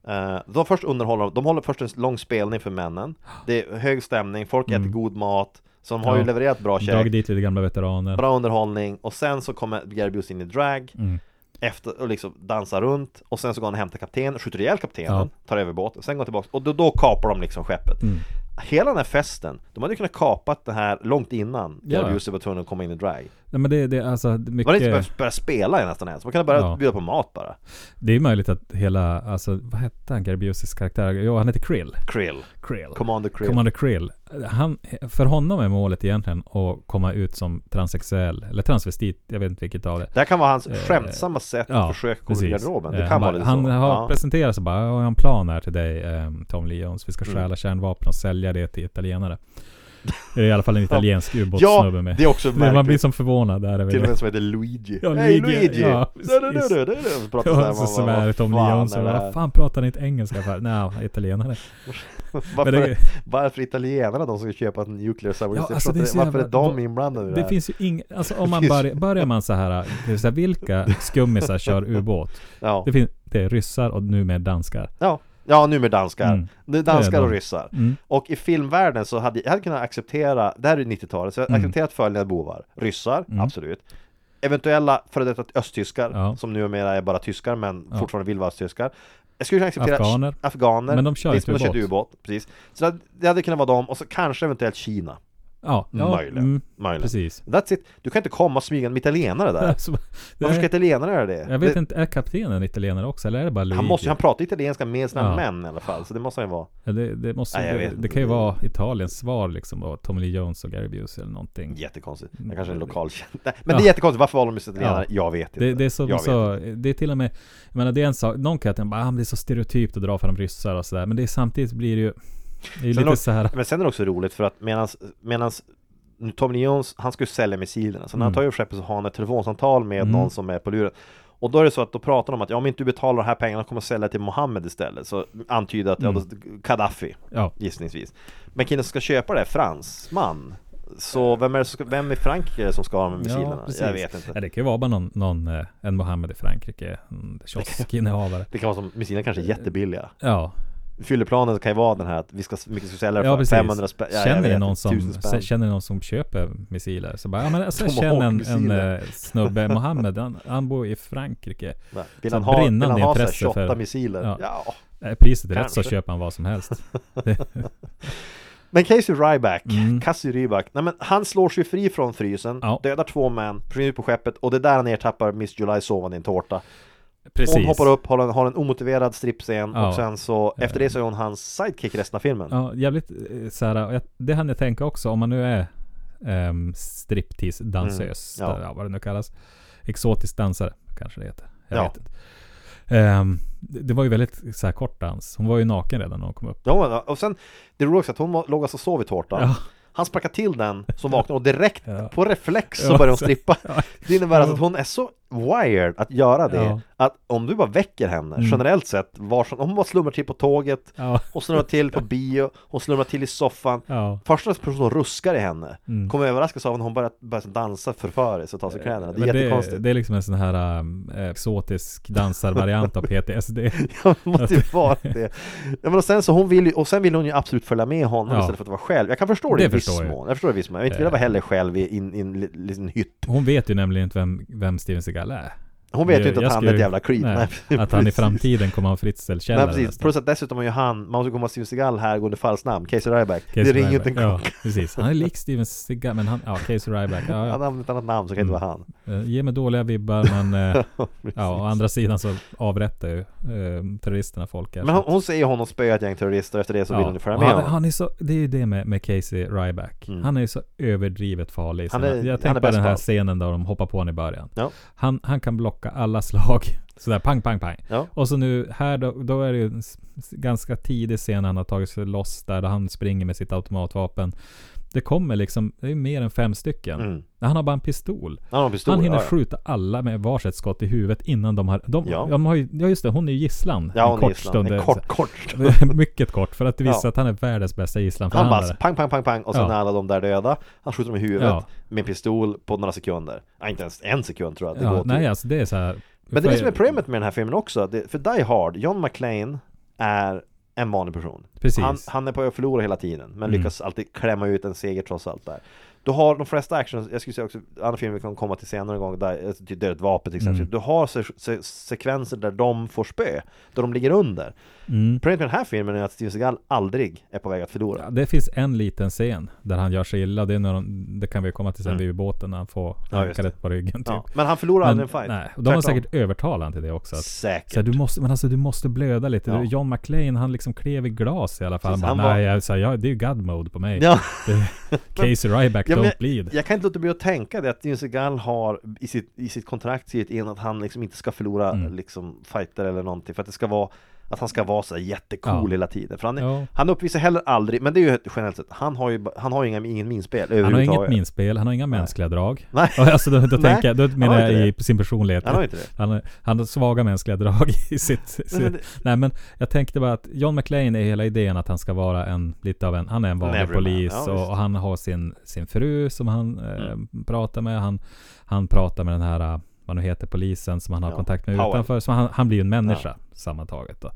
Speaker 9: Eh, de först underhåller de, de håller först en lång spelning för männen Det är hög stämning, folk äter god mat Så de har
Speaker 8: Mm. Ja.
Speaker 9: ju levererat bra
Speaker 8: Drag
Speaker 9: käk,
Speaker 8: dit lite gamla veteraner.
Speaker 9: bra underhållning Och sen så kommer Gary Busey in i drag
Speaker 8: Mm.
Speaker 9: efter, och liksom dansar runt Och sen så går han och hämtar kaptenen, skjuter ihjäl kaptenen
Speaker 8: Ja. Mm.
Speaker 9: Tar över båten, sen går han tillbaka Och då, då kapar de liksom skeppet Hela den här festen, de hade ju kunnat kapat det här långt innan
Speaker 8: Ja.
Speaker 9: Gary Busey var tvungen att komma in i drag
Speaker 8: Nej, men det, det är alltså
Speaker 9: Man hade inte
Speaker 8: mycket...
Speaker 9: behövt börja spela nästan ens, man kunde börja
Speaker 8: Ja.
Speaker 9: bjuda på mat bara
Speaker 8: Det är möjligt att hela, alltså vad hette han, Gary Buseys karaktär? Jo, han heter Krill.
Speaker 9: Krill,
Speaker 8: Krill.
Speaker 9: Commander Krill
Speaker 8: Commander Krill. Han, för honom är målet egentligen att komma ut som transsexuell, eller transvestit, jag vet inte vilket av det.
Speaker 9: Det här kan vara hans skämtsamma sätt att försöka gå ur
Speaker 8: precis.
Speaker 9: garderoben.
Speaker 8: Eh,
Speaker 9: Det
Speaker 8: han
Speaker 9: kan
Speaker 8: bara-
Speaker 9: vara lite
Speaker 8: Han
Speaker 9: så.
Speaker 8: har
Speaker 9: ja.
Speaker 8: presenterat sig bara, jag har en plan här till dig ehm, Tom Lee Jones. Vi ska
Speaker 9: Mm.
Speaker 8: stjäla kärnvapen och sälja det till italienare. Det är I alla fall en italiensk
Speaker 9: ja,
Speaker 8: ubåtssnubbe med.
Speaker 9: det är också
Speaker 8: Man blir
Speaker 9: märkligt.
Speaker 8: som förvånad. Där är
Speaker 9: Till och
Speaker 8: väl.
Speaker 9: med som heter Luigi.
Speaker 8: Ja,
Speaker 9: Hej
Speaker 8: Luigi,
Speaker 9: Luigi!
Speaker 8: ja,
Speaker 9: Ja, du, du, du, du, du. Så pratar så här,
Speaker 8: Ja,
Speaker 9: man
Speaker 8: så
Speaker 9: bara,
Speaker 8: svär
Speaker 9: vad
Speaker 8: Tom Lee
Speaker 9: fan
Speaker 8: Jones.
Speaker 9: är det
Speaker 8: Vad
Speaker 9: här?
Speaker 8: fan pratar ni inte engelska för? Nej, italienare.
Speaker 9: Varför,
Speaker 8: Men det-
Speaker 9: varför italienarna de ska köpa ett nuclear submarine?
Speaker 8: Ja, alltså,
Speaker 9: Jag förstår
Speaker 8: det är
Speaker 9: inte,
Speaker 8: så
Speaker 9: varför
Speaker 8: jävla-
Speaker 9: är de
Speaker 8: de-
Speaker 9: inblandade i det
Speaker 8: Det
Speaker 9: här?
Speaker 8: finns ju inget, alltså om man
Speaker 9: finns-
Speaker 8: börjar, börjar man så här, det är så här vilka skummisar kör ubåt?
Speaker 9: Ja.
Speaker 8: Det, finns, det är ryssar och nu med danskar.
Speaker 9: Ja. ja, nu med danskar.
Speaker 8: Mm.
Speaker 9: Det är danskar
Speaker 8: Det är
Speaker 9: och
Speaker 8: de.
Speaker 9: ryssar.
Speaker 8: Mm.
Speaker 9: Och i filmvärlden så hade jag hade kunnat acceptera, det här är 90-talet, så jag hade
Speaker 8: Mm.
Speaker 9: accepterat följande bovar. Ryssar, absolut. Eventuella före detta östtyskar,
Speaker 8: Ja.
Speaker 9: som numera är bara tyskar men fortfarande vill vara östtyskar. Jag skulle kunna acceptera
Speaker 8: Afghaner.
Speaker 9: afghaner
Speaker 8: Men de kör
Speaker 9: visst,
Speaker 8: inte
Speaker 9: de kör
Speaker 8: ubåt.
Speaker 9: ubåt. Precis. Så det hade- det hade kunnat vara dem, och så kanske eventuellt Kina.
Speaker 8: Ja, ja
Speaker 9: Möjligen.
Speaker 8: mm,
Speaker 9: Möjligen.
Speaker 8: precis.
Speaker 9: That's it. Du kan inte komma och smyga med italienare där.
Speaker 8: Alltså, det
Speaker 9: Varför ska
Speaker 8: är,
Speaker 9: italienare göra det?
Speaker 8: jag vet
Speaker 9: det
Speaker 8: inte, är kaptenen italienare också eller är det bara Luigi?
Speaker 9: han, måste, ju- han pratar italienska med sina
Speaker 8: Ja.
Speaker 9: män i alla fall, så det måste han ju vara.
Speaker 8: Ja, det, det, måste,
Speaker 9: Nej, jag vet
Speaker 8: det, det
Speaker 9: inte.
Speaker 8: kan ju vara Italiens svar liksom, och Tommy Lee Jones och Gary Busey eller någonting.
Speaker 9: Jättekonstigt. Jag kanske är en lokal Nej, Men
Speaker 8: Mm. Ja.
Speaker 9: det är jättekonstigt. Varför valde de just italienare?
Speaker 8: Ja.
Speaker 9: Jag vet inte.
Speaker 8: Det, det är som
Speaker 9: jag vet.
Speaker 8: så, det är till och med, jag menar det är en sak, någon kan ju tänka bara, ah, men det är så stereotypt att dra fram ryssar och sådär, men det är samtidigt blir det ju, det är ju
Speaker 9: Sen
Speaker 8: lite
Speaker 9: också-
Speaker 8: så här,
Speaker 9: Men sen är det också roligt för att medans, medans nu Tommy Lee Jones, han ska ju sälja missilerna. Så när
Speaker 8: Mm.
Speaker 9: han tar över skeppet så har han ett telefonsamtal med någon som är på luren. Och då är det så att då pratar de om att ja, om inte du betalar de här pengarna kommer jag sälja till Mohammed istället. Så antyder att, ja,
Speaker 8: Mm.
Speaker 9: då, Gaddafi,
Speaker 8: ja.
Speaker 9: gissningsvis. Men killen som ska köpa det är fransman. Så vem är det som ska, vem i Frankrike är det som ska ha de här missilerna? jag vet inte.
Speaker 8: Ja, det kan ju vara bara någon, någon eh, en Mohammed i Frankrike, en kioskinnehavare.
Speaker 9: Det kan vara som, missilerna kanske är jättebilliga.
Speaker 8: Ja,
Speaker 9: Fylleplanen kan ju vara den här att vi ska mycket ska sälja
Speaker 8: ja
Speaker 9: för
Speaker 8: precis.
Speaker 9: 500 spänn. Ja, jag
Speaker 8: känner,
Speaker 9: vet
Speaker 8: ni någon
Speaker 9: inte,
Speaker 8: som,
Speaker 9: 1000 spänn.
Speaker 8: känner ni någon som köper missiler? Så bara, ja, men alltså, jag
Speaker 9: Tomahawk
Speaker 8: känner en, en
Speaker 9: missiler.
Speaker 8: eh, snubbe, Mohammed, han, han bor i Frankrike.
Speaker 9: Nej, Vill
Speaker 8: Så
Speaker 9: han ha, vill
Speaker 8: brinnande
Speaker 9: han ha så här
Speaker 8: intresse för-
Speaker 9: 28 missiler?
Speaker 8: Ja.
Speaker 9: Ja.
Speaker 8: Är Eh, priset rätt så
Speaker 9: Kanske.
Speaker 8: köper han vad som helst.
Speaker 9: Men Casey Ryback, Cassie Ryback, nej men han slår sig fri från frysen,
Speaker 8: Mm. Ja.
Speaker 9: dödar två män, försvinner ut på skeppet och det är där han ertappar Miss July sovande i en tårta.
Speaker 8: Precis.
Speaker 9: Hon hoppar upp, har en, har en omotiverad strippscen
Speaker 8: Ja. Eh.
Speaker 9: och sen så, efter det så är hon hans sidekick resten av filmen.
Speaker 8: Ja, jävligt eh, så här, och jag- Det hann jag tänka också, om man nu är um, striptease-dansös,
Speaker 9: Mm, ja.
Speaker 8: där, ja, vad det nu kallas. Exotisk dansare, kanske det heter. Jag
Speaker 9: Ja.
Speaker 8: vet inte. Ehm, det, det var ju väldigt så här, kort dans. Hon var ju naken redan när hon kom upp.
Speaker 9: Ja, och sen, det roliga också att hon var- låg alltså och sov i tårtan.
Speaker 8: Ja.
Speaker 9: Han sparkar till den som vaknar och direkt
Speaker 8: Ja.
Speaker 9: på reflex så
Speaker 8: Ja,
Speaker 9: börjar hon
Speaker 8: så-
Speaker 9: strippa.
Speaker 8: ja.
Speaker 9: Det innebär alltså att hon är så wired att göra det
Speaker 8: Ja. Mm.
Speaker 9: att om du bara väcker henne generellt sett, var som, hon bara slumrar till på tåget,
Speaker 8: Ja.
Speaker 9: hon slumrar till på bio, hon slumrar till i soffan.
Speaker 8: Ja. Mm.
Speaker 9: Första personen som ruskar i henne kommer överraskas av när hon börjar, börjar dansa förföriskt och ta sig kläderna. Det är
Speaker 8: Eh, Men
Speaker 9: jättekonstigt.
Speaker 8: det är liksom en sån här ehm, exotisk dansarvariant av PTSD.
Speaker 9: Ja, det måste ju vara det. Ja, men och, sen så hon vill ju, och sen vill hon ju absolut följa med honom
Speaker 8: Ja.
Speaker 9: istället för att vara själv. Jag kan förstå
Speaker 8: Det
Speaker 9: det, i viss
Speaker 8: förstår jag. Eh.
Speaker 9: mån. Jag förstår det i viss mån. Jag vill inte vilja vara heller själv i en, i en li- liten hytt.
Speaker 8: Hon vet ju nämligen inte vem, vem Steven Seagal är.
Speaker 9: Hon vet ju inte
Speaker 8: Jag
Speaker 9: att han är
Speaker 8: skulle-
Speaker 9: ett jävla creep.
Speaker 8: Nej, att han i
Speaker 9: precis.
Speaker 8: framtiden kommer ha en
Speaker 9: Nej,
Speaker 8: Fritzl-källare
Speaker 9: precis.
Speaker 8: nästan.
Speaker 9: Plus att dessutom är ju han, man måste komma ihåg Steven Seagal här går under falskt namn, Casey Ryback. det
Speaker 8: Casey
Speaker 9: ringer ju
Speaker 8: Ryback.
Speaker 9: inte en
Speaker 8: Ja,
Speaker 9: klocka.
Speaker 8: precis. Han är lik Steven Seagal, men han, ja, Casey Ryback. Ja,
Speaker 9: Han
Speaker 8: ja.
Speaker 9: använder ett annat namn så kan det inte vara han.
Speaker 8: Eh, Ge mig dåliga vibbar, men eh,
Speaker 9: Precis.
Speaker 8: ja, å andra sidan så avrättar ju eh, terroristerna folk. här.
Speaker 9: Men hon, hon säger honom spöa ett gäng terrorister och efter det så
Speaker 8: Ja.
Speaker 9: vill hon ju följa
Speaker 8: Och
Speaker 9: med
Speaker 8: han,
Speaker 9: honom.
Speaker 8: han är så, Det är ju det med, med Casey Ryback. Han är ju så överdrivet farlig.
Speaker 9: Han
Speaker 8: Så
Speaker 9: är-
Speaker 8: jag-
Speaker 9: han
Speaker 8: jag
Speaker 9: är
Speaker 8: tänker på
Speaker 9: bäst
Speaker 8: den
Speaker 9: på
Speaker 8: här
Speaker 9: allt.
Speaker 8: scenen där de hoppar på honom i början.
Speaker 9: Ja.
Speaker 8: Han, han kan blocka alla slag. Sådär pang, pang, pang.
Speaker 9: Ja.
Speaker 8: Och så nu här då, då är det ju en s- s- ganska tidig scen han har tagit sig loss där, där han springer med sitt automatvapen. Det kommer liksom, det är mer än fem stycken.
Speaker 9: Mm.
Speaker 8: Han har bara en pistol.
Speaker 9: Han har en pistol,
Speaker 8: han hinner
Speaker 9: ja, ja.
Speaker 8: skjuta alla med varsitt skott i huvudet innan de har... De,
Speaker 9: Ja.
Speaker 8: de har ju, ja just det, hon är ju gisslan.
Speaker 9: Ja, hon är gisslan.
Speaker 8: stund.
Speaker 9: En kort, kort stund.
Speaker 8: Mycket kort, för att det visar
Speaker 9: Ja.
Speaker 8: att han är världens bästa
Speaker 9: Han bara
Speaker 8: gisslanförhandlare.
Speaker 9: pang, pang, pang, pang och sen
Speaker 8: Ja.
Speaker 9: är alla de där döda. Han skjuter dem i huvudet
Speaker 8: Ja.
Speaker 9: med pistol på några sekunder. Ja, inte ens en sekund tror jag att det
Speaker 8: Ja,
Speaker 9: går
Speaker 8: nej
Speaker 9: till.
Speaker 8: alltså det är så här...
Speaker 9: Men det
Speaker 8: för-
Speaker 9: är det som är problemet med den här filmen också. Det, för Die Hard, John McClane är en vanlig person.
Speaker 8: Precis. Mm.
Speaker 9: Han, han är på att förlora hela tiden, men lyckas alltid klämma ut en seger trots allt där. Du har de flesta action, jag skulle säga också, andra filmer vi kan komma till senare en gång, där, eh, till Dödligt vapen till
Speaker 8: Mm.
Speaker 9: exempel. Du har se, se, sekvenser där de får spö, där de ligger under.
Speaker 8: Mm.
Speaker 9: Problemet med den här filmen är att Steven Seagal aldrig är på väg att förlora.
Speaker 8: Ja, Det finns en liten scen där han gör sig illa. Det, är när de, det kan vi komma till sen vid ubåten när han får
Speaker 9: Mm. Ja, just
Speaker 8: ankaret på ryggen. Typ.
Speaker 9: Ja, men han förlorar aldrig en fight.
Speaker 8: Nej, och de har
Speaker 9: Tvärtom.
Speaker 8: säkert övertalat han till det också. Att,
Speaker 9: Säkert.
Speaker 8: så här, du måste, men alltså du måste blöda lite.
Speaker 9: Ja.
Speaker 8: Du, John McClane han liksom klev i glas i alla fall. Han
Speaker 9: Precis,
Speaker 8: bara,
Speaker 9: han var-
Speaker 8: nej, jag, så här, jag, det är ju God mode på mig.
Speaker 9: Ja.
Speaker 8: Det- Casey Ryback,
Speaker 9: Ja, men
Speaker 8: don't
Speaker 9: jag,
Speaker 8: bleed.
Speaker 9: jag kan inte låta bli att tänka det att Steven Seagal har i sitt, i sitt kontrakt skrivit in att han liksom inte ska förlora
Speaker 8: Mm.
Speaker 9: liksom fighter eller någonting för att det ska vara att han ska vara så här jättecool
Speaker 8: Ja.
Speaker 9: hela tiden för han, är,
Speaker 8: Ja.
Speaker 9: han uppvisar heller aldrig men det är ju generellt sett han har ju, ba- han har ju inga, ingen minspel
Speaker 8: Han har
Speaker 9: överhuvudtaget.
Speaker 8: inget minspel, han har inga mänskliga drag.
Speaker 9: Nej.
Speaker 8: Och Alltså då, då,
Speaker 9: Nej,
Speaker 8: tänker, jag- då
Speaker 9: han
Speaker 8: menar
Speaker 9: har
Speaker 8: jag
Speaker 9: inte
Speaker 8: i sin personlighet.
Speaker 9: Han har inte det.
Speaker 8: Han, har- han har svaga mänskliga drag i sitt... sitt.
Speaker 9: men det-
Speaker 8: Nej men jag tänkte bara att John McClane är hela idén att han ska vara en, lite av en, han är en vanlig
Speaker 9: Everyman,
Speaker 8: polis
Speaker 9: ja, visst.
Speaker 8: och, och han har sin, sin fru som han
Speaker 9: Mm.
Speaker 8: eh, pratar med. Han, han pratar med den här, eh, vad nu heter, polisen som han har
Speaker 9: Ja,
Speaker 8: kontakt med
Speaker 9: Powell.
Speaker 8: utanför. Så han, han blir ju en människa sammantaget då.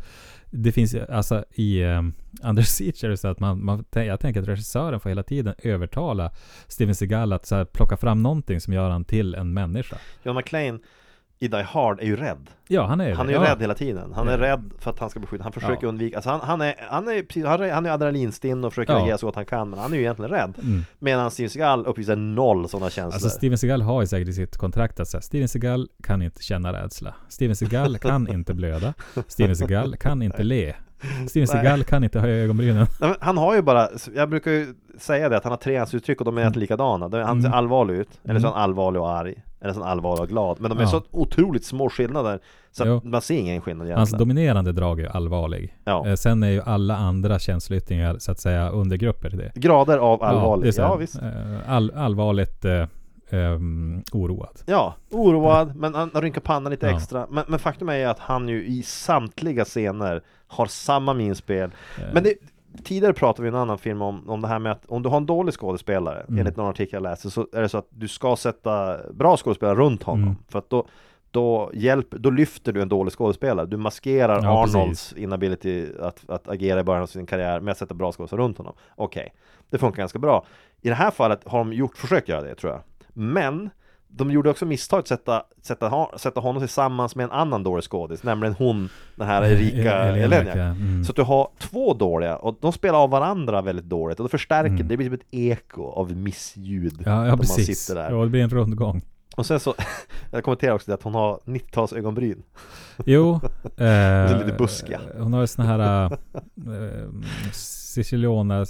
Speaker 8: Det finns ju, alltså i um, Under Siege är det så att man, man, tän- jag tänker att regissören får hela tiden övertala Steven Seagal att så här, plocka fram någonting som gör han till en människa.
Speaker 9: John McClane i Die Hard är ju rädd.
Speaker 8: Ja, han är
Speaker 9: Han är ju
Speaker 8: ja.
Speaker 9: rädd hela tiden. Han är
Speaker 8: Ja.
Speaker 9: rädd för att han ska bli skjuten. Han försöker
Speaker 8: Ja.
Speaker 9: undvika. Alltså han, han är, han är, precis- han är, han är adrenalinstinn och försöker
Speaker 8: Ja. Mm.
Speaker 9: agera så gott han kan. Men han är ju egentligen rädd. Medan Steven Seagal uppvisar noll sådana känslor.
Speaker 8: Alltså Steven Seagal har ju säkert i sitt kontrakt att säga, Steven Seagal kan inte känna rädsla. Steven Seagal kan inte blöda. Steven Seagal kan inte le. Steven Seagal kan inte höja ögonbrynen.
Speaker 9: Nej, men han har ju bara, jag brukar ju säga det att han har tre ansiktsuttryck och de är
Speaker 8: Mm.
Speaker 9: egentligen likadana. De- Han ser allvarlig ut, eller så är han allvarlig och arg, eller så är han allvarlig och glad. Men de är
Speaker 8: Ja.
Speaker 9: så otroligt små skillnader så att
Speaker 8: Jo. Alltså,
Speaker 9: man ser ingen skillnad egentligen.
Speaker 8: Hans dominerande drag är ju allvarlig.
Speaker 9: Ja.
Speaker 8: Eh, Sen är ju alla andra känsloyttringar så att säga undergrupper till det.
Speaker 9: Grader av
Speaker 8: det är
Speaker 9: allvarlig.
Speaker 8: så
Speaker 9: Ja,
Speaker 8: här,
Speaker 9: visst.
Speaker 8: eh, All, allvarligt eh, ehm, oroad.
Speaker 9: Ja, oroad, men han han rynkar pannan lite
Speaker 8: Ja.
Speaker 9: extra. Men, men faktum är ju att han ju i samtliga scener har samma minspel. Men det, tidigare pratade vi i en annan film om, om det här med att om du har en dålig skådespelare,
Speaker 8: Mm.
Speaker 9: enligt någon artikel jag läste, så är det så att du ska sätta bra skådespelare runt honom.
Speaker 8: Mm.
Speaker 9: För att då, då, hjälp, då lyfter du en dålig skådespelare. Du maskerar
Speaker 8: Ja,
Speaker 9: Arnolds inability att, att agera i början av sin karriär med att sätta bra skådespelare runt honom. Okej, det funkar ganska bra. I det här fallet har de gjort försök göra det tror jag. Men de gjorde också misstag att sätta, sätta, ha- sätta honom tillsammans med en annan dålig skådis, nämligen hon, den här
Speaker 8: Eh,
Speaker 9: Erika
Speaker 8: Eleniak,
Speaker 9: Eleniak.
Speaker 8: ja. Mm.
Speaker 9: Så att du har två dåliga, och de spelar av varandra väldigt dåligt, och då förstärker det, det blir som ett eko av missljud.
Speaker 8: Mm. Ja,
Speaker 9: när
Speaker 8: ja
Speaker 9: man
Speaker 8: precis.
Speaker 9: sitter där.
Speaker 8: Ja, det blir en rundgång.
Speaker 9: Och sen så, jag kommenterar också det att hon har 90-talsögonbryn.
Speaker 8: Jo. Eh,
Speaker 9: lite buskiga.
Speaker 8: Hon har ju såna här eh, Siciliona, eh,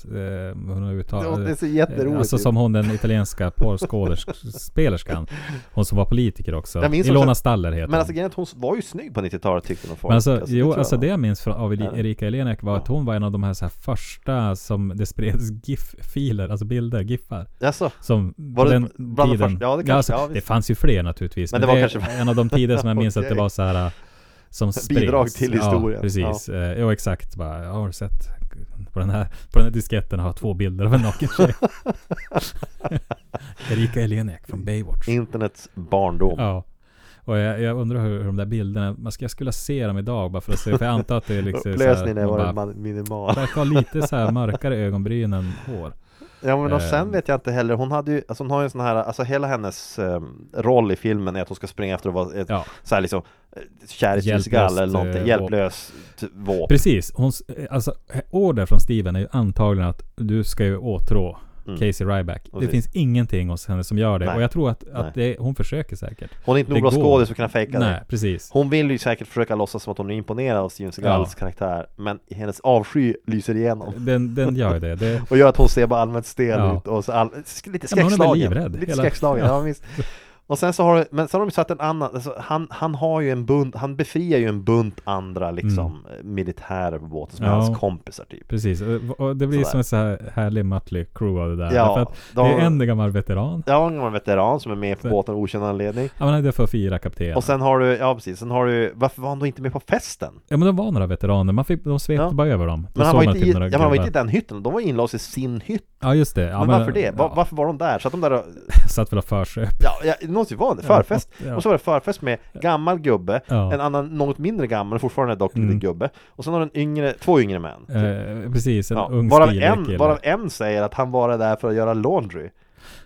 Speaker 8: hon har uttalat.
Speaker 9: Det ser jätteroligt
Speaker 8: Eh, Alltså
Speaker 9: ut.
Speaker 8: som hon den italienska porrskådespelerskan. Hon som var politiker också.
Speaker 9: Jag minns
Speaker 8: Ilona
Speaker 9: också-
Speaker 8: Staller heter
Speaker 9: Men alltså grejen är att hon var ju snygg på 90-talet tyckte de folk.
Speaker 8: Men alltså, jo,
Speaker 9: tror
Speaker 8: alltså
Speaker 9: jag.
Speaker 8: det jag minns från, av Eli- Erika Eleniak var att hon var en av de här, så här första som det spreds GIF-filer, alltså bilder, GIFar.
Speaker 9: Alltså,
Speaker 8: Som
Speaker 9: Var
Speaker 8: på
Speaker 9: det
Speaker 8: den
Speaker 9: bland
Speaker 8: tiden,
Speaker 9: de
Speaker 8: alltså,
Speaker 9: första? Ja, det kanske- ja,
Speaker 8: det
Speaker 9: visst.
Speaker 8: fanns ju fler naturligtvis. Men,
Speaker 9: Men
Speaker 8: det,
Speaker 9: det var
Speaker 8: är
Speaker 9: kanske-
Speaker 8: en av de tider som jag minns att det
Speaker 9: Okej.
Speaker 8: var så här äh, som spreds.
Speaker 9: Bidrag till
Speaker 8: Ja,
Speaker 9: historien.
Speaker 8: precis. Ja. Jo, exakt. Bara, ja, har du sett? På den, här, på den här disketten har jag två bilder av en naken tjej. Erika Eleniak från Baywatch.
Speaker 9: internets barndom.
Speaker 8: Ja. Och jag, jag undrar hur, hur de där bilderna, man ska, jag skulle se dem idag bara för att se, för jag antar att det är liksom
Speaker 9: Upplösningen
Speaker 8: såhär,
Speaker 9: var
Speaker 8: man bara
Speaker 9: man- minimal.
Speaker 8: verkar ha lite så här mörkare ögonbryn än hår.
Speaker 9: Ja men och sen
Speaker 8: Eh.
Speaker 9: vet jag inte heller, hon hade ju, alltså hon har ju en sån här, alltså hela hennes eh, roll i filmen är att hon ska springa efter och vara ett,
Speaker 8: Ja.
Speaker 9: så här liksom eh, Kär i sin
Speaker 8: Hjälplöst,
Speaker 9: skalle eller
Speaker 8: eh,
Speaker 9: någonting,
Speaker 8: våp.
Speaker 9: hjälplös t- våp
Speaker 8: Precis, hon, s- alltså order från Steven är ju antagligen att du ska ju åtrå Casey Ryback. Det
Speaker 9: Mm. Precis.
Speaker 8: finns ingenting hos henne som gör det.
Speaker 9: Nej.
Speaker 8: Och jag tror att,
Speaker 9: Nej.
Speaker 8: att det, hon försöker säkert.
Speaker 9: Hon är inte nog
Speaker 8: Det
Speaker 9: bra
Speaker 8: går.
Speaker 9: skådis för att kunna fejka
Speaker 8: Nej,
Speaker 9: det
Speaker 8: precis.
Speaker 9: Hon vill ju säkert försöka låtsas som att hon är imponerad av Steven Seagals
Speaker 8: Ja.
Speaker 9: karaktär Men hennes avsky lyser igenom
Speaker 8: Den, den gör ju det. det
Speaker 9: Och gör att hon ser bara allmänt stel
Speaker 8: Ja.
Speaker 9: ut och så all, sk- lite
Speaker 8: Ja, men hon är väl
Speaker 9: skräckslagen
Speaker 8: livrädd,
Speaker 9: Lite
Speaker 8: hela-
Speaker 9: skräckslagen,
Speaker 8: Ja.
Speaker 9: ja, visst Och sen så har du- men sen har de satt en annan, alltså han, han har ju en bunt, han befriar ju en bunt andra liksom eh, militärer på båten som är
Speaker 8: Mm. Ja.
Speaker 9: hans kompisar typ
Speaker 8: Precis, och och det blir
Speaker 9: Sådär.
Speaker 8: som en så här härlig Mötley crew av det där.
Speaker 9: Ja,
Speaker 8: Därför att
Speaker 9: de-
Speaker 8: Det är en gammal veteran.
Speaker 9: Ja, han var en veteran som är med på båten av okänd anledning
Speaker 8: Ja, men det är för att fira kaptenen.
Speaker 9: Och sen har du, ja precis, sen har du, varför var han då inte med på festen?
Speaker 8: Ja men de var några veteraner, man fick, de svepte
Speaker 9: Ja.
Speaker 8: bara över dem. Då
Speaker 9: Men han
Speaker 8: såg
Speaker 9: var,
Speaker 8: man
Speaker 9: inte i,
Speaker 8: typ
Speaker 9: ja,
Speaker 8: några
Speaker 9: men han var
Speaker 8: gubbar.
Speaker 9: inte i den hytten, de var inlåsta i sin hytt
Speaker 8: Ja just det. Ja,
Speaker 9: Men varför det? Va-
Speaker 8: ja,
Speaker 9: Varför var de där? Så att de där och-
Speaker 8: Satt väl och försöp.
Speaker 9: Ja, ja något var det, förfest.
Speaker 8: Ja.
Speaker 9: Och så var det förfest med gammal gubbe,
Speaker 8: Ja.
Speaker 9: en annan något mindre gammal, fortfarande dock lite
Speaker 8: Mm.
Speaker 9: gubbe. Och sen har den yngre, två yngre män.
Speaker 8: Eh, precis, en
Speaker 9: Ja,
Speaker 8: ung
Speaker 9: varav,
Speaker 8: stilig kille.
Speaker 9: en, varav en säger att han var där för att göra laundry.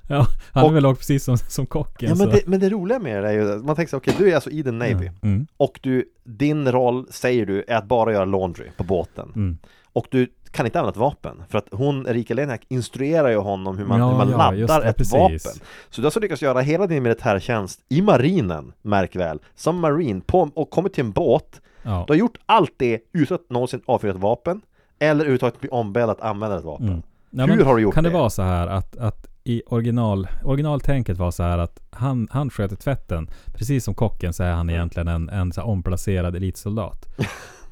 Speaker 8: Ja, han är
Speaker 9: och-
Speaker 8: väl låg precis som, som kocken.
Speaker 9: Ja, men,
Speaker 8: så.
Speaker 9: det, men det roliga med det är ju att man tänker sig, okej du är alltså i den Navy.
Speaker 8: Mm.
Speaker 9: Och du, din roll, säger du, är att bara göra laundry på båten.
Speaker 8: Mm.
Speaker 9: Och du kan inte använda ett vapen. För att hon, Erika Leniak, instruerar ju honom hur man,
Speaker 8: Ja,
Speaker 9: hur man
Speaker 8: ja, just
Speaker 9: laddar
Speaker 8: det,
Speaker 9: ett
Speaker 8: precis.
Speaker 9: vapen. Så du har alltså lyckats göra hela din militärtjänst i marinen, märk väl, som marine, på, och kommit till en båt.
Speaker 8: Ja.
Speaker 9: Du har gjort allt det utan att någonsin avfyra ett vapen. Eller överhuvudtaget bli ombedd att använda ett vapen.
Speaker 8: Mm.
Speaker 9: Hur
Speaker 8: men
Speaker 9: har du gjort
Speaker 8: Kan det,
Speaker 9: det?
Speaker 8: vara så här att, att i original, originaltänket var så här att han, han sköter tvätten. Precis som kocken så är
Speaker 9: Mm.
Speaker 8: han egentligen en, en så här omplacerad elitsoldat.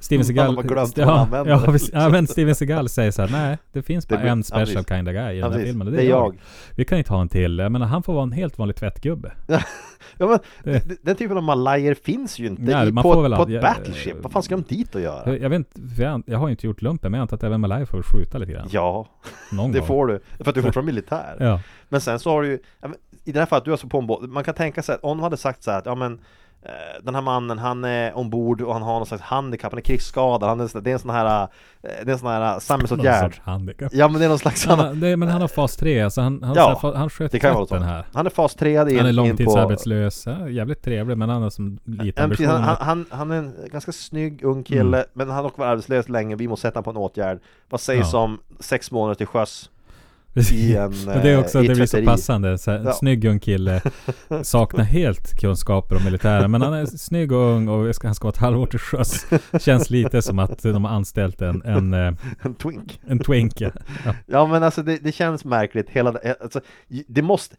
Speaker 8: Steven
Speaker 9: Han har
Speaker 8: Seagal...
Speaker 9: bara glömt vad han
Speaker 8: ja,
Speaker 9: använder.
Speaker 8: ja, precis. ja, men Steven Seagal säger så här, nej, det finns bara
Speaker 9: blir-
Speaker 8: en
Speaker 9: ja,
Speaker 8: special
Speaker 9: precis.
Speaker 8: kind of guy i den
Speaker 9: Ja,
Speaker 8: här
Speaker 9: precis.
Speaker 8: filmen. och
Speaker 9: Det är jag.
Speaker 8: Vi kan inte ha en till. Jag menar, han får vara en helt vanlig tvättgubbe.
Speaker 9: Ja, men,
Speaker 8: Det-
Speaker 9: d- Den typen av malajer finns ju inte
Speaker 8: Nej,
Speaker 9: i,
Speaker 8: man
Speaker 9: på,
Speaker 8: får
Speaker 9: ett-
Speaker 8: väl
Speaker 9: på
Speaker 8: all-
Speaker 9: ett
Speaker 8: ja,
Speaker 9: battleship.
Speaker 8: eh,
Speaker 9: Vad fan ska de dit och göra?
Speaker 8: Jag, jag, vet inte, för jag, jag har ju inte gjort lumpen, men jag antar att även Malaj får skjuta lite grann.
Speaker 9: Ja,
Speaker 8: Någon
Speaker 9: det
Speaker 8: gång.
Speaker 9: får du. För att du är fortfarande militär.
Speaker 8: Ja.
Speaker 9: Men sen så har du ju, ja, men i det här fallet, du är alltså på en båt, man kan tänka sig att om de hade sagt så här att, ja men eh, den här mannen, han är ombord och han har någon slags handikapp, han är krigsskadad, han är, en sån- det är en sån här, eh, det är en sån här
Speaker 8: Någon
Speaker 9: samhällsåtgärd
Speaker 8: sorts handikapp.
Speaker 9: Ja men det är någon slags,
Speaker 8: Han
Speaker 9: han,
Speaker 8: har, nej, men han har fas 3, alltså han, han,
Speaker 9: Ja,
Speaker 8: så här, fa- han sköt
Speaker 9: det kan ju vara
Speaker 8: tvätten
Speaker 9: så
Speaker 8: här.
Speaker 9: Han är fas 3 in,
Speaker 8: Han är
Speaker 9: in på,
Speaker 8: långtidsarbetslös, ja, jävligt trevlig men han har som lite
Speaker 9: Ja, precis,
Speaker 8: ambitioner. Mm.
Speaker 9: han, han, han, han är en ganska snygg ung kille, men han har dock varit arbetslös länge, vi måste sätta honom på en åtgärd Vad sägs
Speaker 8: Ja.
Speaker 9: om sex månader till sjöss?
Speaker 8: Precis.
Speaker 9: i en,
Speaker 8: Men det är också
Speaker 9: eh, i
Speaker 8: det blir så
Speaker 9: tvätteri.
Speaker 8: passande. Så här,
Speaker 9: Ja.
Speaker 8: Snygg ung kille. Saknar helt kunskaper om militären. Men han är snygg och ung och ska- han ska vara ett halvår till sjöss. Känns lite som att de har anställt en, en, eh,
Speaker 9: En twink?
Speaker 8: en twink. Ja.
Speaker 9: Ja men alltså det, det känns märkligt, hela, alltså, det måste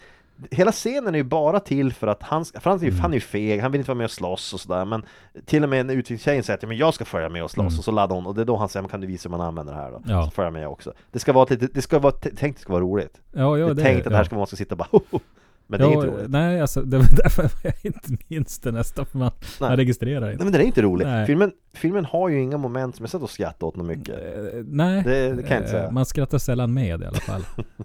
Speaker 9: Hela scenen är ju bara till för att han, ska- för han, är ju,
Speaker 8: Mm.
Speaker 9: han är ju feg, han vill inte vara med och slåss och sådär Men till och med när utvecklingstjejen säger att "Ja, men jag ska följa med och slåss och så laddar hon och det är då han säger men kan du visa hur man använder det här då?
Speaker 8: Mm. Ja.
Speaker 9: Så följer jag med också Det ska vara, lite- det ska vara, tänkt att det ska vara roligt
Speaker 8: Ja, ja,
Speaker 9: Det är tänkt att det här
Speaker 8: ja.
Speaker 9: ska man ska sitta och bara Men det är
Speaker 8: Ja,
Speaker 9: inte roligt
Speaker 8: Nej, alltså det var därför jag inte minns det nästan. För man,
Speaker 9: Nej.
Speaker 8: man registrerar
Speaker 9: Nej
Speaker 8: inte.
Speaker 9: men den är inte rolig,
Speaker 8: Nej.
Speaker 9: filmen, filmen har ju inga moment som jag satt och skrattade åt något mycket
Speaker 8: Eh, Nej,
Speaker 9: Det- det kan jag inte
Speaker 8: eh,
Speaker 9: säga.
Speaker 8: man skrattar sällan med i alla fall.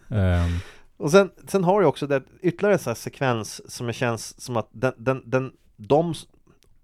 Speaker 8: Ehm,
Speaker 9: Och sen, sen har du också det ytterligare en sån här sekvens som jag känns som att den, den, den, de,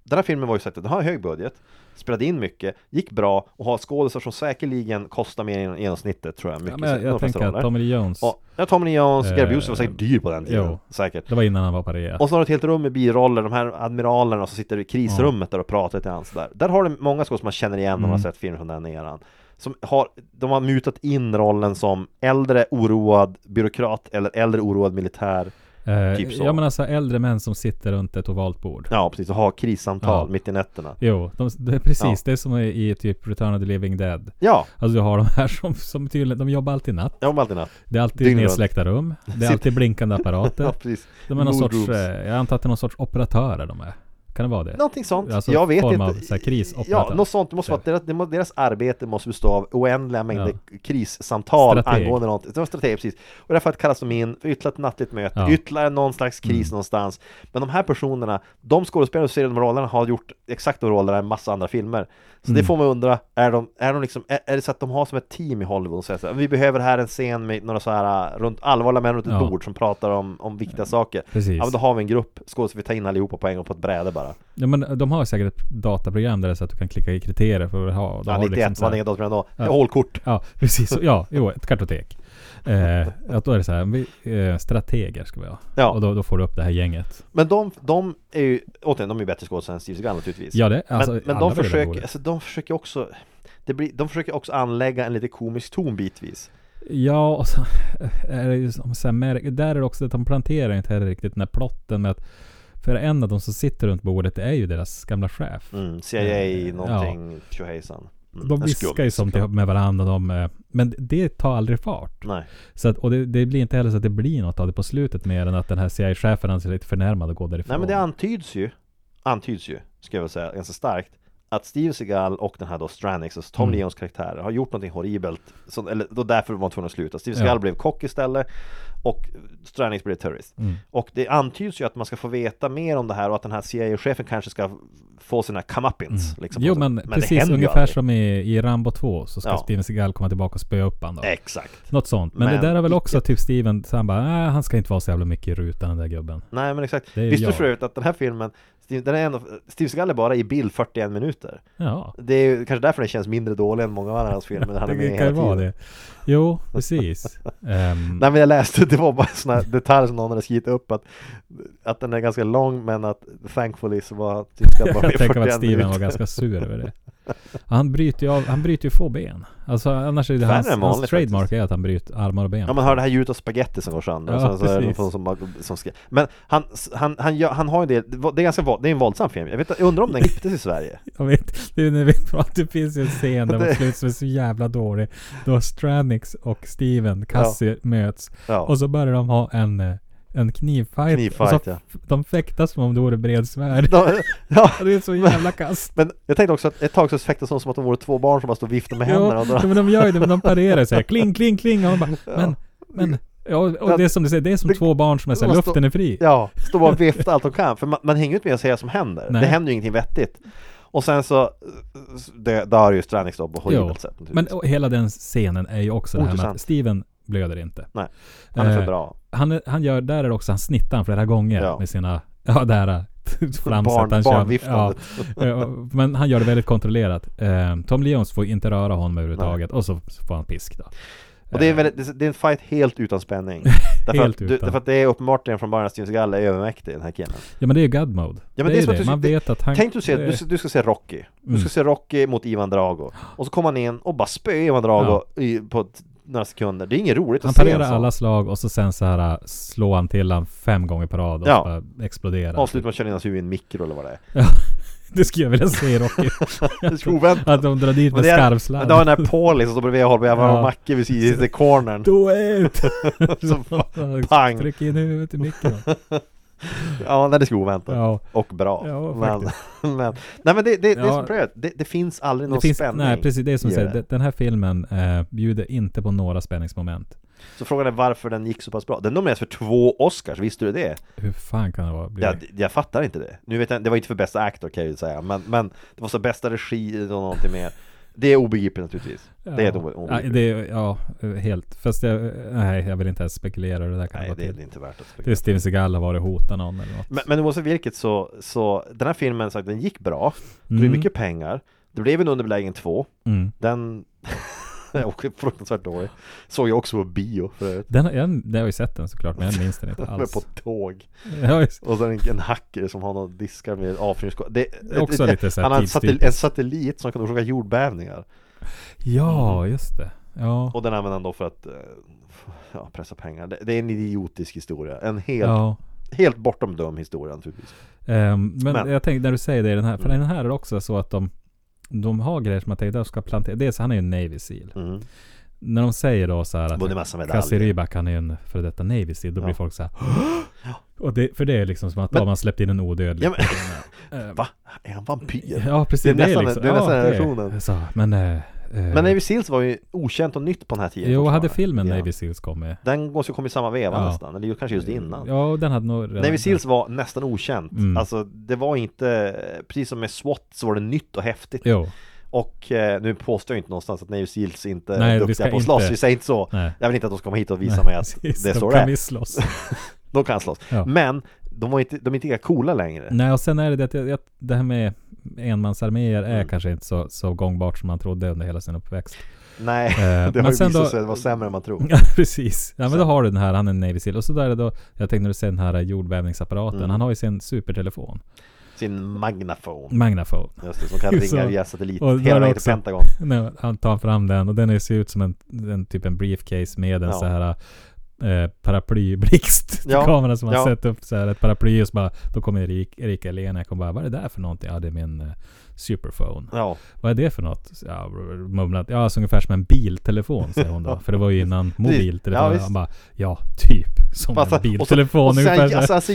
Speaker 9: den här filmen var ju sagt att den har hög budget spelade in mycket, gick bra och har skådisar som säkerligen kostar mer än genomsnittet tror jag.
Speaker 8: Ja,
Speaker 9: Mycket,
Speaker 8: men jag,
Speaker 9: de
Speaker 8: jag
Speaker 9: flesta
Speaker 8: tänker att
Speaker 9: roller.
Speaker 8: Tommy Lee Jones,
Speaker 9: Ja, ja, Tommy Lee Jones, Gary
Speaker 8: Eh,
Speaker 9: Busey var säkert dyr på den tiden.
Speaker 8: jo.
Speaker 9: Säkert.
Speaker 8: det var innan han var på rea.
Speaker 9: Och så har du ett helt rum med biroller, de här admiralerna som sitter i krisrummet där och pratar lite grann sådär. Där har du många skådespelare som man känner igen om man har
Speaker 8: Mm.
Speaker 9: sett filmer från den eran. Som har, de har mutat in rollen som äldre oroad byråkrat eller äldre oroad militär.
Speaker 8: Eh,
Speaker 9: typ så.
Speaker 8: ja men alltså äldre män som sitter runt ett ovalt bord.
Speaker 9: Ja, precis, och har krissamtal
Speaker 8: Ja.
Speaker 9: mitt i nätterna.
Speaker 8: Jo, de, det är precis.
Speaker 9: Ja.
Speaker 8: Det är som i, i typ Return of the Living Dead.
Speaker 9: Ja,
Speaker 8: Alltså du har de här som, som tydligen, de jobbar alltid natt.
Speaker 9: jag har alltid natt.
Speaker 8: Det är alltid
Speaker 9: Dygnet runt.
Speaker 8: nedsläckta rum. Det är
Speaker 9: Sitt-
Speaker 8: alltid blinkande
Speaker 9: Ja,
Speaker 8: apparater.
Speaker 9: precis.
Speaker 8: De är någon
Speaker 9: Mood
Speaker 8: sorts,
Speaker 9: rooms.
Speaker 8: eh, jag antar att det är någon sorts operatörer de är. Kan det vara det?
Speaker 9: Någonting sånt.
Speaker 8: Alltså,
Speaker 9: jag vet
Speaker 8: form
Speaker 9: inte.
Speaker 8: av så här krisoperatör.
Speaker 9: ja, något sånt. Det måste vara att deras, det må- deras arbete måste bestå av oändliga mängder krissamtal
Speaker 8: Strateg.
Speaker 9: angående något. Det var strateg, precis. Och därför att kallas de in för ytterligare ett nattligt möte,
Speaker 8: Ja. Mm.
Speaker 9: ytterligare någon slags kris någonstans. Men de här personerna, de skådespelare som ser de rollerna har gjort exakt de rollerna i en massa andra filmer. Så
Speaker 8: Mm.
Speaker 9: det får man undra, är, de, är, de liksom, är, är det så att de har som ett team i Hollywood och säger så här, vi behöver här en scen med några så här äh, runt, allvarliga män runt ett
Speaker 8: Ja.
Speaker 9: bord som pratar om, om viktiga saker.
Speaker 8: Precis.
Speaker 9: Ja, men då har vi en grupp skådespelare, vi tar in allihopa på en gång på ett bräde bara.
Speaker 8: Ja, men de har säkert ett dataprogram där det är så att du kan klicka i kriterier för att ha. De
Speaker 9: Ja,
Speaker 8: har
Speaker 9: 91
Speaker 8: liksom så
Speaker 9: vann
Speaker 8: här-
Speaker 9: inget datum ändå. Hålkort.
Speaker 8: Ja, precis. Ja, jo, ett kartotek. Eh, att då är det så här, vi, eh, strateger ska vi ha.
Speaker 9: Ja.
Speaker 8: Och då, då får du upp det här gänget.
Speaker 9: Men de, de är ju, återigen, de är ju bättre skådespelare än Steve Seagal naturligtvis.
Speaker 8: Ja, det, alltså,
Speaker 9: men men
Speaker 8: alla
Speaker 9: de,
Speaker 8: blir väl
Speaker 9: försöker,
Speaker 8: roliga.
Speaker 9: alltså, de försöker också det blir, de försöker också anlägga en lite komisk ton bitvis.
Speaker 8: Ja, och så är det ju som så här, märk- där är det också att de planterar inte heller riktigt den här plotten med att för en av de som sitter runt bordet är ju deras gamla chef.
Speaker 9: Mm, CIA,
Speaker 8: Eh,
Speaker 9: någonting, tjohejsan. Mm,
Speaker 8: De
Speaker 9: en skum,
Speaker 8: viskar ju som till,
Speaker 9: såklart.
Speaker 8: med varandra. De, eh, men det tar aldrig fart.
Speaker 9: Nej.
Speaker 8: Så att, och det, det blir inte heller så att det blir något av det på slutet mer än att den här CIA-chefen anser sig lite förnärmad och går därifrån.
Speaker 9: Nej men det antyds ju, antyds ju, ska jag väl säga, ganska starkt att Steve Seagal och den här då Stranix, alltså Tom
Speaker 8: Mm.
Speaker 9: Leons karaktär, har gjort någonting horribelt så, eller, då därför var man tvungen att sluta. Steve
Speaker 8: Ja.
Speaker 9: Seagal blev kock istället och Stranix blev terrorist.
Speaker 8: Mm.
Speaker 9: Och det antyds ju att man ska få veta mer om det här och att den här CIA-chefen kanske ska få sina comeuppins liksom.
Speaker 8: Mm. jo
Speaker 9: Och så-
Speaker 8: men,
Speaker 9: det
Speaker 8: precis,
Speaker 9: händer ju
Speaker 8: ungefär
Speaker 9: aldrig.
Speaker 8: som i, i Rambo 2 så ska
Speaker 9: Ja.
Speaker 8: Steven Seagal komma tillbaka och spöa upp honom.
Speaker 9: Exakt
Speaker 8: Något sånt. Men,
Speaker 9: Men
Speaker 8: det där är väl
Speaker 9: icke.
Speaker 8: också typ Steven, så han bara, "Nej, han ska inte vara så jävla mycket i rutan den där gubben.
Speaker 9: Nej men exakt
Speaker 8: Det är
Speaker 9: Visste du
Speaker 8: jag.
Speaker 9: för övrigt att den här filmen Steve- den är ändå, Steve Seagal är bara i bild 41 minuter
Speaker 8: Ja.
Speaker 9: Det är ju kanske därför den känns mindre dålig än många av hans filmer när han är med
Speaker 8: Det
Speaker 9: hela
Speaker 8: kan ju
Speaker 9: tiden
Speaker 8: vara det. Jo, precis. Ehm,
Speaker 9: Nej men jag läste, det var bara sådana detaljer som någon hade skrivit upp att, att den är ganska lång men att thankfully så var typ ska bara
Speaker 8: jag tänker mig att
Speaker 9: 41
Speaker 8: Steven var
Speaker 9: minuter.
Speaker 8: ganska sur över det. Han bryter ju, av, han bryter ju få ben. Alltså annars är det
Speaker 9: Färre
Speaker 8: hans,
Speaker 9: än
Speaker 8: hans
Speaker 9: vanligt
Speaker 8: trademark
Speaker 9: faktiskt.
Speaker 8: är att han bryter armar och ben.
Speaker 9: Ja man hör det här ljudet av spaghetti som går sönder och
Speaker 8: Ja,
Speaker 9: sen så är det
Speaker 8: precis.
Speaker 9: någon som, bara- som ska, Men han, han, han, gör, han har ju det, det var- det är ganska våld- det är en våldsam film Jag, vet, jag undrar om den klipptes i Sverige?
Speaker 8: Jag vet, det, är när vi pratar, det finns ju en scen där
Speaker 9: Det-
Speaker 8: mot slutet som är så jävla dålig. Då Stranix och Steven, Cassie, möts.
Speaker 9: Ja.
Speaker 8: Och så börjar de ha en, eh, en knivfight.
Speaker 9: Knivfight,
Speaker 8: och så,
Speaker 9: ja.
Speaker 8: f- De fäktas som om det vore bredsvärd.
Speaker 9: Ja, ja.
Speaker 8: Det är så jävla kast.
Speaker 9: Men jag tänkte också att ett tag så fäktas de som att de vore två barn som bara står och viftar med
Speaker 8: Jo,
Speaker 9: händerna och drar.
Speaker 8: men de gör ju det, men de parerar så här. Kling, kling, kling. Och man bara, men, men. Ja, och- och det är som du säger, det är som
Speaker 9: Det-
Speaker 8: två barn som är så här,
Speaker 9: Man står-
Speaker 8: luften är fri.
Speaker 9: Ja, står bara och viftar allt de kan. För man, man hänger ju inte med och ser vad som händer.
Speaker 8: Nej.
Speaker 9: Det händer ju ingenting vettigt. Och sen så eh, dö- dör ju Stranix då på
Speaker 8: Jo,
Speaker 9: horribelt sätt. naturligtvis.
Speaker 8: men och hela den scenen är ju också det här med att
Speaker 9: Ointressant.
Speaker 8: Steven blöder inte.
Speaker 9: Nej, han är för
Speaker 8: Eh,
Speaker 9: bra.
Speaker 8: han, är- han gör, där är det också, han snittar han flera gånger
Speaker 9: Ja.
Speaker 8: med sina, ja det här flamset
Speaker 9: Barn-
Speaker 8: han
Speaker 9: barnviftandet.
Speaker 8: Ja, eh, och- men han gör det väldigt kontrollerat. Eh, Tom Leons får inte röra honom överhuvudtaget och så så får han pisk då.
Speaker 9: Och det är, en väldigt, det är- det är en fight helt utan spänning. Därför,
Speaker 8: eh. Helt
Speaker 9: att, du-
Speaker 8: utan.
Speaker 9: därför att det är uppenbart redan från början att Steven Seagal är övermäktig den här killen.
Speaker 8: Ja men det är ju God mode.
Speaker 9: Ja, men det är
Speaker 8: ju
Speaker 9: som att du-
Speaker 8: Man
Speaker 9: det-
Speaker 8: vet att han... eh,
Speaker 9: Tänk du, se,
Speaker 8: det-
Speaker 9: du, ska- du ska se Rocky. Du
Speaker 8: Mm.
Speaker 9: ska se Rocky mot Ivan Drago. Och så kommer han in och bara spöar Ivan Drago i, på t- några sekunder. Det är inget roligt
Speaker 8: han
Speaker 9: att se en
Speaker 8: parerar
Speaker 9: sån.
Speaker 8: alla slag och så sen så här äh, slår han till han fem gånger per rad och
Speaker 9: Ja.
Speaker 8: så bara exploderar.
Speaker 9: Avslut med att köra in hans huvud i en mikro eller vad det är.
Speaker 8: Det skulle jag vilja se i Rocky.
Speaker 9: är oväntat.
Speaker 8: att de drar dit med
Speaker 9: det är,
Speaker 8: skarvsladd.
Speaker 9: men det har den här Paulie som står bredvid och håller på jävla
Speaker 8: Ja.
Speaker 9: Macke vid sidan i cornern.
Speaker 8: Stå ut!
Speaker 9: Så fan, pang.
Speaker 8: Tryck in huvudet i micken.
Speaker 9: Ja, nej, det skulle oväntat.
Speaker 8: Ja.
Speaker 9: Och bra.
Speaker 8: Ja,
Speaker 9: men, men, nej men det, det, det är
Speaker 8: Ja.
Speaker 9: som problemet. Det, det finns aldrig någon
Speaker 8: Det finns,
Speaker 9: spänning.
Speaker 8: nej, precis. Det är som du
Speaker 9: i
Speaker 8: säger. de- Den här filmen eh, bjuder inte på några spänningsmoment.
Speaker 9: Så frågan är varför den gick så pass bra. Den nominerades för två Oscars, visste du det?
Speaker 8: Hur fan kan det vara? Blir
Speaker 9: Jag,
Speaker 8: det?
Speaker 9: jag fattar inte det. Nu vet jag, det var inte för bästa actor kan jag ju säga, men, men det var så bästa regi och någonting mer. Det är obegripligt naturligtvis. Det är helt obe-
Speaker 8: ja,
Speaker 9: obegripligt.
Speaker 8: det är, ja, helt. Fast jag, nej, jag vill inte ens spekulera hur det där kan
Speaker 9: nej,
Speaker 8: gå
Speaker 9: det är
Speaker 8: till.
Speaker 9: inte värt att spekulera.
Speaker 8: Det är Steven Seagal har varit och hotat någon eller något.
Speaker 9: Men, men oavsett vilket så, så den här filmen, sagt, den gick bra, drog
Speaker 8: Mm.
Speaker 9: mycket pengar, Det blev en underbelägen 2.
Speaker 8: Mm.
Speaker 9: Den är också fruktansvärt dålig. Såg jag också på bio för övrigt.
Speaker 8: Den, har- jag, jag har ju sett den såklart, men jag minns den inte alls.
Speaker 9: På tåg.
Speaker 8: Ja, just-
Speaker 9: Och sen en, en hacker som har några diskar med avfyrningsskott. Det,
Speaker 8: är också lite så här
Speaker 9: Han har en, satel,
Speaker 8: tidstypiskt.
Speaker 9: en satellit som kan orsaka jordbävningar.
Speaker 8: ja, just det. Ja,
Speaker 9: Och den använder han då för att eh, ja, pressa pengar. Det, det är en idiotisk historia. En helt,
Speaker 8: ja.
Speaker 9: helt bortom döm historia naturligtvis.
Speaker 8: Ehm, men,
Speaker 9: Men-
Speaker 8: jag tänkte när du säger det i den här, för
Speaker 9: Mm.
Speaker 8: den här är också så att de, de har grejer som man tänkte att de ska plantera. Dels han är ju en Navy Seal.
Speaker 9: Mm.
Speaker 8: När de säger då så här
Speaker 9: Vunnit
Speaker 8: att
Speaker 9: massa
Speaker 8: Kassi
Speaker 9: medaljer.
Speaker 8: Rybak han är ju en före detta Navy Seal, då
Speaker 9: Ja.
Speaker 8: blir folk så här. Och det, för det är liksom som att
Speaker 9: Men-
Speaker 8: ja, man släppte in en odödlig.
Speaker 9: Ja, men,
Speaker 8: Ehm,
Speaker 9: va? Är han vampyr?
Speaker 8: Ja, precis.
Speaker 9: Det är
Speaker 8: Det är,
Speaker 9: nästan-
Speaker 8: liksom,
Speaker 9: det är nästan
Speaker 8: ja,
Speaker 9: versionen.
Speaker 8: så, men... eh, eh,
Speaker 9: Men Navy Seals var ju okänt och nytt på den här tiden.
Speaker 8: jo, hade
Speaker 9: fortfarande.
Speaker 8: filmen
Speaker 9: Ja.
Speaker 8: Navy Seals kommit?
Speaker 9: Den måste ju komma i samma veva
Speaker 8: Ja.
Speaker 9: nästan, eller ju- kanske just innan.
Speaker 8: Ja, och den hade nog redan...
Speaker 9: Navy Seals var nästan okänt.
Speaker 8: Mm.
Speaker 9: Alltså det var inte, precis som med SWAT så var det nytt och häftigt.
Speaker 8: Jo,
Speaker 9: Och eh, nu påstår jag inte någonstans att Navy Seals inte
Speaker 8: Nej, vi
Speaker 9: är duktiga
Speaker 8: ska
Speaker 9: på att slåss,
Speaker 8: inte-
Speaker 9: vi säger inte så.
Speaker 8: nej.
Speaker 9: Jag vill inte att de ska komma hit och visa
Speaker 8: Nej,
Speaker 9: mig att
Speaker 8: precis,
Speaker 9: det är
Speaker 8: de
Speaker 9: så
Speaker 8: kan
Speaker 9: det är.
Speaker 8: misslåss.
Speaker 9: De kan slåss.
Speaker 8: Ja. Mm.
Speaker 9: Men de, var inte, de är inte lika coola längre.
Speaker 8: Nej, och sen är det det att jag, jag, det här med enmansarméer är
Speaker 9: Mm.
Speaker 8: kanske inte så, så gångbart som man trodde under hela sin uppväxt.
Speaker 9: Nej,
Speaker 8: Eh,
Speaker 9: det
Speaker 8: men
Speaker 9: har ju
Speaker 8: sen
Speaker 9: visat
Speaker 8: då- Mm.
Speaker 9: sig att det var sämre än man tror.
Speaker 8: Ja, precis. Ja, men då har du den här, han är en Navy Seal. Och så där är det då, jag tänkte när du säger den här eh, jordbävningsapparaten,
Speaker 9: Mm.
Speaker 8: han har ju sin supertelefon,
Speaker 9: Sin magnafon.
Speaker 8: Magnafone.
Speaker 9: Just det, som kan
Speaker 8: Mm. Så-
Speaker 9: ringa via satellit
Speaker 8: och där
Speaker 9: hela vägen till
Speaker 8: också.
Speaker 9: Pentagon.
Speaker 8: Nej, han tar fram den och den är- ser ut som en, en typ en briefcase med en
Speaker 9: Ja.
Speaker 8: så här eh, paraplyblixt till
Speaker 9: Ja,
Speaker 8: kameran som
Speaker 9: ja.
Speaker 8: har sett upp så här ett paraply och så bara då kommer Erik, Erika Lena och kommer bara vad är det där för någonting? Ja det är min eh, superphone.
Speaker 9: Ja,
Speaker 8: Vad är det för något? Ja, mumlat. Ja, alltså ungefär som en biltelefon säger hon då. För det var ju innan
Speaker 9: Ja,
Speaker 8: mobiltelefon.
Speaker 9: visst.
Speaker 8: Ja, bara, ja typ som
Speaker 9: Fast-
Speaker 8: en biltelefon
Speaker 9: och sen,
Speaker 8: ungefär.
Speaker 9: alltså, han ser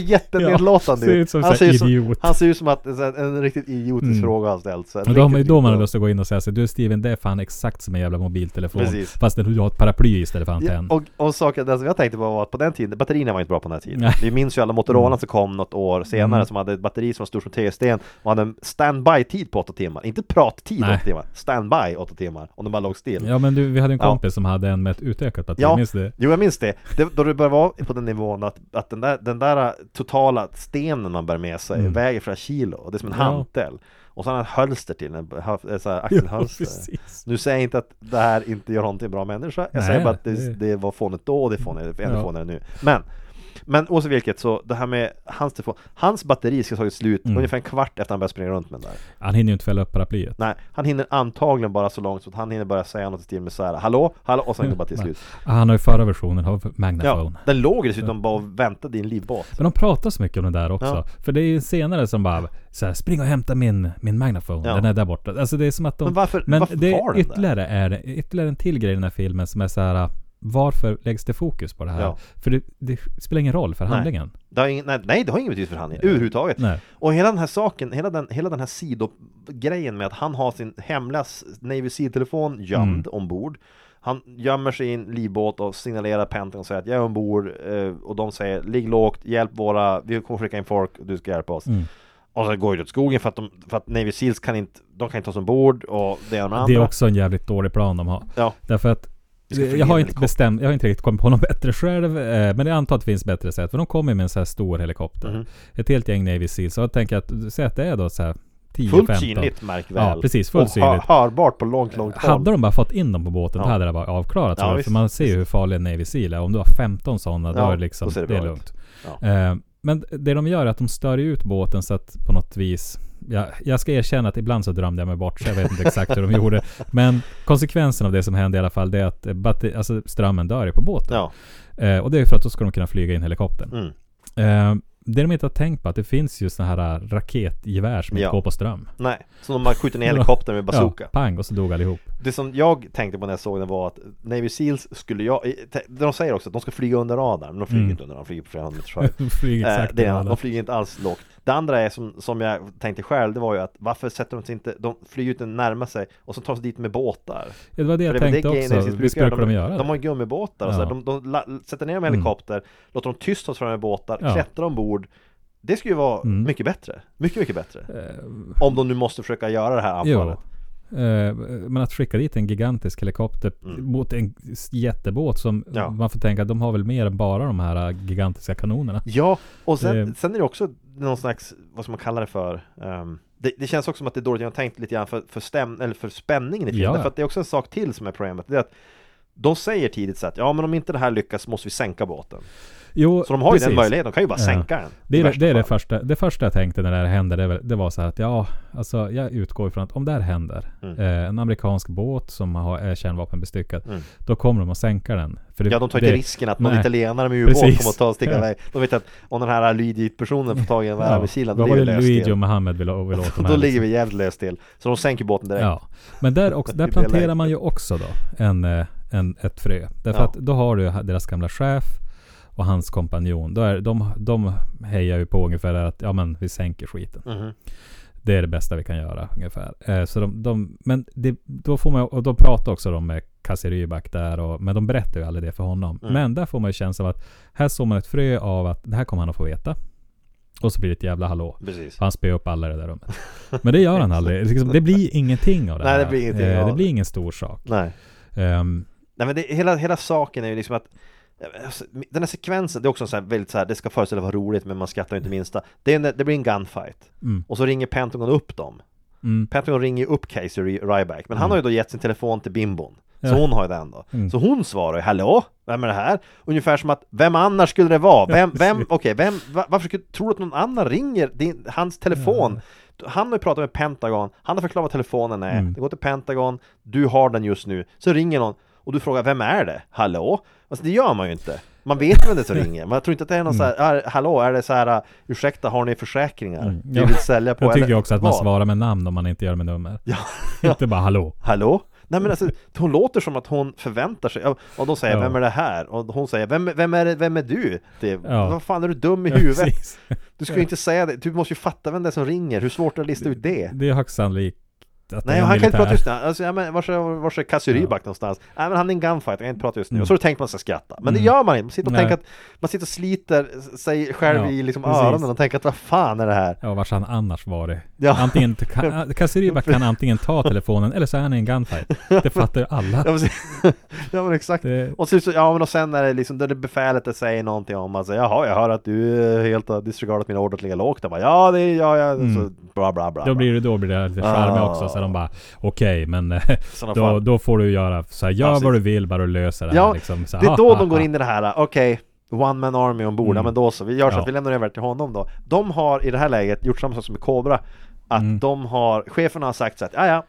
Speaker 9: jättenedlåtande
Speaker 8: Ja, ser
Speaker 9: ut.
Speaker 8: ut som
Speaker 9: Han
Speaker 8: så
Speaker 9: ser
Speaker 8: här
Speaker 9: ut som,
Speaker 8: idiot.
Speaker 9: han ser ut som att en, en riktigt idiotisk
Speaker 8: Mm.
Speaker 9: fråga har ställts. En
Speaker 8: Men då har man ju
Speaker 9: riktigt
Speaker 8: då man har
Speaker 9: idiotisk
Speaker 8: lust att gå in och säga så här, du Steven, det är fan exakt som en jävla mobiltelefon.
Speaker 9: Precis.
Speaker 8: Fast den, du har ett paraply istället för antenn.
Speaker 9: Ja, och, och saken, det som jag tänkte på var att på den tiden, batterierna var inte bra på den här tiden.
Speaker 8: Nej.
Speaker 9: Vi minns ju alla Motorola som kom något år senare
Speaker 8: Mm.
Speaker 9: som hade ett batteri som var stort som tegelsten och hade en standby-tid på 8 timmar. Inte prattid
Speaker 8: Nej.
Speaker 9: 8 timmar, standby 8 timmar om de bara låg still.
Speaker 8: Ja men du, vi hade en
Speaker 9: Ja.
Speaker 8: kompis som hade en med ett utökat batteri,
Speaker 9: Ja.
Speaker 8: minns du det?
Speaker 9: Jo, jag minns det. det. Då det började vara på den nivån att, att den, där, den där totala stenen man bär med sig
Speaker 8: Mm.
Speaker 9: väger flera kilo och det är som en
Speaker 8: Ja.
Speaker 9: hantel. Och så har han ett hölster till, en hö- så här
Speaker 8: Ja,
Speaker 9: axelhölster.
Speaker 8: precis.
Speaker 9: Nu säger jag inte att det här inte gör honom till en bra människa. Jag
Speaker 8: Nej,
Speaker 9: säger bara att
Speaker 8: det-
Speaker 9: det, det var fånigt då och det är fånigt, ännu
Speaker 8: Ja.
Speaker 9: fånigare nu. Men, men oavsett vilket så det här med hans telefon. Hans batteri ska ha tagit slut
Speaker 8: Mm.
Speaker 9: ungefär en kvart efter han börjar springa runt med den där.
Speaker 8: Han hinner ju inte fälla upp paraplyet.
Speaker 9: Nej, han hinner antagligen bara så långt så att han hinner börja säga något till med så här Hallå, hallå och sen går det bara till slut.
Speaker 8: Ah, Han har ju förra versionen av
Speaker 9: Ja,
Speaker 8: Magnafone.
Speaker 9: den låg dessutom bara och väntade i en livbåt.
Speaker 8: Men de pratar så mycket om det där också.
Speaker 9: Ja.
Speaker 8: För det är ju senare som bara så här, spring och hämta min, min Magnafone,
Speaker 9: Ja.
Speaker 8: den är där borta. Alltså det är som att de...
Speaker 9: Men varför-
Speaker 8: men
Speaker 9: varför
Speaker 8: det
Speaker 9: var
Speaker 8: är
Speaker 9: den där?
Speaker 8: ytterligare, är, ytterligare en till grej i den här filmen som är så här. Varför läggs det fokus på det här?
Speaker 9: Ja.
Speaker 8: För det, det spelar ingen roll för handlingen.
Speaker 9: Det har ingen, nej, nej, det har ingen betydelse för han överhuvudtaget.
Speaker 8: Nej.
Speaker 9: Och hela den här saken, hela den, hela den här sidogrejen med att han har sin hemliga s- Navy Seal-telefon
Speaker 8: Mm.
Speaker 9: gömd ombord. Han gömmer sig i en livbåt och signalerar Pentagon och säger att jag är ombord eh, och de säger ligg lågt, hjälp våra, vi kommer skicka in folk och du ska hjälpa
Speaker 8: Mm.
Speaker 9: oss. Och så går det åt skogen för att, de, för att Navy Seals kan inte, de kan inte ta oss ombord och det ena och
Speaker 8: Det
Speaker 9: det
Speaker 8: är
Speaker 9: andra.
Speaker 8: också en jävligt dålig plan de har.
Speaker 9: Ja.
Speaker 8: Därför att
Speaker 9: Vi ska flyga
Speaker 8: jag har,
Speaker 9: en
Speaker 8: inte
Speaker 9: helikopter.
Speaker 8: bestämt, jag har inte riktigt kommit på någon bättre själv, eh, men jag antar att det finns bättre sätt. För de kommer med en så här stor helikopter.
Speaker 9: Mhm.
Speaker 8: Ett helt gäng Navy Seals. Så jag tänker att, säg att det är då så här 10-15.
Speaker 9: Fullt synligt märk väl.
Speaker 8: Ja, precis, fullt
Speaker 9: och
Speaker 8: synligt.
Speaker 9: hörbart på långt, långt håll.
Speaker 8: Hade de bara fått in dem på båten, då
Speaker 9: Ja.
Speaker 8: hade det bara avklarat.
Speaker 9: Ja,
Speaker 8: sig.
Speaker 9: visst,
Speaker 8: för man ser ju hur farlig en Navy Seal är. Om du har 15 sådana, då
Speaker 9: Ja,
Speaker 8: är det liksom,
Speaker 9: då ser det
Speaker 8: det, är
Speaker 9: bra ut.
Speaker 8: lugnt. Eh, men det de gör är att de stör ju ut båten så att på något vis jag, jag ska erkänna att ibland så drömde jag mig bort, så jag vet inte exakt hur de gjorde. Men konsekvensen av det som hände i alla fall, det är att eh, batteri, alltså strömmen dör ju på båten.
Speaker 9: Ja,
Speaker 8: Eh, och det är för att då ska de kunna flyga in helikoptern.
Speaker 9: mm.
Speaker 8: Eh, det de inte har tänkt på, att det finns ju såna här raketgevär som
Speaker 9: Ja.
Speaker 8: inte går på ström.
Speaker 9: nej. Så de har skjutit ner helikoptern med bazooka.
Speaker 8: Ja, pang, och så dog allihop.
Speaker 9: Det som jag tänkte på när jag såg den var att Navy Seals skulle jag... eh, te- De säger också att de ska flyga under radarn, men de flyger
Speaker 8: Mm.
Speaker 9: inte under radarn, de flyger på flera hundra meters höjd.
Speaker 8: De flyger
Speaker 9: Eh,
Speaker 8: exakt
Speaker 9: det är-
Speaker 8: överallt.
Speaker 9: De flyger inte alls lågt. Det andra är som, som jag tänkte själv, det var ju att varför sätter de sig inte... De flyger ut den närmare sig och så tar de sig dit med båtar.
Speaker 8: Ja, det var det jag
Speaker 9: För det är väl
Speaker 8: tänkte
Speaker 9: det grejen
Speaker 8: också.
Speaker 9: Navy Seals
Speaker 8: Visst brukar de, göra det?
Speaker 9: De har ju gummibåtar och
Speaker 8: Ja.
Speaker 9: sådär. De, de la, sätter ner dem i
Speaker 8: Mm.
Speaker 9: helikopter, låter dem tyst ta sig fram med båtar,
Speaker 8: Ja.
Speaker 9: klättrar ombord. Det skulle ju vara
Speaker 8: Mm.
Speaker 9: mycket bättre. Mycket, mycket bättre.
Speaker 8: Eh,
Speaker 9: Om de nu måste försöka göra det här
Speaker 8: jo.
Speaker 9: anfallet.
Speaker 8: Eh, Men att skicka dit en gigantisk helikopter
Speaker 9: Mm.
Speaker 8: mot en jättebåt som
Speaker 9: Ja.
Speaker 8: man får tänka att de har väl mer än bara de här eh, gigantiska kanonerna.
Speaker 9: Ja, och sen,
Speaker 8: Eh.
Speaker 9: sen är det också någon slags, vad ska man kalla det för? Ehm, det, det känns också som att det är dåligt tänkt lite grann för, för, stäm, eller för spänningen i filmen.
Speaker 8: Ja.
Speaker 9: Därför att det är också en sak till som är problemet. Det är att de säger tidigt så att ja men om inte det här lyckas måste vi sänka båten.
Speaker 8: Jo,
Speaker 9: Så de har ju den
Speaker 8: precis.
Speaker 9: möjligheten, de kan ju bara
Speaker 8: Ja.
Speaker 9: sänka den.
Speaker 8: Det
Speaker 9: i
Speaker 8: är, det,
Speaker 9: värsta
Speaker 8: det, är det,
Speaker 9: fall.
Speaker 8: första, det första jag tänkte när det här hände, det, var- det var så här att ja, alltså jag utgår ifrån att om det här händer,
Speaker 9: Mm.
Speaker 8: eh, en amerikansk båt som har, är kärnvapenbestyckad,
Speaker 9: Mm.
Speaker 8: då kommer de att sänka den. För det,
Speaker 9: Ja, de tar ju
Speaker 8: det-
Speaker 9: inte risken att någon
Speaker 8: nej.
Speaker 9: italienare med ubåt
Speaker 8: Precis.
Speaker 9: kommer att ta och sticka
Speaker 8: Ja.
Speaker 9: iväg. De vet att om den här Luigi-personen får tag i den här missilen,
Speaker 8: Då
Speaker 9: då
Speaker 8: var det
Speaker 9: ligger vi löst
Speaker 8: Luigi och
Speaker 9: till.
Speaker 8: Mohammed vill, vill åt de här.
Speaker 9: Då
Speaker 8: liksom.
Speaker 9: ligger vi jävligt löst till. Så de sänker båten direkt.
Speaker 8: Ja, men där, också, där
Speaker 9: I det läget.
Speaker 8: planterar man ju också då en, eh, en, ett frö. Därför
Speaker 9: Ja.
Speaker 8: att då har du ha- deras gamla chef och hans kompanjon. Då är, de, de hejar ju på ungefär att ja men vi sänker skiten.
Speaker 9: Mhm.
Speaker 8: Det är det bästa vi kan göra ungefär. Eh, så de, de, men det, då får man ju- och då pratar också de med Kassi Rybak där och, men de berättar ju aldrig det för honom.
Speaker 9: Mm.
Speaker 8: Men där får man ju känslan av att här såg man ett frö av att det här kommer han att få veta. Och så blir det ett jävla hallå.
Speaker 9: Precis.
Speaker 8: För han spöar upp alla i det där rummet. Men det gör han aldrig. Liksom, det blir ingenting av det
Speaker 9: Nej,
Speaker 8: här.
Speaker 9: det blir ingenting
Speaker 8: Eh,
Speaker 9: av
Speaker 8: det
Speaker 9: det. Mm.
Speaker 8: blir ingen stor sak.
Speaker 9: Nej.
Speaker 8: Ehm,
Speaker 9: Nej men det, hela, hela saken är ju liksom att alltså, den här sekvensen, det är också en sån här väldigt så här, det ska föreställa vara roligt men man skrattar ju inte minsta. Det, är en, det blir en gunfight.
Speaker 8: Mm.
Speaker 9: Och så ringer Pentagon upp dem.
Speaker 8: mm,
Speaker 9: Pentagon ringer ju upp Casey Ry- Ryback, men han har ju då gett sin telefon till Bimbon. Så
Speaker 8: Ja.
Speaker 9: hon har ju den då.
Speaker 8: Mm.
Speaker 9: Så hon svarar ju ”Hallå? Vem är det här?” Ungefär som att ”Vem annars skulle det vara?” Vem, vem, okej, vem, va, varför skulle, tror du att någon annan ringer din, hans telefon? Han har ju pratat med Pentagon, han har förklarat vad telefonen är,
Speaker 8: Mm.
Speaker 9: det går till Pentagon, du har den just nu, så ringer någon och du frågar ”Vem är det? Hallå?” Alltså det gör man ju inte. Man vet vem det är som ringer, men jag tror inte att det är någon
Speaker 8: Mm.
Speaker 9: så här, "Ah, ”Hallå, är det så här, ursäkta, har ni försäkringar? Vi
Speaker 8: Mm. Ja.
Speaker 9: vill sälja på...”
Speaker 8: jag tycker
Speaker 9: eller
Speaker 8: ju också att man
Speaker 9: vad?"
Speaker 8: svarar med namn om man inte gör det med nummer.
Speaker 9: Ja.
Speaker 8: inte bara hallå.
Speaker 9: Hallå? Nej men alltså, hon låter som att hon förväntar sig, Ja, och de säger
Speaker 8: Ja.
Speaker 9: vem är det här? Och hon säger vem, vem, är, det, vem är du? Det,
Speaker 8: Ja.
Speaker 9: Vad fan är du dum i
Speaker 8: Ja,
Speaker 9: huvudet?
Speaker 8: precis.
Speaker 9: du ska ju inte säga det, du måste ju fatta vem det är som ringer, hur svårt är det att lista ut det?
Speaker 8: Det är högst sannolikt att det
Speaker 9: Nej,
Speaker 8: är en
Speaker 9: han kan inte
Speaker 8: militär.
Speaker 9: prata just nu, alltså, ja, men vars är, vars är Cassie Rybak någonstans? Nej men han är en gunfighter, han kan inte prata just nu. Och så då tänker man sig skratta, men det gör man inte, man sitter och
Speaker 8: Mm. Nej.
Speaker 9: tänker att man sitter och sliter sig själv
Speaker 8: Ja,
Speaker 9: i liksom
Speaker 8: precis.
Speaker 9: öronen och tänker att vad fan är det här?
Speaker 8: Ja, vars han annars varit.
Speaker 9: Ja.
Speaker 8: Antingen, kan, Kassi Rybak kan antingen ta telefonen eller så är han i en gunfight. Det fattar ju alla.
Speaker 9: Ja, precis. ja men exakt.
Speaker 8: Det-
Speaker 9: Och så, så- ja men och sen är det liksom, där det befälet där säger någonting om, alltså jaha jag hör att du eh, helt har disregardat mina order att ligga lågt. Jag bara, ja det är jag, ja, så bla bla bla.
Speaker 8: Mm. Då blir det, då blir det lite charmigt också. Så de bara, okej, men eh,
Speaker 9: Såna
Speaker 8: då,
Speaker 9: fall.
Speaker 8: då får du göra så här, gör
Speaker 9: precis.
Speaker 8: vad du vill, bara du löser det här.
Speaker 9: Ja,
Speaker 8: liksom. så,
Speaker 9: det är
Speaker 8: ha,
Speaker 9: då
Speaker 8: ha,
Speaker 9: de går
Speaker 8: ha.
Speaker 9: in i det här, okej, one man army ombord, ja men då så, vi gör så
Speaker 8: Mm. Ja.
Speaker 9: att vi lämnar över till honom då. De har i det här läget gjort samma sak som med Cobra, att
Speaker 8: Mm.
Speaker 9: de har, chefen har sagt så att, ja ja,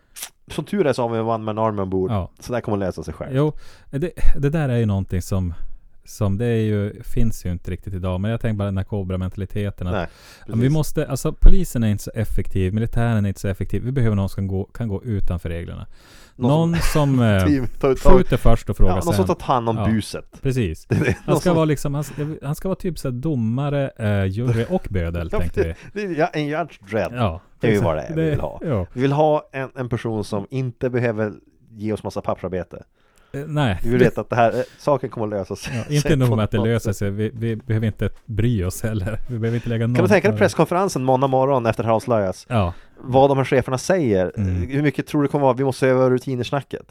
Speaker 9: som tur är så har vi en one man army ombord,
Speaker 8: Ja.
Speaker 9: så det här kommer att lösa sig själv.
Speaker 8: Jo, det, det där är ju någonting som, som det är ju, finns ju inte riktigt idag. Men jag tänker bara den här kobramentaliteten.
Speaker 9: Nej,
Speaker 8: Att, ja, vi
Speaker 9: precis.
Speaker 8: måste, alltså polisen är inte så effektiv, militären är inte så effektiv. Vi behöver någon som kan gå, kan gå utanför reglerna. Någon,
Speaker 9: Någon
Speaker 8: som eh,
Speaker 9: Team, ta ut tag.
Speaker 8: skjuter först och
Speaker 9: Ja,
Speaker 8: frågar
Speaker 9: någon som
Speaker 8: sen.
Speaker 9: tar hand om
Speaker 8: Ja.
Speaker 9: buset.
Speaker 8: Precis. Han
Speaker 9: någon
Speaker 8: ska
Speaker 9: som-
Speaker 8: vara liksom, han, ska- han ska vara typ såhär domare, eh, jury och bödel tänkte vi.
Speaker 9: Det är- Ja, en judge dread.
Speaker 8: Ja.
Speaker 9: Det är ju
Speaker 8: exakt.
Speaker 9: vad det är vi vill ha.
Speaker 8: Ja.
Speaker 9: Vi vill ha en, en person som inte behöver ge oss massa pappersarbete.
Speaker 8: Eh, Nej.
Speaker 9: Vi vill veta att det här, eh, saken kommer att lösa sig.
Speaker 8: Ja, inte nog med att det löser sig, vi, vi behöver inte bry oss heller. Vi behöver inte lägga någon...
Speaker 9: Kan du tänka dig presskonferensen måndag morgon efter det här avslöjas?
Speaker 8: Ja.
Speaker 9: Vad de här cheferna säger?
Speaker 8: Mm.
Speaker 9: Hur mycket tror du det kommer vara? Vi måste se över rutinersnacket.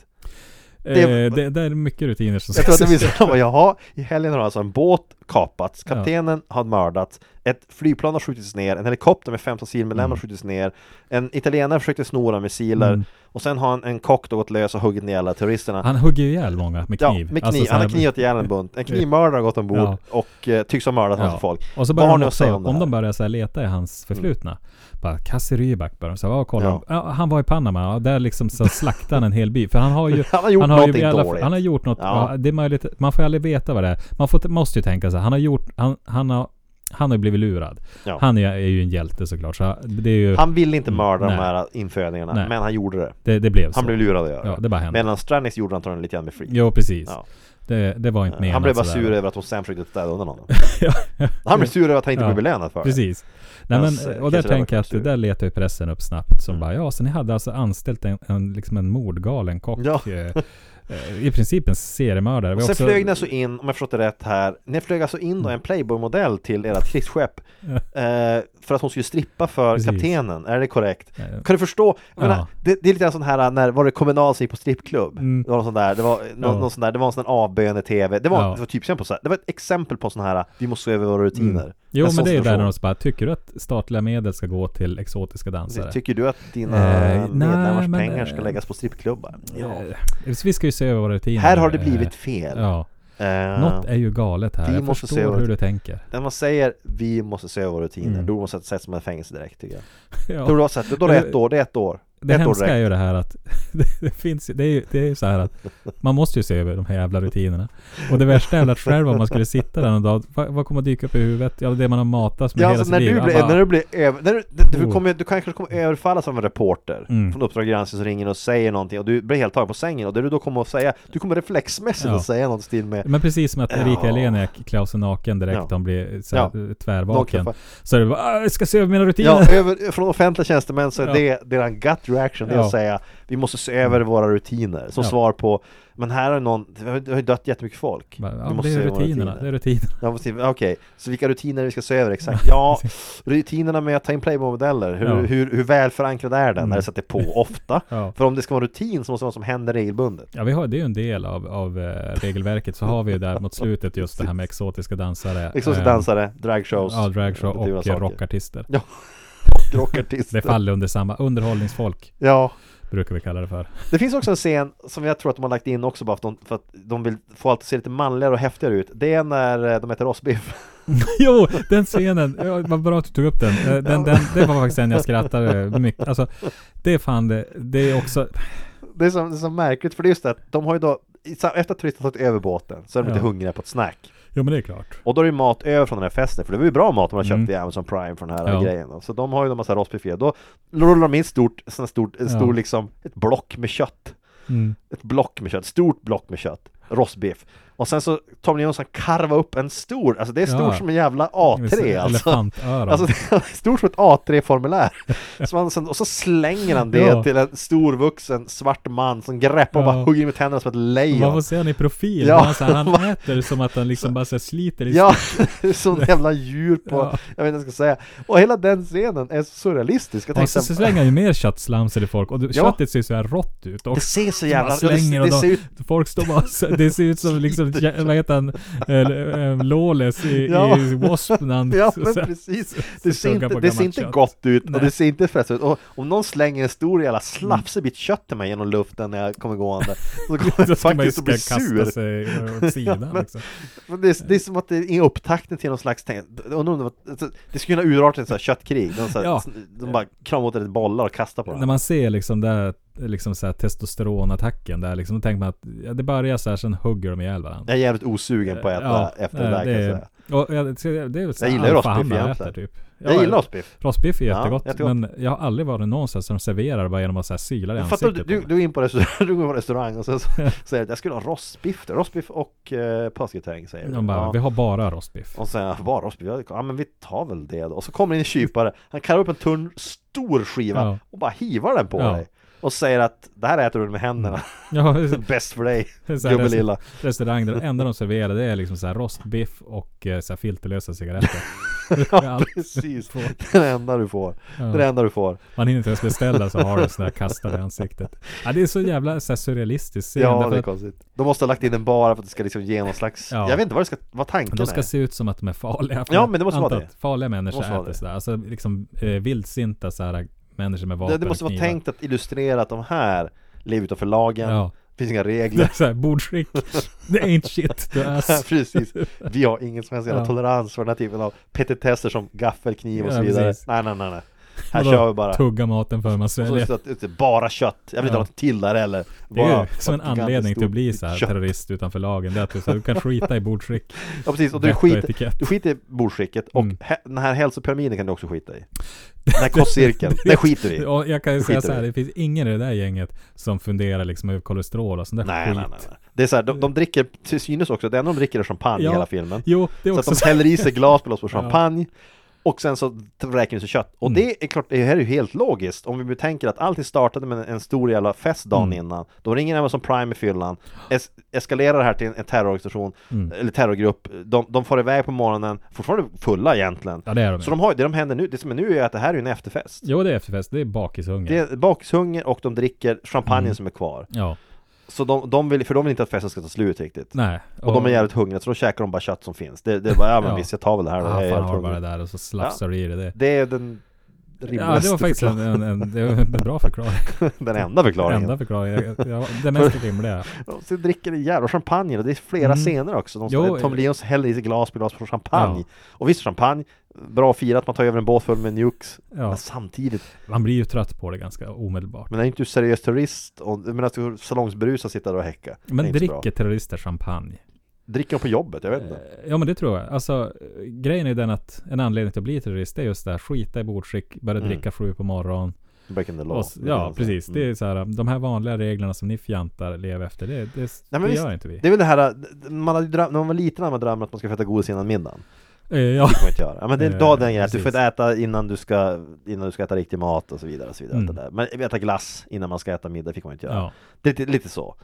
Speaker 8: Det,
Speaker 9: Det-
Speaker 8: eh, det, det är mycket rutiner som
Speaker 9: Jag tror att det blir så här, jaha, i helgen har alltså en båt kapats, kaptenen har mördats, ett flygplan har skjutits ner, en helikopter med 15 civilmedlemmar
Speaker 8: Mm.
Speaker 9: har skjutits ner, en italienare försökte snora missiler, och sen har en, en kock då gått lös och huggit ner alla terroristerna.
Speaker 8: Han hugger ju ihjäl många med
Speaker 9: Ja,
Speaker 8: kniv.
Speaker 9: med kniv.
Speaker 8: Alltså, så
Speaker 9: han har
Speaker 8: här-
Speaker 9: knivat ihjäl en bunt. En knivmördare har gått ombord
Speaker 8: Ja.
Speaker 9: och eh, tycks ha mördat massa
Speaker 8: Ja.
Speaker 9: folk.
Speaker 8: Och så
Speaker 9: Vad
Speaker 8: börjar
Speaker 9: har
Speaker 8: de
Speaker 9: ni att
Speaker 8: också,
Speaker 9: säga om
Speaker 8: om,
Speaker 9: det här? Mm.
Speaker 8: de börjar så här leta i hans förflutna. Bara, Kassi Rybak börjar de säga, ja kolla,
Speaker 9: Ja.
Speaker 8: ja. han var i Panama, ja, där liksom så slaktade han en hel by. För han har ju...
Speaker 9: Han har gjort någonting
Speaker 8: ju i alla-
Speaker 9: dåligt.
Speaker 8: Han har gjort något,
Speaker 9: Ja.
Speaker 8: ja. det är möjligt, man får ju aldrig veta vad det är. Man får, måste ju tänka så här, han har gjort, han, han har han har ju blivit lurad.
Speaker 9: Ja.
Speaker 8: Han är, är ju en hjälte såklart. Så det, är ju,
Speaker 9: Han ville inte mörda
Speaker 8: Mm. Nej.
Speaker 9: de här infödingarna,
Speaker 8: Nej.
Speaker 9: men han gjorde det.
Speaker 8: det, det blev så.
Speaker 9: Han blev lurad att göra
Speaker 8: Ja, det bara hände.
Speaker 9: Medan Strannis gjorde antagligen lite grann med flit.
Speaker 8: Jo, precis.
Speaker 9: Ja.
Speaker 8: Det, det var inte menat
Speaker 9: Han blev bara
Speaker 8: sådär.
Speaker 9: sur över att hon sen försökte städa undan honom.
Speaker 8: ja.
Speaker 9: Han blev sur över att han inte
Speaker 8: Ja.
Speaker 9: blev belönad för det.
Speaker 8: Precis. Nej,
Speaker 9: Jag
Speaker 8: men,
Speaker 9: ser-
Speaker 8: och där
Speaker 9: kanske Mm.
Speaker 8: tänker
Speaker 9: det var
Speaker 8: jag att det
Speaker 9: konstigt.
Speaker 8: där letar ju pressen upp snabbt. Som bara, ja, så ni hade alltså anställt en, en, liksom en mordgalen kock.
Speaker 9: Ja.
Speaker 8: eh, eh, i princip en seriemördare. Vi har
Speaker 9: Och sen
Speaker 8: också- Mm.
Speaker 9: flög ni alltså in, om jag förstått det rätt här, ni flög alltså in då en Playboy-modell till ert krigsskepp eh, För att hon skulle strippa för
Speaker 8: Precis.
Speaker 9: kaptenen, är det korrekt?
Speaker 8: Eh,
Speaker 9: Kan du förstå? Jag
Speaker 8: Ja. Mm.
Speaker 9: menar, det, det är lite en sån här, när var det Kommunal som gick på strippklubb? Det var någon sån där, det var, någon,
Speaker 8: Ja.
Speaker 9: någon sån där, det var en sån där avböjande TV Det var,
Speaker 8: Ja. Mm.
Speaker 9: det var typ på så här, det var ett exempel på sån här, vi måste se över våra rutiner Alltså,
Speaker 8: Jo
Speaker 9: En sån
Speaker 8: men det är ju där
Speaker 9: situation.
Speaker 8: när de så bara, tycker du att statliga medel ska gå till exotiska dansare?
Speaker 9: Tycker du att dina
Speaker 8: Eh, nej,
Speaker 9: medlemmars
Speaker 8: men,
Speaker 9: pengar ska
Speaker 8: eh,
Speaker 9: läggas på strippklubbar? Ja.
Speaker 8: Eh, Vi ska ju se över våra rutiner.
Speaker 9: Här har det
Speaker 8: Eh,
Speaker 9: blivit fel.
Speaker 8: Ja.
Speaker 9: Eh,
Speaker 8: Något är ju galet här.
Speaker 9: Vi
Speaker 8: Jag
Speaker 9: måste se
Speaker 8: förstår
Speaker 9: vad-
Speaker 8: hur du tänker.
Speaker 9: När man säger vi måste se över våra rutiner, då måste det sättas som en fängelse direkt tycker jag.
Speaker 8: Mm. Ja.
Speaker 9: Då, är det också att- då är det ett år, det är ett år.
Speaker 8: Det
Speaker 9: ett år
Speaker 8: hemska är
Speaker 9: direkt.
Speaker 8: ju det här att det, det finns ju- det är ju det är ju så här att man måste ju se över de här jävla rutinerna. Och det värsta är att själv om man skulle sitta där någon dag, vad, vad kommer att dyka upp i huvudet? Ja, det man har matats med
Speaker 9: Ja,
Speaker 8: hela
Speaker 9: alltså, när,
Speaker 8: sitt liv.
Speaker 9: du
Speaker 8: Man
Speaker 9: blir,
Speaker 8: bara,
Speaker 9: när du blir över, när du, du, du,
Speaker 8: Oh.
Speaker 9: kommer, du kanske kommer överfallas av en reporter
Speaker 8: Mm.
Speaker 9: från Uppdrag granskning som ringer och säger någonting och du blir helt tagen på sängen och det du då kommer att säga, du kommer reflexmässigt
Speaker 8: Ja.
Speaker 9: att säga något i stil med
Speaker 8: Men precis som att Erika
Speaker 9: Ja.
Speaker 8: Eleniak klär av sig naken direkt,
Speaker 9: Ja.
Speaker 8: hon blir så här, tvärvaken.
Speaker 9: Någon kan
Speaker 8: Så är det bara, "Ah, jag ska se över mina rutiner.
Speaker 9: Ja, över, från offentliga tjänstemän så är
Speaker 8: Ja.
Speaker 9: det deras gut reaction, det är
Speaker 8: Ja.
Speaker 9: att säga vi måste se över våra rutiner. Som
Speaker 8: Ja.
Speaker 9: svar på, men här är någon, det har det har ju dött jättemycket folk.
Speaker 8: Bara,
Speaker 9: vi
Speaker 8: Ja,
Speaker 9: måste
Speaker 8: det är
Speaker 9: se över våra
Speaker 8: rutinerna, det är rutinerna.
Speaker 9: Ja, precis. Okej, så vilka rutiner vi ska se över exakt? Ja, rutinerna med att ta in Playboy-modeller, hur,
Speaker 8: Ja. Mm.
Speaker 9: hur, hur väl förankrad är den när det sätter på ofta?
Speaker 8: Ja.
Speaker 9: För om det ska vara rutin så måste det vara något som händer regelbundet.
Speaker 8: Ja, vi har, det är ju en del av, av eh, regelverket. Så har vi ju där mot slutet just det här med exotiska dansare.
Speaker 9: Exotiska
Speaker 8: eh, dansare
Speaker 9: Liksom dansare, dragshows,
Speaker 8: Ja, dragshow
Speaker 9: alternativa
Speaker 8: och eh,
Speaker 9: saker.
Speaker 8: rockartister.
Speaker 9: Ja,
Speaker 8: Det
Speaker 9: rockartister.
Speaker 8: faller under samma, underhållningsfolk
Speaker 9: Ja,
Speaker 8: brukar vi kalla det för.
Speaker 9: Det finns också en scen som jag tror att de har lagt in också bara för att de, för att de vill få allt att se lite manligare och häftigare ut. Det är när eh, de äter rostbiff.
Speaker 8: jo, den scenen, ja, vad bra att du tog upp den. Eh, den, den det var faktiskt den jag skrattade mycket. Alltså, det är fan det, det är också,
Speaker 9: Det är, så, det är så märkligt för det är just det att de har ju då, i sa- efter att turisterna tagit över båten så är de
Speaker 8: Ja.
Speaker 9: inte hungriga på ett snack.
Speaker 8: jo men det är klart.
Speaker 9: Och då är det ju mat över från den här festen, för det var ju bra mat de har köpt
Speaker 8: Mm.
Speaker 9: via Amazon Prime från den här
Speaker 8: Ja.
Speaker 9: grejen. då. Så de har ju en massa rostbiffé. Då rullar de in stort, sån stort, en stor
Speaker 8: Ja.
Speaker 9: liksom, ett block med kött.
Speaker 8: Mm.
Speaker 9: ett block med kött, stort block med kött, rostbiff. Och sen så tar man Jonsson karva upp en stor, alltså det är stor
Speaker 8: Ja.
Speaker 9: som en jävla A3 alltså.
Speaker 8: Elefantöron.
Speaker 9: Alltså det är stort som ett A3-formulär. Så man sen- och så slänger han det
Speaker 8: Ja.
Speaker 9: till en storvuxen svart man som greppar och
Speaker 8: Ja.
Speaker 9: bara hugger med tänderna som ett
Speaker 8: man får
Speaker 9: lejon.
Speaker 8: se han i profil.
Speaker 9: Ja.
Speaker 8: Han, så här, han äter som att han liksom bara så här sliter i
Speaker 9: Ja, som ett jävla djur på,
Speaker 8: Ja.
Speaker 9: jag vet inte vad jag ska säga. Och hela den scenen är så surrealistisk. Jag
Speaker 8: Och så
Speaker 9: tänkte,
Speaker 8: så slänger han ju mer köttslamsor i folk och du-
Speaker 9: Ja.
Speaker 8: köttet ser ju så här rått ut
Speaker 9: det
Speaker 8: också.
Speaker 9: ser så jävla...
Speaker 8: Man slänger
Speaker 9: Det,
Speaker 8: och
Speaker 9: det ser
Speaker 8: de,
Speaker 9: ut
Speaker 8: folk står bara så- Det ser ut som liksom, ja, vad heter han, Eh, eh, Lawless i,
Speaker 9: Ja.
Speaker 8: i W.A.S.P. när han
Speaker 9: Ja
Speaker 8: så-
Speaker 9: men
Speaker 8: så-
Speaker 9: precis,
Speaker 8: så
Speaker 9: det ser
Speaker 8: tuggar
Speaker 9: inte,
Speaker 8: på
Speaker 9: det ser
Speaker 8: gammalt
Speaker 9: inte
Speaker 8: kött.
Speaker 9: gott ut och
Speaker 8: Nej. Mm.
Speaker 9: det ser inte fräscht ut och om någon slänger en stor jävla slafsig bit kött till mig genom luften när jag kommer gående så kommer
Speaker 8: Så
Speaker 9: jag
Speaker 8: ska man ju
Speaker 9: faktiskt
Speaker 8: ska
Speaker 9: att bli
Speaker 8: kasta
Speaker 9: sur.
Speaker 8: sig åt sidan
Speaker 9: men-
Speaker 8: liksom.
Speaker 9: Men Det är, det är som att det är upptakten till någon slags, tänk- jag undrar om det, var, alltså, det skulle kunna urarta till ett sånt här köttkrig, de, så här,
Speaker 8: Ja.
Speaker 9: de bara kramar åt ett bollar och kastar på
Speaker 8: När
Speaker 9: dem.
Speaker 8: man ser liksom där liksom så här testosteronattacken där liksom, då tänker man att ja, det börjar så här, sen hugger de ihjäl varandra.
Speaker 9: Jag är jävligt osugen på att äta
Speaker 8: Ja,
Speaker 9: efter det
Speaker 8: nej,
Speaker 9: där kan jag säga.
Speaker 8: är, och, jag, det är väl så
Speaker 9: Jag
Speaker 8: här
Speaker 9: gillar ju
Speaker 8: alfahannar jag
Speaker 9: rostbiff egentligen.
Speaker 8: äter, typ.
Speaker 9: Jag
Speaker 8: Ja,
Speaker 9: gillar rostbiff.
Speaker 8: Rostbiff är
Speaker 9: Ja,
Speaker 8: jättegott,
Speaker 9: jättegott.
Speaker 8: men jag har aldrig varit någonstans där de serverar det bara genom att så här syla det i
Speaker 9: Fattar du,
Speaker 8: ansiktet.
Speaker 9: du,
Speaker 8: på
Speaker 9: du är in på restaurang, du går på restaurang och sen så säger du att jag skulle ha rostbiff, rostbiff och eh, påsketäng säger
Speaker 8: mig.
Speaker 9: du.
Speaker 8: De bara,
Speaker 9: Ja.
Speaker 8: vi har bara rostbiff.
Speaker 9: Och sen var rostbiff, Ja, ja men vi tar väl det då. Och så kommer in en kypare, han karvar upp en tunn, stor skiva
Speaker 8: Ja.
Speaker 9: och bara hivar den på
Speaker 8: Ja.
Speaker 9: dig. Och säger att det här äter du med händerna,
Speaker 8: Ja,
Speaker 9: bäst för dig,
Speaker 8: Mm. så här,
Speaker 9: gubbe lilla.
Speaker 8: restaurang där det enda de serverar det är liksom så här rostbiff och eh, så här filterlösa cigaretter. Det är allt.
Speaker 9: Precis, det är det enda du får. Det är det enda du får.
Speaker 8: Man hinner inte ens beställa så har de sådana här kastade i ansiktet. Ja, det är så jävla så här surrealistiskt scen.
Speaker 9: Ja,
Speaker 8: därför
Speaker 9: det är
Speaker 8: att
Speaker 9: konstigt. De måste ha lagt in den bara för att det ska liksom ge någon slags,
Speaker 8: Ja.
Speaker 9: jag vet inte vad, det ska, vad tanken
Speaker 8: de ska
Speaker 9: är.
Speaker 8: se ut som att de är farliga. För
Speaker 9: Ja, men det måste
Speaker 8: anta
Speaker 9: vara det.
Speaker 8: att Farliga människor
Speaker 9: Måste vara
Speaker 8: äter
Speaker 9: det.
Speaker 8: sådär. Alltså liksom eh, vildsinta såhär människor med vapen
Speaker 9: det, det måste
Speaker 8: och
Speaker 9: vara
Speaker 8: knivar.
Speaker 9: tänkt att illustrera att de här lever utanför lagen,
Speaker 8: Ja.
Speaker 9: det finns inga
Speaker 8: Det är
Speaker 9: regler.
Speaker 8: såhär bordsskick. Det ain't shit. Du ass.
Speaker 9: Precis, vi har ingen som helst jävla
Speaker 8: Ja.
Speaker 9: tolerans för den här typen av petitesser som gaffel, kniv och så
Speaker 8: Ja,
Speaker 9: vidare.
Speaker 8: precis.
Speaker 9: Nej, nej, nej, nej. Här
Speaker 8: Vadå?
Speaker 9: kör vi bara.
Speaker 8: Tugga maten för man
Speaker 9: Och så
Speaker 8: sväljer.
Speaker 9: står det att- att bara kött, jag vill inte
Speaker 8: Ja.
Speaker 9: ha något till där eller.
Speaker 8: Det är
Speaker 9: Bara-
Speaker 8: ju som en
Speaker 9: bara
Speaker 8: anledning till att bli
Speaker 9: gigantiskt
Speaker 8: så här
Speaker 9: stort kött.
Speaker 8: terrorist utanför lagen. Det är att du, så här, du kan skita i bordsskick.
Speaker 9: Ja precis, och du
Speaker 8: vett och
Speaker 9: skiter,
Speaker 8: etikett.
Speaker 9: du skiter i bordskicket och
Speaker 8: Mm.
Speaker 9: hä- den här hälsopyramiden kan du också skita i. Den här kostcirkeln, den skiter vi i.
Speaker 8: Och jag kan ju
Speaker 9: Det
Speaker 8: säga
Speaker 9: skiter
Speaker 8: så här,
Speaker 9: vi.
Speaker 8: det finns ingen i det där gänget som funderar liksom över kolesterol och sån där
Speaker 9: Nej, nej,
Speaker 8: skit.
Speaker 9: nej, nej. Det är så här, de, de dricker, till synes också, det enda de dricker är champagne i
Speaker 8: Ja.
Speaker 9: hela filmen.
Speaker 8: Jo, det är
Speaker 9: Så att
Speaker 8: också
Speaker 9: de häller i sig glas med oss på champagne Och sen så vräker vi så kött.
Speaker 8: Mm.
Speaker 9: Och det är klart, det här är ju helt logiskt. Om vi betänker att allting startade med en stor jävla fest dagen
Speaker 8: Mm.
Speaker 9: innan. De ringer Amazon Prime i fyllan, es- eskalerar det här till en, en terrororganisation,
Speaker 8: Mm.
Speaker 9: eller terrorgrupp. De, de far iväg på morgonen, fortfarande fulla egentligen.
Speaker 8: Ja, det är de
Speaker 9: så
Speaker 8: ju.
Speaker 9: de har, ju- det de händer nu, det som är nu är att det här är ju en efterfest.
Speaker 8: Jo, det är efterfest. Det är bakishunger.
Speaker 9: Det är bakishunger och de dricker champagnen
Speaker 8: Mm.
Speaker 9: som är kvar.
Speaker 8: Ja.
Speaker 9: Så de, de vill, för de vill inte att festen ska ta slut riktigt.
Speaker 8: Nej.
Speaker 9: Och de är jävligt hungriga, så då käkar de bara kött som finns. Det, det är bara, ja men
Speaker 8: Ja.
Speaker 9: visst jag tar väl det här då.
Speaker 8: Ja,
Speaker 9: Jag
Speaker 8: fan
Speaker 9: är jävligt
Speaker 8: har bara det
Speaker 9: hungrig.
Speaker 8: där och så slafsar du i det. det.
Speaker 9: Det är den
Speaker 8: Ja,
Speaker 9: rimligaste liksom.
Speaker 8: det var faktiskt en, en, en, det var en bra förklaring.
Speaker 9: den enda förklaringen.
Speaker 8: Enda förklaringen. Jag- jag- Det mest rimliga.
Speaker 9: Och så dricker det jävla champagne och det är flera scener också. De,
Speaker 8: Mm. Jo,
Speaker 9: Tom
Speaker 8: eh.
Speaker 9: Leons häller i sig glas med glas på champagne.
Speaker 8: Ja.
Speaker 9: Och visst, champagne, bra att fira att man tar över en båt full med nukes.
Speaker 8: Ja.
Speaker 9: Men samtidigt,
Speaker 8: Man blir ju trött på det ganska omedelbart.
Speaker 9: men är inte du seriös terrorist? Och, men att du salongsberusad sitter där och häcka. Det är
Speaker 8: Men
Speaker 9: inte så bra.
Speaker 8: dricker Eh, terrorister champagne?
Speaker 9: Dricker de på jobbet? Jag vet inte.
Speaker 8: Ja men det tror jag. Alltså eh, grejen är den att en anledning till att bli terrorist är just det här. Skita i bordskick, börja
Speaker 9: Mm.
Speaker 8: dricka sju på morgonen.
Speaker 9: Back in the law.
Speaker 8: Och, s- ja precis. Det är
Speaker 9: Mm.
Speaker 8: så här, de här vanliga reglerna som ni fjantar lever efter. Det, det,
Speaker 9: Nej, men
Speaker 8: det
Speaker 9: visst,
Speaker 8: gör inte vi.
Speaker 9: Det är väl det här, äh, man hade ju dröm, när man var liten hade man drömmer att man ska få äta godis innan middagen.
Speaker 8: Eh, ja.
Speaker 9: får man inte göra. Ja, men det är
Speaker 8: Eh,
Speaker 9: då den grejen, att du får inte
Speaker 8: precis.
Speaker 9: äta innan du ska, innan du ska äta riktig mat och så vidare. Och så vidare
Speaker 8: Mm.
Speaker 9: det där. Men äta glass innan man ska äta middag fick man inte göra.
Speaker 8: Ja.
Speaker 9: Det är lite, lite så.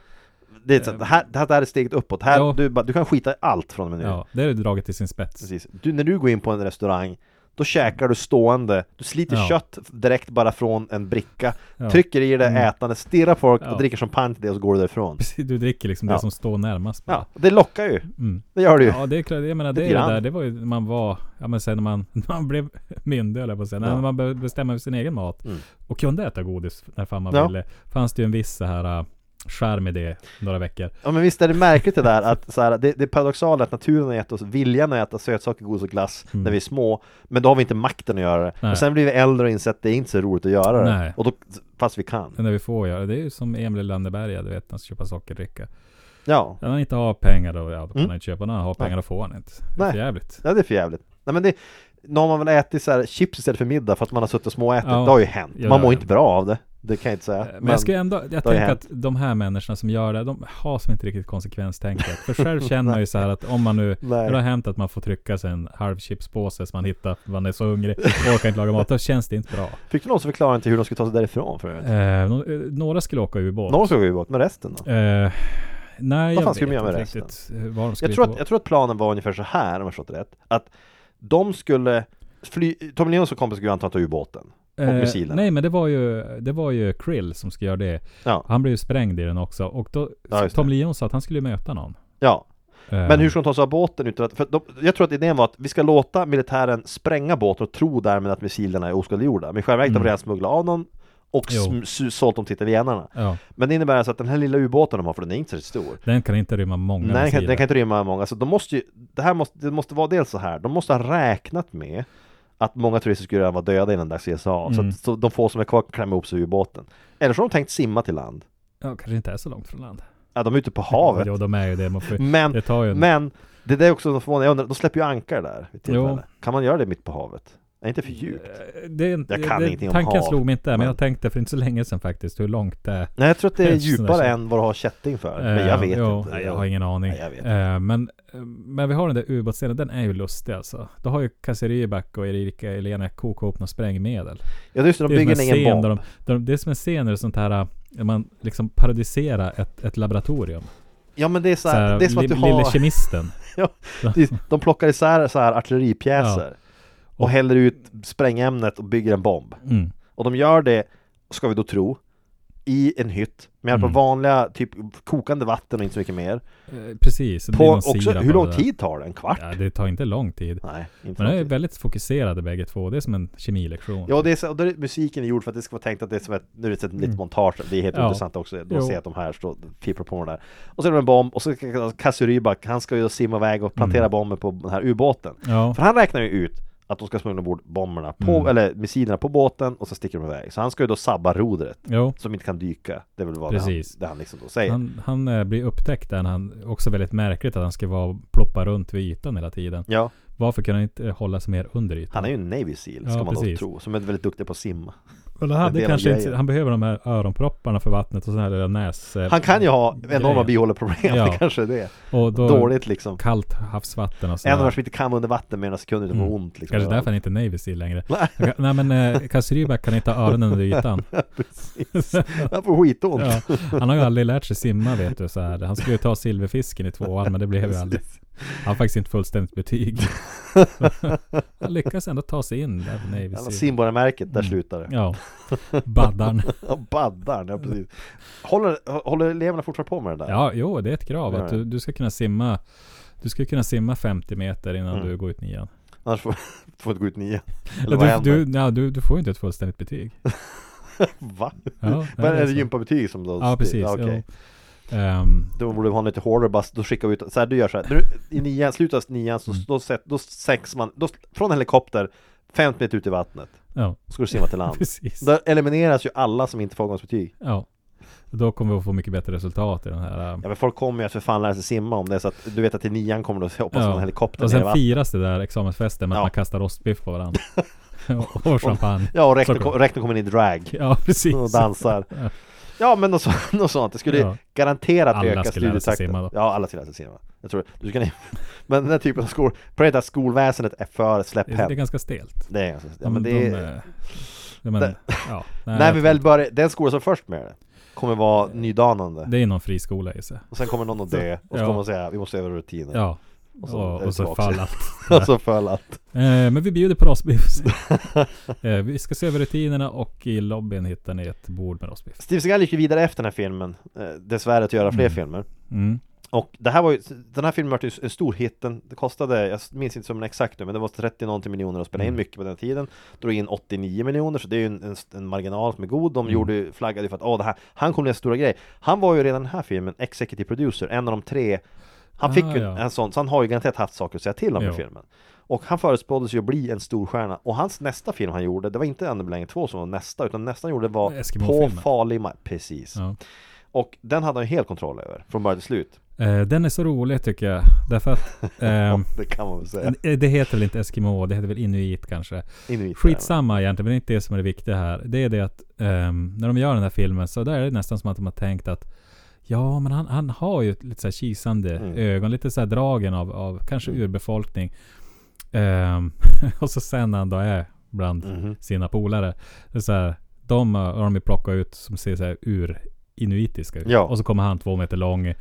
Speaker 9: Det, är så att det, här, det här är steget uppåt. Här,
Speaker 8: Ja.
Speaker 9: du, bara- du kan skita i allt från och med nu.
Speaker 8: ja, det är det draget till sin spets.
Speaker 9: Precis. Du, när du går in på en restaurang, då käkar du stående, du sliter
Speaker 8: Ja.
Speaker 9: kött direkt bara från en bricka,
Speaker 8: Ja. Mm.
Speaker 9: trycker i det ätande, stirrar på folk
Speaker 8: Ja.
Speaker 9: och dricker champagne till det och så går du därifrån.
Speaker 8: Precis, Du dricker liksom det
Speaker 9: Ja.
Speaker 8: som står närmast. bara.
Speaker 9: Ja, det lockar ju.
Speaker 8: Mm.
Speaker 9: Det gör det ju.
Speaker 8: Ja, det är klart. Jag menar, det,
Speaker 9: Lite
Speaker 8: är
Speaker 9: grann.
Speaker 8: det där. Det var ju när man var, ja men sen när man, när man blev myndig höll jag på att säga. Nej,
Speaker 9: Ja. Mm.
Speaker 8: När man be- bestämde över sin egen mat. Och kunde äta godis när fan man
Speaker 9: Ja.
Speaker 8: ville. Fanns det ju en viss så här äh, charm i det några veckor.
Speaker 9: Ja men visst är det märkligt det där att så här, det, det paradoxala är att naturen har gett oss viljan att äta sötsaker, godis och glass när vi är små Men då har vi inte makten att göra det
Speaker 8: Mm. Nej.
Speaker 9: Och sen blir vi äldre och inser att det är inte så roligt att göra det
Speaker 8: Nej. Mm.
Speaker 9: och då, Fast vi kan
Speaker 8: Men när vi får göra det. är ju som Emil i Lönneberga, du vet, när han ska köpa sockerdricka.
Speaker 9: Ja,
Speaker 8: När han inte har pengar då, ja, då kan
Speaker 9: Mm.
Speaker 8: han inte köpa. När han har pengar då får han inte. Det är
Speaker 9: Nej.
Speaker 8: för jävligt.
Speaker 9: ja det är för jävligt Nej men det Nu har man väl ätit så här chips istället för middag för att man har suttit och småätit
Speaker 8: Ja.
Speaker 9: Det har ju hänt
Speaker 8: Ja,
Speaker 9: Man
Speaker 8: det
Speaker 9: mår
Speaker 8: har
Speaker 9: inte bra av det Det kan jag inte säga
Speaker 8: Eh, Men jag ska ändå, jag
Speaker 9: har ju
Speaker 8: tänker
Speaker 9: hänt.
Speaker 8: att de här människorna som gör det, de har som inte riktigt konsekvenstänket. För själv känner jag ju så här att om man nu,
Speaker 9: Nej.
Speaker 8: när det har hänt att man får trycka sig en halv chipspåse som man hittar, för man är så hungrig och orkar inte laga mat, då känns det inte bra.
Speaker 9: Fick du någon som förklarade inte hur de skulle ta sig därifrån för övrigt?
Speaker 8: Eh, nå- eh, några skulle åka ubåt.
Speaker 9: Någon såg ju bort, men resten då?
Speaker 8: Eh, nej,
Speaker 9: Vad fan
Speaker 8: jag
Speaker 9: skulle de
Speaker 8: vet
Speaker 9: göra med
Speaker 8: inte
Speaker 9: resten?
Speaker 8: riktigt eh, vad de skulle
Speaker 9: jag tror,
Speaker 8: hitta
Speaker 9: att, jag tror att planen var ungefär så här, om jag förstått det rätt Att de skulle fly, Tom Leons och kompis skulle ju antagligen ta ubåten
Speaker 8: på.
Speaker 9: och
Speaker 8: Eh,
Speaker 9: missilerna.
Speaker 8: nej, men det var, ju, det var ju Krill som skulle göra det.
Speaker 9: Ja,
Speaker 8: Han blev ju sprängd i den också. Och då,
Speaker 9: Ja, just
Speaker 8: Tom
Speaker 9: det.
Speaker 8: Leon sa att han skulle möta någon.
Speaker 9: ja.
Speaker 8: Eh,
Speaker 9: Men hur ska de ta sig av båten utan att, för att de, Jag tror att idén var att vi ska låta militären spränga båten och tro därmed att missilerna är oskadliggjorda Men i själva verket har de redan smugglat av dem och
Speaker 8: Jo.
Speaker 9: sm- su- sålt dem till italienarna
Speaker 8: Ja,
Speaker 9: Men det innebär alltså att den här lilla ubåten de har, för den är inte så stor
Speaker 8: den kan inte rymma många
Speaker 9: Nej, den kan,
Speaker 8: missiler.
Speaker 9: den kan inte rymma många, så de måste ju, det här måste, det måste vara dels så här, de måste ha räknat med att många turister skulle redan vara döda innan dags USA,
Speaker 8: Mm.
Speaker 9: så, att, så de få som är kvar kan klämma ihop sig ur båten. Eller så har de tänkt simma till land.
Speaker 8: Ja, kanske inte är så långt från land.
Speaker 9: Ja, de är ute på havet.
Speaker 8: Jo, de är ju det. Man får,
Speaker 9: Men,
Speaker 8: det tar ju en,
Speaker 9: men, det där är också förvånande, jag undrar, de släpper ju ankar där vid tillfälle. Kan man göra det mitt på havet? Är det inte för djupt?
Speaker 8: Eh, det är inte,
Speaker 9: jag kan
Speaker 8: det,
Speaker 9: ingenting om
Speaker 8: Tanken
Speaker 9: hav,
Speaker 8: slog mig inte, men,
Speaker 9: men-
Speaker 8: jag tänkte för inte så länge sedan faktiskt hur långt det är.
Speaker 9: Nej, jag tror att det är
Speaker 8: Just det, så.
Speaker 9: djupare än vad du har kätting för. Men jag
Speaker 8: Eh,
Speaker 9: vet
Speaker 8: jo,
Speaker 9: inte.
Speaker 8: Nej, jag har ingen aning.
Speaker 9: Nej, jag vet
Speaker 8: Eh, men, eh, men vi har den där ubåtsscenen, den är ju lustig alltså. Då har ju Kasse Rybak och Erika Elena kokat ihop något sprängmedel.
Speaker 9: Ja, just det, de
Speaker 8: det, är
Speaker 9: bygger
Speaker 8: som en
Speaker 9: ingen
Speaker 8: scen
Speaker 9: bomb.
Speaker 8: där de, där de, det är som en scen där det är sånt här, eh, där man liksom parodiserar ett, ett laboratorium.
Speaker 9: Ja, men det är så
Speaker 8: Så
Speaker 9: här,
Speaker 8: här,
Speaker 9: det är som att du
Speaker 8: li,
Speaker 9: har...
Speaker 8: Lille kemisten.
Speaker 9: Ja, precis. de plockar isär så här artilleripjäser och häller ut sprängämnet och bygger en bomb.
Speaker 8: Mm.
Speaker 9: Och de gör det, ska vi då tro, i en hytt med hjälp av
Speaker 8: Mm.
Speaker 9: vanliga, typ kokande vatten och inte så mycket mer.
Speaker 8: Eh, precis. det
Speaker 9: På
Speaker 8: blir någon
Speaker 9: också,
Speaker 8: sirap
Speaker 9: hur
Speaker 8: av
Speaker 9: lång
Speaker 8: det där.
Speaker 9: tid tar det? En kvart?
Speaker 8: Ja, det tar inte lång tid.
Speaker 9: Nej, inte
Speaker 8: Men de
Speaker 9: lång
Speaker 8: är
Speaker 9: tid.
Speaker 8: väldigt fokuserade bägge två. Det är som en kemilektion.
Speaker 9: Ja, och det är, så, och då är musiken gjord för att det ska vara tänkt att det är som ett, nu är det ett litet montage, det är helt
Speaker 8: Mm. Ja.
Speaker 9: intressant också,
Speaker 8: Jo.
Speaker 9: de ser att de här står, pippar på den där. Och så är det en bomb, och så ska Kassi Rybak, han ska ju simma iväg och plantera bomben på den här ubåten.
Speaker 8: Mm. Ja.
Speaker 9: För han räknar ju ut att de ska smuggla ombord bomberna, på,
Speaker 8: Mm.
Speaker 9: eller missilerna på båten och så sticker de iväg. Så han ska ju då sabba rodret,
Speaker 8: Jo.
Speaker 9: som inte kan dyka. Det är väl vad det han,
Speaker 8: Precis.
Speaker 9: det han liksom då säger.
Speaker 8: Han, han eh, blir upptäckt där. när Han, också väldigt märkligt att han ska vara ploppa runt vid ytan hela tiden.
Speaker 9: Ja,
Speaker 8: Varför kunde han inte eh, hålla sig mer under ytan?
Speaker 9: han är ju en Navy Seal,
Speaker 8: Ja,
Speaker 9: ska man
Speaker 8: precis.
Speaker 9: då tro, som är väldigt duktig på att simma.
Speaker 8: Men han, hade
Speaker 9: del av
Speaker 8: kanske inte,
Speaker 9: grejen.
Speaker 8: han behöver de här öronpropparna för vattnet och sådana här lilla näs... eh,
Speaker 9: Han kan ju ha enorma
Speaker 8: grejer.
Speaker 9: bihåleproblem,
Speaker 8: Ja.
Speaker 9: det kanske är det.
Speaker 8: och då,
Speaker 9: Dåligt liksom.
Speaker 8: Kallt havsvatten och
Speaker 9: En av
Speaker 8: sådär.
Speaker 9: dem som inte kan under vatten med några sekunder, det var ont liksom.
Speaker 8: Mm. Kanske därför han inte är Navy Seal längre. Jag kan- Nej men eh, Cassie Ryback kan inte ha öronen under ytan.
Speaker 9: Han får skitont.
Speaker 8: Ja, han har ju aldrig lärt sig simma vet du. Så här. Han skulle ju ta silverfisken i tvåan men det blev ju aldrig. Han har faktiskt inte fullständigt betyg. Han lyckas ändå ta sig in där på Navy
Speaker 9: Jävla
Speaker 8: Seal.
Speaker 9: Simborgarmärket, där slutar det.
Speaker 8: Mm. Ja, baddarn.
Speaker 9: Ja. Baddarn, ja precis. Håller, håller eleverna fortfarande på med det där?
Speaker 8: Ja, jo det är ett krav
Speaker 9: Ja,
Speaker 8: att
Speaker 9: ja.
Speaker 8: du, du ska kunna simma du ska kunna simma 50 meter innan
Speaker 9: Mm.
Speaker 8: du går ut nian.
Speaker 9: Annars får får inte gå ut nian. Eller vad
Speaker 8: Du,
Speaker 9: händer?
Speaker 8: du, ja, du, du får ju inte ett fullständigt betyg.
Speaker 9: Va?
Speaker 8: Ja,
Speaker 9: Men är det
Speaker 8: så.
Speaker 9: gympabetyg som då?
Speaker 8: Ja, precis.
Speaker 9: Ja, okej.
Speaker 8: jo. Ehm,
Speaker 9: Då borde vi ha en lite hårdare bass, då skickar vi ut, så här, du gör så här, du, i nian, slutas nian, så, då, sätt, då sex man, då, från helikopter, 50 meter ut i vattnet,
Speaker 8: ja,
Speaker 9: så ska du simma till land.
Speaker 8: precis.
Speaker 9: Där elimineras ju alla som inte får avgångsbetyg.
Speaker 8: Ja. Då kommer vi att få mycket bättre resultat i den här. ähm,
Speaker 9: Ja men folk kommer ju att för fan lära sig simma om det är så att du vet att till nian kommer du att hoppas
Speaker 8: Ja.
Speaker 9: på en helikopter
Speaker 8: Och
Speaker 9: ner i
Speaker 8: sen
Speaker 9: vattnet.
Speaker 8: firas det där examensfesten med att
Speaker 9: Ja.
Speaker 8: man kastar rostbiff på varandra. och, och champagne.
Speaker 9: Ja och rektorn,
Speaker 8: Såklart.
Speaker 9: kom- rektorn kommer in i drag
Speaker 8: Ja, precis.
Speaker 9: och dansar. Ja men något, så, något sånt, det skulle
Speaker 8: Ja.
Speaker 9: garanterat
Speaker 8: Alla
Speaker 9: öka
Speaker 8: skulle lära sig
Speaker 9: studietakten.
Speaker 8: simma då.
Speaker 9: Ja alla skulle lära sig simma. Jag tror det. Du ska, men den här typen av skol, på det här skolväsendet är för
Speaker 8: Det är, det är
Speaker 9: släpphänt.
Speaker 8: ganska stelt.
Speaker 9: Det är ganska, ja men det
Speaker 8: de,
Speaker 9: är,
Speaker 8: eh, ja, men,
Speaker 9: Det-
Speaker 8: ja,
Speaker 9: när vi väl börjar, den skola som är först med det kommer vara nydanande.
Speaker 8: Eh, Det är någon friskola i sig.
Speaker 9: Och sen kommer någon att dö, och så
Speaker 8: Ja.
Speaker 9: kommer man säga vi måste över rutiner.
Speaker 8: Ja.
Speaker 9: Och
Speaker 8: Och
Speaker 9: så
Speaker 8: så,
Speaker 9: är det
Speaker 8: och, så
Speaker 9: tillbaka.
Speaker 8: fall allt.
Speaker 9: Och så föll allt.
Speaker 8: Eh, men vi bjuder på rostbiff. eh, vi ska se över rutinerna och i lobbyn hittar ni ett bord med rostbiff.
Speaker 9: Steve Seagal gick ju vidare efter den här filmen, eh, dessvärre att göra fler filmer.
Speaker 8: Mm.
Speaker 9: Och det här var ju, den här filmen var ju en stor hit, den det kostade, jag minns inte som den exakt nu, men det var 30 någonting miljoner att
Speaker 8: Mm.
Speaker 9: spela in, mycket på den tiden Drog in 89 miljoner, så det är ju en, en, en marginal som är god,
Speaker 8: Mm.
Speaker 9: de gjorde, ju- flaggade ju för att åh det här, han kommer bli en stora grej Han var ju redan i den här filmen executive producer, en av de tre Han fick
Speaker 8: Ah,
Speaker 9: ju
Speaker 8: ja.
Speaker 9: en sån, så han har ju garanterat haft saker att säga till om i
Speaker 8: Ja.
Speaker 9: filmen Och han förutspåddes ju att bli en stor stjärna och hans nästa film han gjorde, det var inte Underbelänge 2 som var nästa, utan nästa han gjorde var På
Speaker 8: Eskimo-filmen.
Speaker 9: farlig mark, precis
Speaker 8: Ja.
Speaker 9: Och den hade han ju helt kontroll över, från början till slut
Speaker 8: Eh, den är så rolig tycker jag. Därför att
Speaker 9: Ja,
Speaker 8: ehm,
Speaker 9: det kan man väl säga.
Speaker 8: eh, det heter väl inte Eskimo, det heter väl Inuit kanske.
Speaker 9: Inuit.
Speaker 8: Skitsamma egentligen, men det är inte det som är det viktiga här. Det är det att ehm, när de gör den här filmen så där är det nästan som att de har tänkt att ja, men han, han har ju ett lite så här kisande
Speaker 9: Mm.
Speaker 8: ögon, lite så här dragen av, av kanske urbefolkning. Ehm, och så sen när han då är bland
Speaker 9: Mhm.
Speaker 8: sina polare. Det är så här, de har har de ju plockat ut som ser så här ur inuitiska ut.
Speaker 9: Ja.
Speaker 8: Och så kommer han två meter lång. Eh,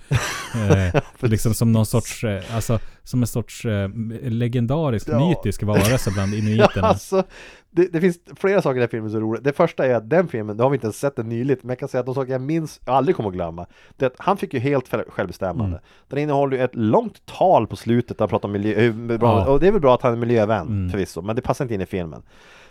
Speaker 8: liksom som någon sorts, eh, alltså som en sorts eh, legendarisk,
Speaker 9: Ja.
Speaker 8: mytisk varelse bland
Speaker 9: Ja,
Speaker 8: inuiterna.
Speaker 9: alltså, det, det finns flera saker i den här filmen som är roliga. Det första är att den filmen, det har vi inte ens sett den nyligt, men jag kan säga att de saker jag minns, jag aldrig kommer att glömma, det är att han fick ju helt fel- självbestämmande.
Speaker 8: Mm.
Speaker 9: Den innehåller ju ett långt tal på slutet där han pratar om miljö, hur bra,
Speaker 8: Ja. Mm.
Speaker 9: och det är väl bra att han är miljövän förvisso, men det passar inte in i filmen.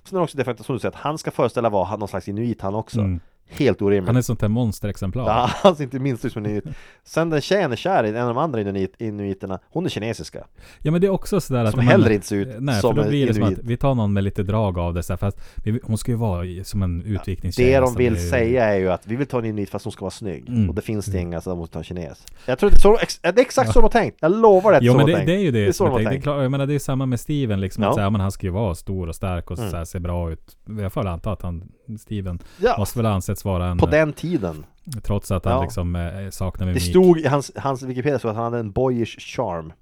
Speaker 9: Sen är det också det faktum som du säger, att han ska föreställa vara han- någon slags inuit han också.
Speaker 8: Mm.
Speaker 9: Helt orimligt.
Speaker 8: Han är ett sånt här monsterexemplar.
Speaker 9: Ja, han ser inte minst ut som en inuit. Sen den tjejen är kär i, en av de andra inuit, inuiterna, hon är kinesiska.
Speaker 8: Ja men det är också sådär att
Speaker 9: Som
Speaker 8: man-
Speaker 9: heller inte ser ut
Speaker 8: Nej,
Speaker 9: som
Speaker 8: för då
Speaker 9: en
Speaker 8: blir det som att
Speaker 9: inuit.
Speaker 8: vi tar någon med lite drag av det så här, fast vi, hon ska ju vara i- som en utvikningstjej.
Speaker 9: Det de
Speaker 8: som
Speaker 9: vill
Speaker 8: är-
Speaker 9: säga är ju att vi vill ta en inuit fast hon ska vara snygg
Speaker 8: Mm.
Speaker 9: Och det finns det inga så de måste ta en kines Jag tror det är, så, ex, det är exakt så de har tänkt, jag lovar det att
Speaker 8: Jo
Speaker 9: så
Speaker 8: men
Speaker 9: de
Speaker 8: det,
Speaker 9: har
Speaker 8: det är ju
Speaker 9: tänkt.
Speaker 8: det,
Speaker 9: är så de
Speaker 8: som
Speaker 9: har
Speaker 8: jag, tänkte. det är
Speaker 9: tänkt
Speaker 8: klart, jag menar det är samma med Steven liksom.
Speaker 9: Ja. Mm.
Speaker 8: Att, så här, men han ska ju vara stor och stark och så här, se bra ut. Jag får väl anta att han, Steven,
Speaker 9: Ja.
Speaker 8: måste väl ansetts vara en,
Speaker 9: På den tiden
Speaker 8: trots att han
Speaker 9: Ja.
Speaker 8: liksom eh, saknar
Speaker 9: Det
Speaker 8: mimik.
Speaker 9: stod i hans, hans Wikipedia så att han hade en boyish charm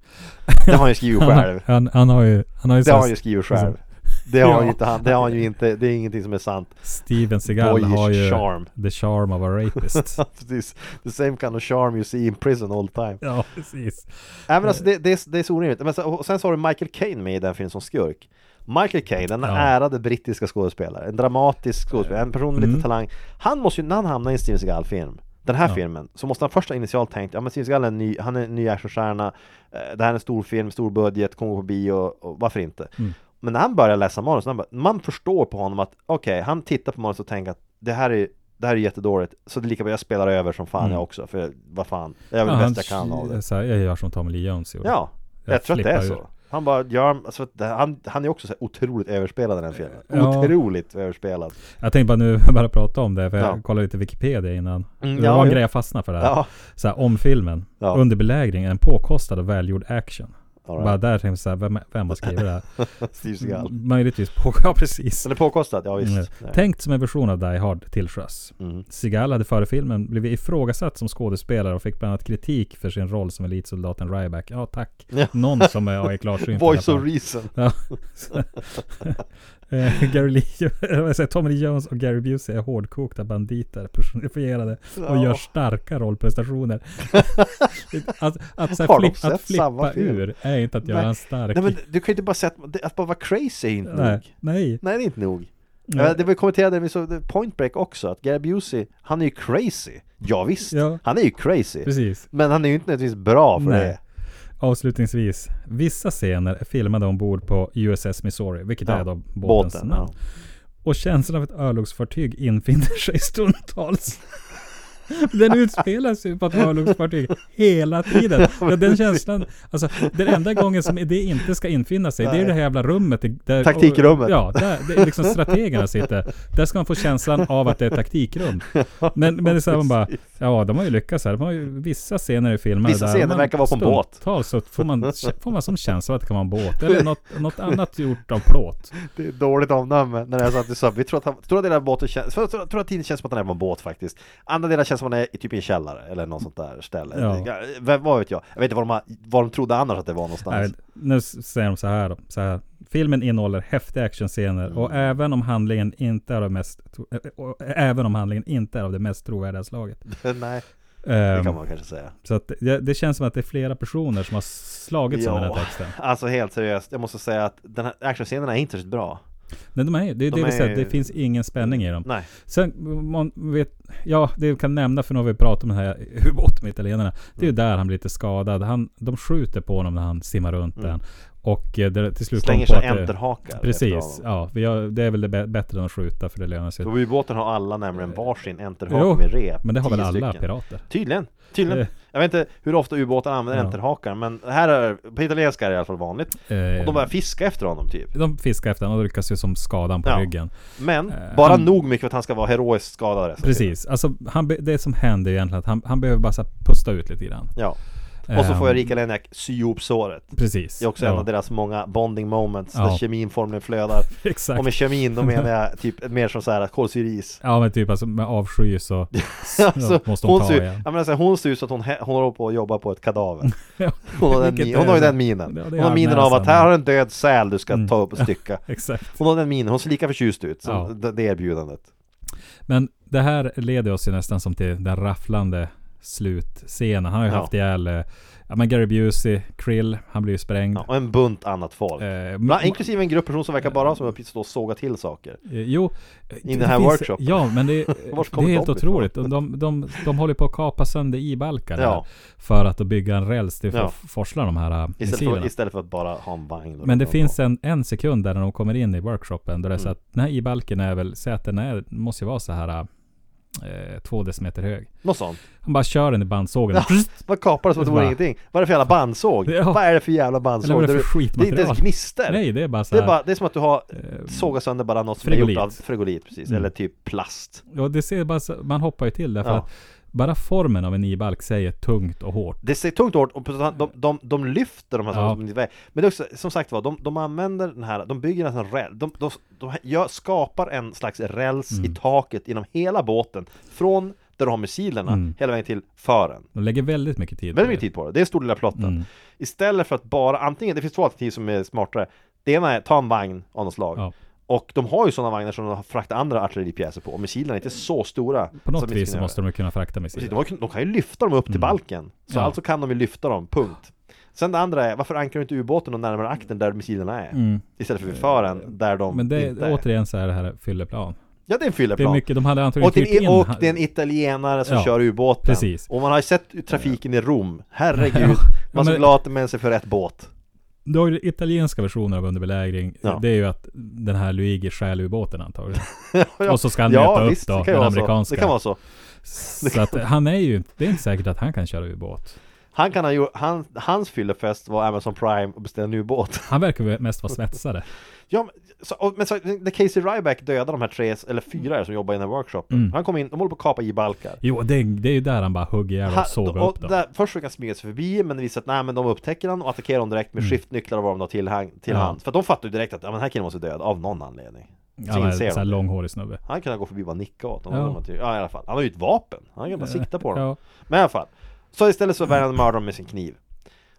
Speaker 9: Det har han ju skrivit
Speaker 8: han, har-
Speaker 9: själv
Speaker 8: han, han har ju, han har ju
Speaker 9: Det
Speaker 8: så här- liksom
Speaker 9: har han ju skrivit själv Det har,
Speaker 8: Ja.
Speaker 9: ju inte, han, det har han ju inte, det är ingenting som är sant
Speaker 8: Steven Seagal
Speaker 9: Boyish
Speaker 8: har ju
Speaker 9: charm.
Speaker 8: the charm of a rapist.
Speaker 9: Precis, the same kind of charm you see in prison all the time
Speaker 8: ja, precis.
Speaker 9: Nej men alltså det, det, är, det är så orimligt. Men sen, och sen så har du Michael Caine med i den filmen som skurk. Michael Caine, den
Speaker 8: Ja.
Speaker 9: ärade brittiska skådespelare, en dramatisk skådespelare, en person med lite talang. Han måste ju, när han hamnar i en Steven Seagal-film, den här filmen, så måste han först ha initialt tänkt, ja men Steven Seagal är en ny, han är en ny actionstjärna, eh, det här är en stor film, stor budget, kommer gå på bio, och varför inte? Men när han börjar läsa manus, han bara, man förstår på honom att okej, han tittar på manus och tänker att det här är det här är jättedåligt, så det är lika bra jag spelar över som fan jag också, för vad fan, jag är väl bäst jag kan av det.
Speaker 8: eh, Så här, jag gör som Tommy Lee Jones gjorde.
Speaker 9: Ja, jag,
Speaker 8: Jag
Speaker 9: tror att det är
Speaker 8: flippar
Speaker 9: så.
Speaker 8: ur.
Speaker 9: Han bara gör, alltså, att det- han, han är också så här otroligt överspelad i den här filmen.
Speaker 8: Ja.
Speaker 9: Otroligt överspelad.
Speaker 8: Jag tänkte bara nu bara prata om det, för jag
Speaker 9: Ja.
Speaker 8: kollade lite Wikipedia innan.
Speaker 9: Mm,
Speaker 8: det
Speaker 9: ja,
Speaker 8: var en
Speaker 9: ja.
Speaker 8: grej jag fastnade för där.
Speaker 9: Ja.
Speaker 8: Så här, om filmen.
Speaker 9: Ja.
Speaker 8: Under belägring, en påkostad och välgjord action.
Speaker 9: All right.
Speaker 8: Bara där tänkte jag såhär, vem, vem har skrivit det här?
Speaker 9: Steve Seagal.
Speaker 8: Möjligtvis på, ja precis.
Speaker 9: Den är påkostad, ja visst.
Speaker 8: Mm.
Speaker 9: Nej. Mm.
Speaker 8: Tänkt som en version av Die Hard till sjöss. Seagal hade före filmen blivit ifrågasatt som skådespelare och fick bland annat kritik för sin roll som elitsoldaten Ryback. Ja tack, någon som är, ja, är klarsynt. i alla
Speaker 9: Voice
Speaker 8: fall.
Speaker 9: of reason.
Speaker 8: Ja. Så- Eh, Gary Lee, eller vad säger jag, Tommy Lee Jones och Gary Busey är hårdkokta banditer personifierade och
Speaker 9: Ja.
Speaker 8: gör starka rollprestationer. att att, så här,
Speaker 9: Har de
Speaker 8: flipp, att
Speaker 9: sett samma
Speaker 8: flippa
Speaker 9: film?
Speaker 8: ur är inte att göra
Speaker 9: Nej.
Speaker 8: en stark.
Speaker 9: Nej men du kan ju inte bara säga att, att bara vara crazy är inte nog.
Speaker 8: nej, nej.
Speaker 9: Nej, det är inte nog.
Speaker 8: Nej.
Speaker 9: Ja, Det vi kommenterade vi såg Point Break också, att Gary Busey, han är ju crazy. Ja, visst,
Speaker 8: Ja.
Speaker 9: han är ju crazy.
Speaker 8: Precis.
Speaker 9: Men han är ju inte nödvändigtvis bra för
Speaker 8: Nej.
Speaker 9: det.
Speaker 8: Avslutningsvis, vissa scener är filmade ombord på USS Missouri, vilket
Speaker 9: Ja,
Speaker 8: är då båtens
Speaker 9: båten,
Speaker 8: namn. Och känslan av ett örlogsfartyg infinner sig stundtals. Den utspelas ju på ett örlogsfartyg hela tiden. Ja, den känslan, alltså den enda gången som det inte ska infinna sig, det är det här jävla rummet. i- Där,
Speaker 9: Taktikrummet.
Speaker 8: Och, ja, där det är liksom strategerna sitter. Där ska man få känslan av att det är ett taktikrum. Men, men det är så här, man bara, ja de har ju lyckats här. De har ju vissa scener i filmen.
Speaker 9: Vissa
Speaker 8: där
Speaker 9: scener
Speaker 8: man
Speaker 9: verkar vara på en båt.
Speaker 8: stundtals Så får man, får man som känsla att det kan vara en båt. Eller något, något annat gjort av plåt.
Speaker 9: Det är dåligt omdöme när jag satt i sub. Vi tror att, han, tror att hela båten känns, tror, tror, tror att tiden känns som att han är på en båt faktiskt. Andra delar känns som att han är i typ i en källare eller något sånt där ställe.
Speaker 8: Ja.
Speaker 9: Vem, vad vet jag? Jag vet inte vad de, har- vad de trodde annars att det var någonstans.
Speaker 8: Nej, nu s- säger de så här, då, så här. Filmen innehåller häftiga actionscener och
Speaker 9: Mm.
Speaker 8: även om handlingen inte är av mest tro- ä- och eh, även om handlingen inte är av det mest trovärdiga slaget.
Speaker 9: Nej, det
Speaker 8: Ehm,
Speaker 9: kan man kanske säga.
Speaker 8: så att det, det känns som att det är flera personer som har slagits av den här texten.
Speaker 9: alltså helt seriöskt. Jag måste säga att den här actionscenerna är inte så bra.
Speaker 8: Nej, de är, ju- det är
Speaker 9: De
Speaker 8: det vi
Speaker 9: är
Speaker 8: säger,
Speaker 9: ju-
Speaker 8: det finns ingen spänning i dem.
Speaker 9: Nej.
Speaker 8: Sen, man vet, ja, det jag kan nämna för när vi pratar om den här ubåten med italienarna. Det är
Speaker 9: Mm.
Speaker 8: ju där han blir lite skadad. Han, de skjuter på honom när han simmar runt den. Och eh, det, till slut
Speaker 9: Mm. Slänger
Speaker 8: kom på
Speaker 9: sig
Speaker 8: att det-
Speaker 9: enterhakar. efter
Speaker 8: Precis,
Speaker 9: honom.
Speaker 8: ja. Vi gör, det är väl det bä- bättre än att skjuta för det lönar sig.
Speaker 9: För ubåten har alla nämligen varsin
Speaker 8: Jo,
Speaker 9: enterhake med rep.
Speaker 8: men det har väl
Speaker 9: Tio
Speaker 8: alla
Speaker 9: stycken.
Speaker 8: pirater?
Speaker 9: Tydligen. Tydligen.
Speaker 8: Eh.
Speaker 9: Jag vet inte hur ofta ubåtar använder
Speaker 8: Ja.
Speaker 9: enterhakar, men här är, på italienska är det i alla fall vanligt.
Speaker 8: Eh,
Speaker 9: Och de börjar fiska efter honom typ.
Speaker 8: de fiskar efter honom och lyckas ju som skadan på
Speaker 9: Ja.
Speaker 8: ryggen.
Speaker 9: Men
Speaker 8: Eh,
Speaker 9: bara
Speaker 8: han-
Speaker 9: nog mycket för att han ska vara heroiskt skadad resten av tiden.
Speaker 8: Precis, alltså han, be- det som händer är egentligen att han, han behöver bara så här pusta ut lite grann.
Speaker 9: Ja. Och så
Speaker 8: Ehm,
Speaker 9: får jag Rika Leniak sy ihop såret.
Speaker 8: Precis.
Speaker 9: Det är också en av deras många bonding moments
Speaker 8: Ja.
Speaker 9: där kemin formligen flödar.
Speaker 8: Exakt.
Speaker 9: Och med kemin då menar jag typ mer som så här kolsyris.
Speaker 8: Ja men typ alltså med avsky så
Speaker 9: Alltså,
Speaker 8: måste hon
Speaker 9: hon,
Speaker 8: ta
Speaker 9: ser,
Speaker 8: igen.
Speaker 9: jag menar, så här, hon ser ut så att hon, hä- hon håller på att jobba på ett kadaver.
Speaker 8: Ja,
Speaker 9: Hon har, den,
Speaker 8: vilket
Speaker 9: min-
Speaker 8: är
Speaker 9: hon har ju
Speaker 8: så-
Speaker 9: den
Speaker 8: Ja,
Speaker 9: minen.
Speaker 8: det är
Speaker 9: Hon har minen av
Speaker 8: näsan. Mm.
Speaker 9: att här har du en död säl du ska ta upp och stycka.
Speaker 8: Exakt.
Speaker 9: Hon har den minen, hon ser lika förtjust ut som
Speaker 8: Ja.
Speaker 9: det det erbjudandet.
Speaker 8: Men det här leder oss ju nästan som till den rafflande slutscenen. Han har ju
Speaker 9: Ja.
Speaker 8: haft ihjäl eh, ja, men Gary Busey, Krill, han blir ju sprängd.
Speaker 9: Ja, och en bunt annat folk.
Speaker 8: Eh,
Speaker 9: Bland,
Speaker 8: ma-
Speaker 9: inklusive en grupp personer som verkar bara ha som uppgift att stå och såga till saker.
Speaker 8: Eh, Jo.
Speaker 9: I
Speaker 8: det
Speaker 9: den här
Speaker 8: finns-
Speaker 9: workshopen.
Speaker 8: Ja, men det,
Speaker 9: Vart
Speaker 8: det är
Speaker 9: kommer de
Speaker 8: helt
Speaker 9: ifrån?
Speaker 8: otroligt. De, de, de, de håller på att kapa sönder i-balkar
Speaker 9: Ja.
Speaker 8: här för att då bygga en räls till för
Speaker 9: Ja.
Speaker 8: att forsla de här eh,
Speaker 9: Istället för,
Speaker 8: missilerna.
Speaker 9: istället för att bara ha en vagn. och
Speaker 8: Men det
Speaker 9: rulla
Speaker 8: finns
Speaker 9: på.
Speaker 8: en, en sekund där när de kommer in i workshopen där det är
Speaker 9: Mm.
Speaker 8: så att den här i-balken är väl, säg att den är, måste ju vara så här eh, två decimeter hög.
Speaker 9: Något sånt.
Speaker 8: Han bara kör den i bandsågen.
Speaker 9: Ja, man kapar det som att det vore
Speaker 8: Bara-
Speaker 9: ingenting. Vad är det för jävla bandsåg?
Speaker 8: Ja.
Speaker 9: Vad är det för jävla
Speaker 8: Eller
Speaker 9: bandsåg?
Speaker 8: vad är det
Speaker 9: Där
Speaker 8: för
Speaker 9: du- det är inte
Speaker 8: skitmaterial?
Speaker 9: ens gnister.
Speaker 8: Nej, det är bara så
Speaker 9: det,
Speaker 8: här. ehm,
Speaker 9: är bara, det är som att du har sågat sönder bara något som är
Speaker 8: frigolit. Mm.
Speaker 9: gjort av frigolit precis. Eller typ plast.
Speaker 8: Ja, det ser bara så, man hoppar ju till därför
Speaker 9: Ja.
Speaker 8: att bara formen av en i-balk säger tungt och hårt.
Speaker 9: Det ser tungt och hårt och de, de, de, de lyfter de här
Speaker 8: Ja.
Speaker 9: sakerna som inte väger. Men det är också, som sagt var, de, de använder den här, de bygger nästan räls, de, de, de gör, skapar en slags räls
Speaker 8: Mm.
Speaker 9: i taket inom hela båten. Från där de har missilerna,
Speaker 8: Mm.
Speaker 9: hela vägen till fören.
Speaker 8: De lägger väldigt mycket tid
Speaker 9: Väldigt mycket
Speaker 8: på
Speaker 9: tid på det, det är en stor del av plotten.
Speaker 8: Mm.
Speaker 9: Istället för att bara, antingen, det finns två alternativ som är smartare. Det ena är ta en vagn av något slag.
Speaker 8: Ja.
Speaker 9: Och de har ju sådana vagnar som de fraktar andra artilleripjäser på, och missilerna är inte så stora.
Speaker 8: det. På
Speaker 9: som
Speaker 8: något
Speaker 9: inte
Speaker 8: vis
Speaker 9: skulle
Speaker 8: så måste de ju kunna frakta
Speaker 9: Precis,
Speaker 8: missiler.
Speaker 9: De, har, kun- de kan ju lyfta dem upp till balken. Så
Speaker 8: Ja.
Speaker 9: alltså kan de ju lyfta dem, punkt. Sen det andra är, varför ankrar du inte ubåten och närmare akten där missilerna är? Istället för vid fören, där de
Speaker 8: Mm. Men det,
Speaker 9: inte är.
Speaker 8: återigen så är det här fylleplan.
Speaker 9: Ja, det är en
Speaker 8: Det är
Speaker 9: fylleplan.
Speaker 8: mycket, de hade antagligen
Speaker 9: Och, det
Speaker 8: hyrt in
Speaker 9: är, och
Speaker 8: han-
Speaker 9: det är en italienare som
Speaker 8: Ja,
Speaker 9: kör ubåten.
Speaker 8: precis.
Speaker 9: Och man har ju sett trafiken i Rom. Herregud. Man
Speaker 8: men-
Speaker 9: är så glad att de är sig för rätt båt.
Speaker 8: Du har ju den italienska versionen av underbelägring.
Speaker 9: Ja.
Speaker 8: Det är ju att den här Luigi stjäl ubåten antagligen.
Speaker 9: Ja,
Speaker 8: Och så ska han möta upp då,
Speaker 9: det kan ju
Speaker 8: den
Speaker 9: vara så.
Speaker 8: amerikanska.
Speaker 9: Det kan vara så.
Speaker 8: Så att han är ju, det är inte säkert att han kan köra ubåt.
Speaker 9: Han kan ha gjort, han, hans fyllefest var Amazon Prime och beställa en ubåt.
Speaker 8: Han verkar väl mest vara svetsare.
Speaker 9: Ja, men, så, och, men så, när Casey Ryback dödade de här tre, eller
Speaker 8: Mm.
Speaker 9: fyra är det som jobbar i den här workshopen. Han kom in, de håller på att kapa i balkar.
Speaker 8: Jo, det, det är ju där han bara hugger ihjäl och
Speaker 9: Han-
Speaker 8: sågar
Speaker 9: och
Speaker 8: upp dem.
Speaker 9: där, Först försöker han smyga sig förbi men det visar att nej, men de upptäcker han och attackerar honom direkt med skiftnycklar och vad de har till, hand, till
Speaker 8: Mm. Ja.
Speaker 9: hand. För att de fattar ju direkt att ja, men den här killen måste död av någon anledning. Så
Speaker 8: Han är en
Speaker 9: inser
Speaker 8: sån här
Speaker 9: de.
Speaker 8: långhårig snubbe.
Speaker 9: Han kunde gå förbi och bara nicka åt
Speaker 8: Ja.
Speaker 9: honom. Ja. ja i alla fall. Han har ju ett vapen. Han kan bara sikta på dem.
Speaker 8: Ja.
Speaker 9: Men i alla fall. Så istället så väljer han att mörda dem med sin kniv.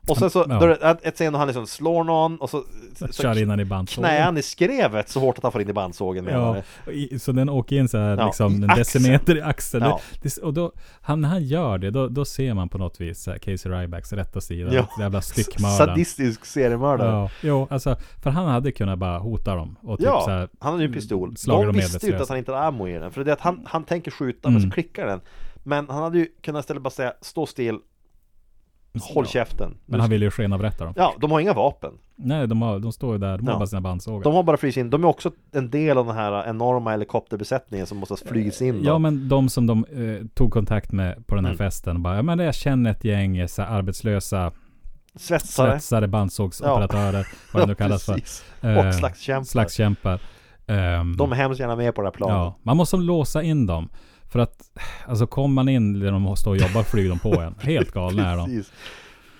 Speaker 9: Och sen så,
Speaker 8: Ja.
Speaker 9: då är det ett- ett scen då han liksom slår någon och så, så
Speaker 8: Kör in han i bandsågen.
Speaker 9: knäar han i skrevet så hårt att han får in i bandsågen menar
Speaker 8: Ja,
Speaker 9: jag.
Speaker 8: och i- så den åker in så här,
Speaker 9: Ja,
Speaker 8: liksom
Speaker 9: i
Speaker 8: en
Speaker 9: axeln.
Speaker 8: decimeter i axeln.
Speaker 9: Ja.
Speaker 8: Det, det, och då, han, när han gör det, då, då ser man på något vis så här, Casey Rybacks rätta sida.
Speaker 9: Ja.
Speaker 8: Jävla styckmördaren.
Speaker 9: Sadistisk seriemördare.
Speaker 8: Ja, jo, alltså, för han hade kunnat bara hota dem och typ
Speaker 9: ja,
Speaker 8: så här,
Speaker 9: han hade ju en pistol.
Speaker 8: slagit
Speaker 9: De
Speaker 8: dem
Speaker 9: visste ju inte
Speaker 8: medvetslösa.
Speaker 9: att han inte hade ammo i den. För det är att han, han tänker skjuta
Speaker 8: Mm.
Speaker 9: men så klickar den. Men han hade ju kunnat istället bara säga stå still, håll käften.
Speaker 8: Men han ville ju skenavrätta dem.
Speaker 9: Ja, de har inga vapen.
Speaker 8: Nej, de, har, de står ju där, de har
Speaker 9: Ja.
Speaker 8: bara sina bandsågar.
Speaker 9: De har bara flygit in. De är också en del av den här enorma helikopterbesättningen som måste ha flygits in. då.
Speaker 8: Eh, Ja men de som de eh, tog kontakt med på den här
Speaker 9: Mm.
Speaker 8: festen bara, ja men jag känner ett gäng eh, så här, arbetslösa
Speaker 9: Svetsare.
Speaker 8: svetsare, bandsågsoperatörer, vad det nu kallas för.
Speaker 9: precis.
Speaker 8: Eh,
Speaker 9: Och slagskämpar.
Speaker 8: Slagskämpar. Ehm,
Speaker 9: De är hemskt gärna med på det här planet.
Speaker 8: ja, man måste låsa in dem. För att, alltså kommer man in där de står och jobbar flyger de på en. Helt galna är de.
Speaker 9: Precis.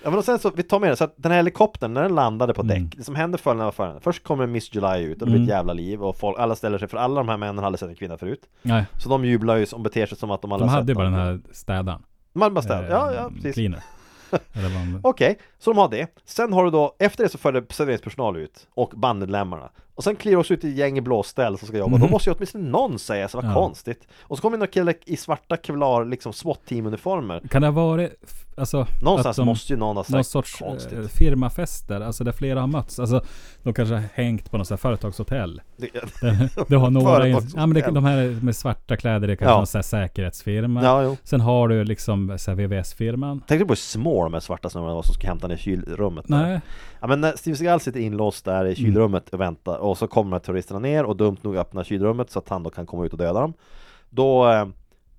Speaker 9: Ja men och sen så, vi tar med det, så att den här helikoptern när den landade på
Speaker 8: Mm.
Speaker 9: däck, det som hände följande var följande. Först kommer Miss July ut och det blir ett jävla liv och folk, alla ställer sig, för alla de här männen hade aldrig sett en kvinna förut.
Speaker 8: Nej,
Speaker 9: Så de jublar ju som beter sig som att de
Speaker 8: de
Speaker 9: aldrig
Speaker 8: hade ju
Speaker 9: sett
Speaker 8: bara
Speaker 9: någon.
Speaker 8: den här städaren.
Speaker 9: Man bara ställer, ja ja
Speaker 8: Ehm,
Speaker 9: precis.
Speaker 8: cleaner. Eller vad han-
Speaker 9: Okej, så de har det. Sen har du då, efter det så följer serveringspersonal ut och bandmedlemmarna. Och sen kliver också ut ett gäng i blåställ som ska jobba. Då måste ju åtminstone någon säga så vad
Speaker 8: Mhm. Ja.
Speaker 9: konstigt. Och så kommer några killar i svarta kevlar, liksom SWAT-team-uniformer.
Speaker 8: Kan det ha varit, f- alltså...
Speaker 9: Någonstans
Speaker 8: att de-
Speaker 9: måste ju någon ha sagt
Speaker 8: Någon sorts
Speaker 9: konstigt.
Speaker 8: eh, firmafester, alltså där flera har mötts. Alltså, de kanske har hängt på något så här företagshotell.
Speaker 9: Det-
Speaker 8: Det har några, in,
Speaker 9: Företagshotell.
Speaker 8: ja, men det, de här med svarta kläder, det är kanske
Speaker 9: Ja.
Speaker 8: någon så här säkerhetsfirma.
Speaker 9: Ja, jo.
Speaker 8: Sen har du liksom så här VVS-firman.
Speaker 9: Tänkte du på hur små de här svarta snubbarna var som skulle hämta ner kylrummet? där?
Speaker 8: Nej.
Speaker 9: Ja men när Steven Seagal sitter inlåst där
Speaker 8: Mm.
Speaker 9: i kylrummet och väntar och så kommer de här terroristerna ner och dumt nog öppnar kylrummet så att han då kan komma ut och döda dem. Då, eh,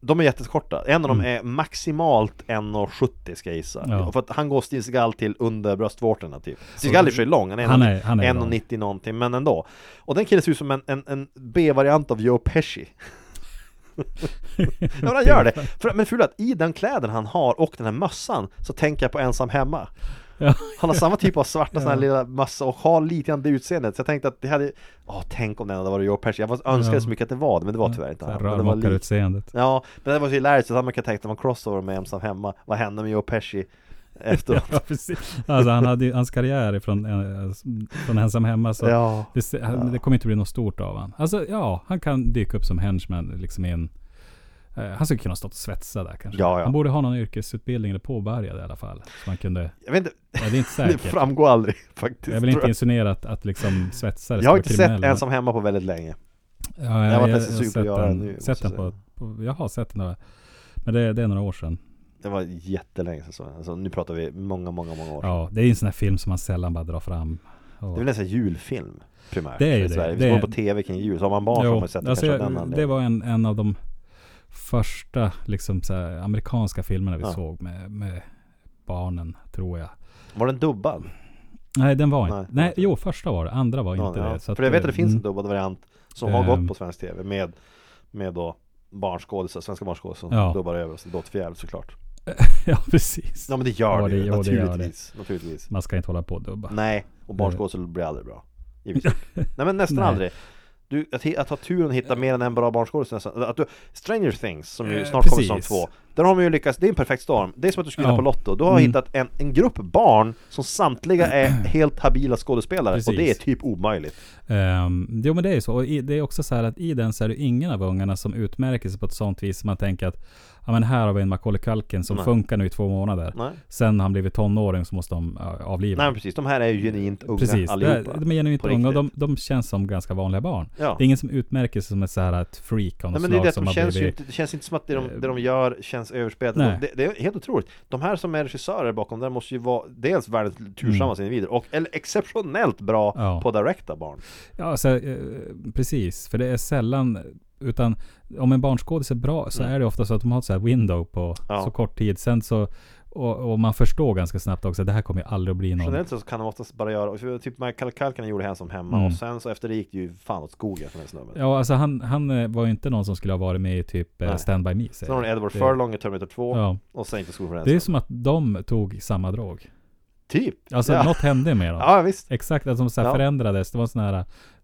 Speaker 9: de är jättekorta. En av dem är maximalt 1,70 ska jag gissa.
Speaker 8: Mm. Ja.
Speaker 9: För att han går Steven Seagal till under bröstvårtorna typ. Steven Seagal är i och för sig lång, han är,
Speaker 8: Han är- han är
Speaker 9: 1,90 någonting men ändå. Och den killen ser ut som en, en, en B-variant av Joe Pesci. ja men han gör det! För, men fula att i den kläden han har och den här mössan så tänker jag på ensam hemma.
Speaker 8: Ja.
Speaker 9: Han har samma typ av svarta sådana här lilla massa och har lite grann det utseendet Så jag tänkte att det hade Åh, tänk om den hade varit Joe Pesci Jag var- önskade
Speaker 8: Ja.
Speaker 9: så mycket att det var det, men det var tyvärr inte
Speaker 8: Så här
Speaker 9: han Men det var likt.
Speaker 8: Rörmokarutseendet.
Speaker 9: Ja, men det var så hilariskt så att man kan tänka att man crossover med ensam hemma Vad hände med Joe Pesci efteråt?
Speaker 8: Ja, precis. Alltså, han hade ju, hans karriär ifrån, eh, från ensam hemma så
Speaker 9: Ja.
Speaker 8: det, se- han- det kommer inte bli något stort av han. Alltså ja, han kan dyka upp som henchman liksom i en... Eh, han skulle kunna ha stått och svetsa där kanske.
Speaker 9: Ja, ja.
Speaker 8: Han borde ha någon yrkesutbildning eller påbörjad i alla fall. Så man kunde...
Speaker 9: Jag vet inte,
Speaker 8: Ja, det är inte
Speaker 9: det
Speaker 8: säkert.
Speaker 9: framgår aldrig faktiskt
Speaker 8: Jag vill inte insinuera att, att liksom svetsare
Speaker 9: jag
Speaker 8: ska
Speaker 9: har
Speaker 8: vara
Speaker 9: inte sett
Speaker 8: kriminella.
Speaker 9: ensam hemma på väldigt länge
Speaker 8: Ja, jag,
Speaker 9: har varit
Speaker 8: jag-
Speaker 9: nästan
Speaker 8: jag har
Speaker 9: sugen på
Speaker 8: sett
Speaker 9: att göra
Speaker 8: den,
Speaker 9: det nu,
Speaker 8: sett den
Speaker 9: måste jag
Speaker 8: på, på... Jag har sett den några... Men det, det är några år sedan.
Speaker 9: Det var jättelänge sedan så. alltså, nu pratar vi många, många, många år
Speaker 8: Ja, det är ju en sån här film som man sällan bara drar fram.
Speaker 9: Det
Speaker 8: Och,
Speaker 9: är väl nästan julfilm primärt
Speaker 8: Det är ju
Speaker 9: i
Speaker 8: det.
Speaker 9: Sverige.
Speaker 8: Det
Speaker 9: Vi
Speaker 8: är-
Speaker 9: går på tv kring jul, så har man barn så har man sett det
Speaker 8: alltså
Speaker 9: kanske av den
Speaker 8: jag, det
Speaker 9: anledningen.
Speaker 8: var en, en av de första liksom, så här, amerikanska filmerna vi
Speaker 9: Ja.
Speaker 8: såg med, med barnen, tror jag.
Speaker 9: var den dubbad?
Speaker 8: Nej, den var inte...
Speaker 9: Nej.
Speaker 8: Nej, jo, första var det. Andra var
Speaker 9: Ja,
Speaker 8: inte
Speaker 9: ja.
Speaker 8: det. Så
Speaker 9: För jag vet att det finns en
Speaker 8: mm,
Speaker 9: dubbad variant som har
Speaker 8: Ehm.
Speaker 9: gått på svensk tv med, med då barnskådisar, svenska barnskådisar som
Speaker 8: Ja.
Speaker 9: dubbar över oss. Det låter för jävligt såklart.
Speaker 8: Ja, precis.
Speaker 9: Ja men det gör
Speaker 8: Ja,
Speaker 9: det,
Speaker 8: det-
Speaker 9: ju,
Speaker 8: ja, det gör
Speaker 9: naturligtvis. naturligtvis.
Speaker 8: Man ska inte hålla på och dubba.
Speaker 9: Nej, och barnskådisar blir aldrig bra. Givetvis. Nej men nästan
Speaker 8: Nej.
Speaker 9: aldrig. Du, att, hi- att ha turen att hitta mer än en bra barnskådis nästan. Att du, Stranger Things, som ju
Speaker 8: Eh,
Speaker 9: snart kommer som
Speaker 8: precis.
Speaker 9: två. Där har man ju lyckats, det är en perfekt storm. Det är som att du skulle vinna
Speaker 8: Ja. Mm.
Speaker 9: på Lotto. Du har hittat en, en grupp barn som samtliga är helt habila skådespelare. Och
Speaker 8: Precis.
Speaker 9: det är typ omöjligt.
Speaker 8: Um, jo men det är ju så. Och i, det är också så här att i den så är det ingen av ungarna som utmärker sig på ett sånt vis som man tänker att ja men här har vi en Macaulay Culkin som
Speaker 9: Nej.
Speaker 8: funkar nu i två månader.
Speaker 9: Nej.
Speaker 8: Sen har han blivit tonåring så måste de ja, avliva.
Speaker 9: Nej men precis, de här är ju genuint unga
Speaker 8: Precis, det
Speaker 9: allihopa.
Speaker 8: är- de är genuint
Speaker 9: På
Speaker 8: unga och
Speaker 9: riktigt.
Speaker 8: de, de känns som ganska vanliga barn.
Speaker 9: Ja.
Speaker 8: Det är ingen som utmärker sig som ett så här ett freak av
Speaker 9: Nej
Speaker 8: något
Speaker 9: men det är
Speaker 8: slag
Speaker 9: det att
Speaker 8: som
Speaker 9: de
Speaker 8: har
Speaker 9: känns ju
Speaker 8: blivit... Eh,
Speaker 9: inte, det känns inte som att det de, det de gör känns överspelat.
Speaker 8: Nej.
Speaker 9: Det, det är helt otroligt. De här som är regissörer bakom det här måste ju vara dels världens tursammaste individer och eller exceptionellt bra
Speaker 8: Mm. Ja.
Speaker 9: på att directa barn.
Speaker 8: Ja, alltså, eh, precis. För det är sällan... Utan om en barnskådis är bra så är det ofta så att de har ett så här window på
Speaker 9: Mm. Ja.
Speaker 8: så kort tid. Sen så Och, och man förstår ganska snabbt också att det här kommer ju aldrig att bli någon...
Speaker 9: Generellt så kan de oftast bara göra, för typ Michael Kalkanen gjorde Handsome hemma
Speaker 8: Mm.
Speaker 9: och sen så efter det gick det ju fan åt skogen för den snubben.
Speaker 8: Ja, alltså han, han eh, var ju inte någon som skulle ha varit med i typ eh,
Speaker 9: Nej.
Speaker 8: Stand By Me.
Speaker 9: Sen
Speaker 8: Säger
Speaker 9: har
Speaker 8: jag.
Speaker 9: de Alltså. Edward
Speaker 8: Det-
Speaker 9: Furlong i Terminator 2
Speaker 8: Ja.
Speaker 9: och sen gick det åt skogen för den
Speaker 8: Det är
Speaker 9: snubben.
Speaker 8: som att de tog samma drag.
Speaker 9: Typ!
Speaker 8: Alltså
Speaker 9: ja.
Speaker 8: något hände med dem.
Speaker 9: ja visst.
Speaker 8: Exakt, att de så här
Speaker 9: Ja.
Speaker 8: förändrades. Det var sån här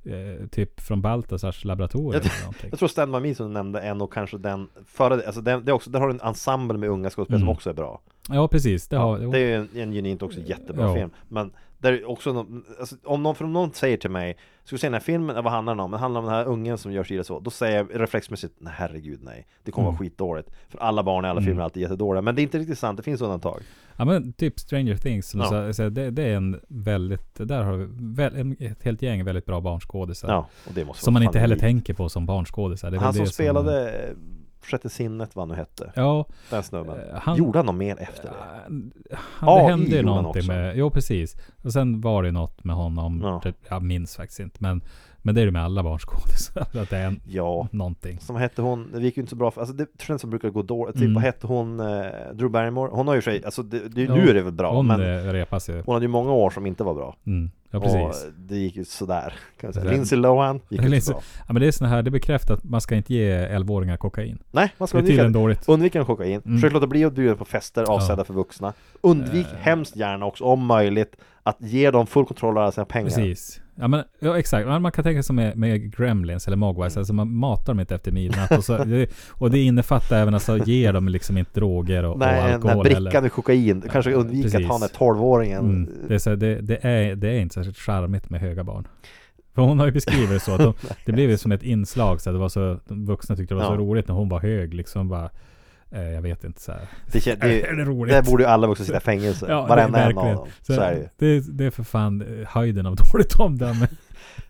Speaker 8: eh, typ från Baltasars laboratorium.
Speaker 9: Jag
Speaker 8: eller någonting.
Speaker 9: Jag tror Stand By Me som du nämnde är nog kanske den före det, alltså den, det är också, där har du en ensemble med unga skådespelare som
Speaker 8: Mm.
Speaker 9: också är bra.
Speaker 8: Ja, precis. Det, har,
Speaker 9: Det är ju en, en genuint också jättebra
Speaker 8: Ja.
Speaker 9: film. Men där är också, någon- alltså, om någon, för om någon säger till mig, ska vi se den här filmen, Ja, vad handlar den om? Den handlar om den här ungen som gör sig illa så. Då säger jag reflexmässigt, nej herregud nej. Det kommer
Speaker 8: Mm.
Speaker 9: vara skitdåligt. För alla barn i alla filmer är alltid jättedåliga. Men det är inte riktigt sant, det finns undantag.
Speaker 8: Ja men typ Stranger Things, som
Speaker 9: Ja.
Speaker 8: du sa, så det, det är en väldigt, där har vi väl, en- ett helt gäng väldigt bra barnskådisar.
Speaker 9: Ja, och det måste
Speaker 8: Som
Speaker 9: vara
Speaker 8: man
Speaker 9: fan
Speaker 8: inte heller
Speaker 9: unikt.
Speaker 8: tänker på som barnskådisar. Det är väl
Speaker 9: Han
Speaker 8: det
Speaker 9: som spelade eh, Sjätte sinnet, vad han nu hette.
Speaker 8: Ja,
Speaker 9: Den snubben.
Speaker 8: eh, han- Eh,
Speaker 9: Gjorde han något mer efter det?
Speaker 8: han, det
Speaker 9: AI
Speaker 8: hände ju
Speaker 9: gjorde han
Speaker 8: någonting
Speaker 9: också.
Speaker 8: med, jo precis. Och sen var det ju något med honom,
Speaker 9: Ja.
Speaker 8: typ, jag minns faktiskt inte. Men, men det är det med alla barnskådisar, att det är en,
Speaker 9: Ja,
Speaker 8: någonting.
Speaker 9: som hette hon, det gick ju inte så bra för, alltså det trend som brukar gå dåligt, typ
Speaker 8: Mm.
Speaker 9: vad hette hon, eh, Drew Barrymore? Hon har ju i och för sig, alltså det, det,
Speaker 8: Ja,
Speaker 9: nu är det väl bra,
Speaker 8: Hon
Speaker 9: men
Speaker 8: eh, repas ju.
Speaker 9: hon hade ju många år som inte var bra.
Speaker 8: Mm. Ja precis.
Speaker 9: Och det gick ju sådär, kan jag säga.
Speaker 8: Den-
Speaker 9: Lindsay Lohan gick ju inte så
Speaker 8: Lindsay-
Speaker 9: bra.
Speaker 8: Ja men det är såna här, det bekräftar att man ska inte ge 11-åringar kokain.
Speaker 9: Nej, man
Speaker 8: Det
Speaker 9: ska
Speaker 8: är tydligen
Speaker 9: undvika
Speaker 8: dåligt.
Speaker 9: Undvik att koka in,
Speaker 8: Mm. Eh.
Speaker 9: försök låta bli att bjuda på fester avsedda för vuxna. Undvik hemskt gärna också, om möjligt, att ge dem full kontroll över alla sina pengar.
Speaker 8: Precis. Ja, men, ja exakt. Man, man kan tänka sig med, med Gremlins eller Mogwise,
Speaker 9: Mm.
Speaker 8: alltså man matar dem inte efter midnatt. Och, så, det, och det innefattar även alltså, ger dem liksom inte droger och, och
Speaker 9: Nej, den där
Speaker 8: alkohol
Speaker 9: brickan
Speaker 8: heller.
Speaker 9: med kokain, kanske undvik att
Speaker 8: precis.
Speaker 9: ha den där 12-åringen.
Speaker 8: Mm. Det, är så, här, det, det, är, det är inte särskilt charmigt med höga barn. För hon har ju beskrivit det så att de, det blev ju som ett inslag så att det var så, de vuxna tyckte det var
Speaker 9: Ja.
Speaker 8: så roligt när hon var hög liksom bara, eh, jag vet inte så här.
Speaker 9: Det, kän-
Speaker 8: Är
Speaker 9: det,
Speaker 8: det roligt?
Speaker 9: där borde ju alla vuxna sitta i fängelse,
Speaker 8: det-
Speaker 9: varenda en av
Speaker 8: verkligen.
Speaker 9: dem. Så, är det ju.
Speaker 8: det, det är för fan eh, höjden av dåligt omdöme.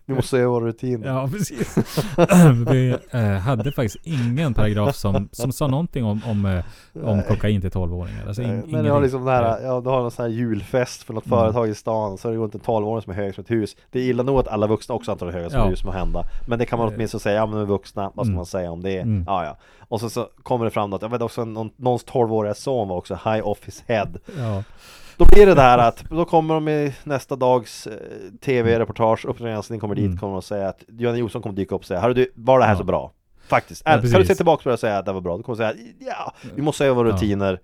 Speaker 9: Vi måste se våra rutiner.
Speaker 8: Ja, precis. Vi eh, hade faktiskt ingen paragraf som, som sa någonting om, om, eh, om kokain till 12-åringar. Alltså, in,
Speaker 9: Men du
Speaker 8: ingen- Mm.
Speaker 9: har liksom det här, ja du har någon sån här julfest för något företag i stan Så det går inte en 12-åring som är hög som ett hus Det är illa nog att alla vuxna också antar är höga som
Speaker 8: Ja. Eh. Mm.
Speaker 9: ett hus må hända Men det kan man åtminstone säga, ja men de är vuxna, vad ska man säga om det? Ja ja Och så, så kommer det fram då att, jag vet också någon, någons 12-åriga son var också high off his head
Speaker 8: Eh, Ja,
Speaker 9: Då blir det där att, då kommer de i nästa dags eh, TV-reportage, Uppdrag granskning kommer dit,
Speaker 8: Mm.
Speaker 9: kommer och säga att Johan Jonsson kommer dyka upp och säga, Hörru du, var det här så bra? Faktiskt,
Speaker 8: Ja,
Speaker 9: Är- kan du se
Speaker 8: precis.
Speaker 9: tillbaka på det och säga att det var bra? Då kommer de säga, ja, vi måste se över våra
Speaker 8: Ja.
Speaker 9: rutiner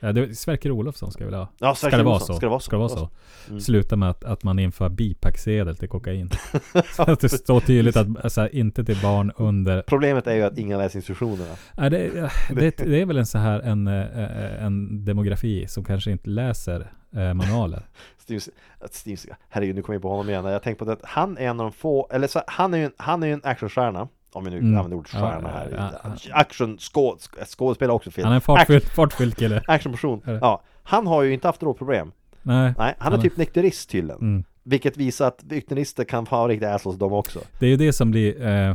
Speaker 8: ja det, Sverker Olofsson ska jag vilja ha.
Speaker 9: Ja,
Speaker 8: Ska
Speaker 9: Sverker
Speaker 8: det vara
Speaker 9: Olofsson.
Speaker 8: så? Ska det vara så?
Speaker 9: Mm.
Speaker 8: Sluta med att, att man inför bipacksedel till kokain. Så att det står tydligt att alltså, inte till barn under...
Speaker 9: Problemet är ju att ingen läser instruktionerna.
Speaker 8: Nej, det, eh, det, det är väl en så här en, eh, eh, en demografi som kanske inte läser eh, manualer.
Speaker 9: Steve, att Steve, herregud, nu kommer jag in på honom igen. Jag tänker på det att han är en av de få, eller så, han är ju en, han är ju en actionstjärna. Om vi nu
Speaker 8: Mm.
Speaker 9: använder ordet
Speaker 8: Ja,
Speaker 9: stjärna här.
Speaker 8: ja, ja.
Speaker 9: Action, skåd, skådespelare också fel.
Speaker 8: Han är en fartfylld, fartfylld kille.
Speaker 9: Action, actionperson.
Speaker 8: Är det?
Speaker 9: Ja, han har ju inte haft drogproblem.
Speaker 8: Nej,
Speaker 9: Nej, han är
Speaker 8: Han-
Speaker 9: typ nykterist tydligen.
Speaker 8: Mm.
Speaker 9: Vilket visar att nykterister kan vara riktiga assholes de också.
Speaker 8: Det är ju det som blir... Eh,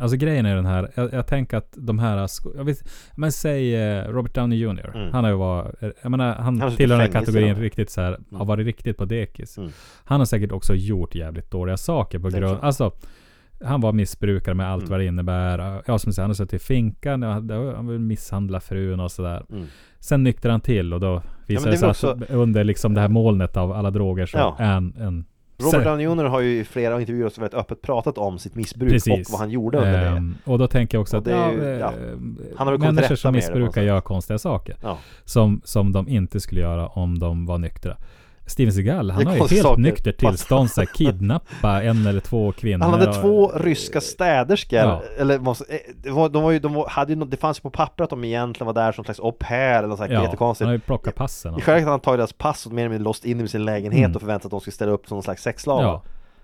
Speaker 8: alltså grejen är den här. Jag, jag tänker att de här... sko- Jag vet, men säg eh, Robert Downey Jr.
Speaker 9: Mm.
Speaker 8: Han har ju varit... Jag menar, han,
Speaker 9: har suttit
Speaker 8: tillhör den här
Speaker 9: i fängelse
Speaker 8: kategorin
Speaker 9: då.
Speaker 8: riktigt så här, Har varit riktigt på dekis.
Speaker 9: Mm.
Speaker 8: Han har säkert också gjort jävligt dåliga saker på
Speaker 9: Det tror
Speaker 8: grund...
Speaker 9: jag.
Speaker 8: Alltså, han var missbrukare med allt
Speaker 9: Mm.
Speaker 8: vad det innebär. Ja, som du säger, han har suttit i finkan. Han han vill misshandla frun och sådär.
Speaker 9: Mm.
Speaker 8: Sen nyktrar han till och då visar
Speaker 9: det är
Speaker 8: det sig
Speaker 9: väl
Speaker 8: att
Speaker 9: också-
Speaker 8: under liksom det här molnet av alla droger så
Speaker 9: Ja.
Speaker 8: är han en...
Speaker 9: Robert Downey Jr har ju i flera intervjuer också väldigt öppet pratat om sitt missbruk
Speaker 8: Precis.
Speaker 9: och vad han gjorde under det.
Speaker 8: Ehm, Och då tänker jag också
Speaker 9: Och
Speaker 8: att
Speaker 9: det är ju-
Speaker 8: ja, eh,
Speaker 9: ja. Han har väl kommit till
Speaker 8: människor som
Speaker 9: rätta med det på något
Speaker 8: missbrukar
Speaker 9: sätt.
Speaker 8: gör konstiga saker.
Speaker 9: Ja.
Speaker 8: Som, som de inte skulle göra om de var nyktra. Steven Seagal,
Speaker 9: Det
Speaker 8: han
Speaker 9: är
Speaker 8: har ju
Speaker 9: konstiga
Speaker 8: helt
Speaker 9: saker.
Speaker 8: nyktert tillstånd, så här, kidnappa en eller två kvinnor.
Speaker 9: Han hade
Speaker 8: och-
Speaker 9: två ryska städerskor,
Speaker 8: Ja.
Speaker 9: eller vad som- eh, det var, de var ju, de var, hade ju, nå- det fanns ju på papper att de egentligen var där som slags au pair eller något sånt här
Speaker 8: Ja, han
Speaker 9: jättekonstigt.
Speaker 8: har ju plockat passen.
Speaker 9: I
Speaker 8: och-
Speaker 9: själva verket hade han tagit deras pass och mer eller mindre låst in dem i sin lägenhet och förväntat att de skulle ställa upp som någon slags sexslavar.
Speaker 8: Mm.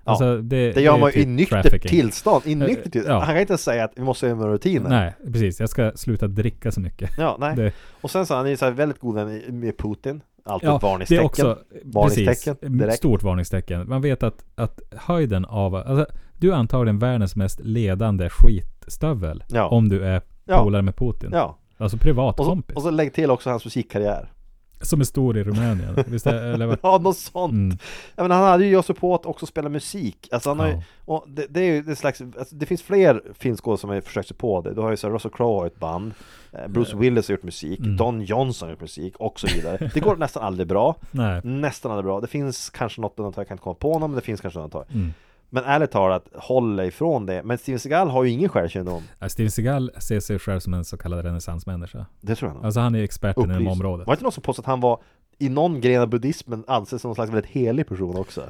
Speaker 8: Ja. Alltså, det,
Speaker 9: Det gör
Speaker 8: är
Speaker 9: man ju
Speaker 8: typ
Speaker 9: i nyktert
Speaker 8: trafficking.
Speaker 9: tillstånd, i nyktert tillstånd.
Speaker 8: ja.
Speaker 9: Han kan inte ens säga att vi måste ändra rutiner.
Speaker 8: Nej, precis. Jag ska sluta dricka så mycket.
Speaker 9: Ja, nej.
Speaker 8: Det-
Speaker 9: Och sen så, han är ju så här väldigt god vän i- med Putin. Alltid ett
Speaker 8: det är
Speaker 9: varningstecken.
Speaker 8: också,
Speaker 9: Varningstecken,
Speaker 8: precis,
Speaker 9: direkt.
Speaker 8: Stort varningstecken. Man vet att, att höjden av... Alltså, du är antagligen världens mest ledande skitstövel
Speaker 9: Ja.
Speaker 8: om du är
Speaker 9: Ja.
Speaker 8: polare med Putin.
Speaker 9: Ja.
Speaker 8: Alltså privat
Speaker 9: Och så,
Speaker 8: kompis.
Speaker 9: och så lägg till också hans musikkarriär.
Speaker 8: Som är stor i Rumänien. Visst är, eller vad?
Speaker 9: Ja, något sånt.
Speaker 8: Mm.
Speaker 9: Ja, men han hade ju Josse på att också spela musik. Alltså han har ju,
Speaker 8: Ja.
Speaker 9: och det, det är ju det slags, alltså det finns fler filmskådespelare som har försökt sig på det. Du har ju så här, Russell Crowe har ett band, eh, Bruce Willis har gjort musik,
Speaker 8: Mm.
Speaker 9: Don Johnson har gjort musik och så vidare. Det går nästan aldrig bra.
Speaker 8: Nej.
Speaker 9: Nästan aldrig bra. Det finns kanske något undantag, jag kan inte komma på någon, men det finns kanske undantag.
Speaker 8: Mm.
Speaker 9: Men ärligt talat, håll dig ifrån det. Men Steven Seagal har ju ingen självkännedom.
Speaker 8: Ja, Steven Seagal ser sig själv som en så kallad renässansmänniska.
Speaker 9: Det tror jag nog.
Speaker 8: Alltså han är experten
Speaker 9: Upplyst.
Speaker 8: inom området.
Speaker 9: Var det inte någon som påstod att han var i någon gren av buddhismen anses som någon slags väldigt helig person också?
Speaker 8: Eh,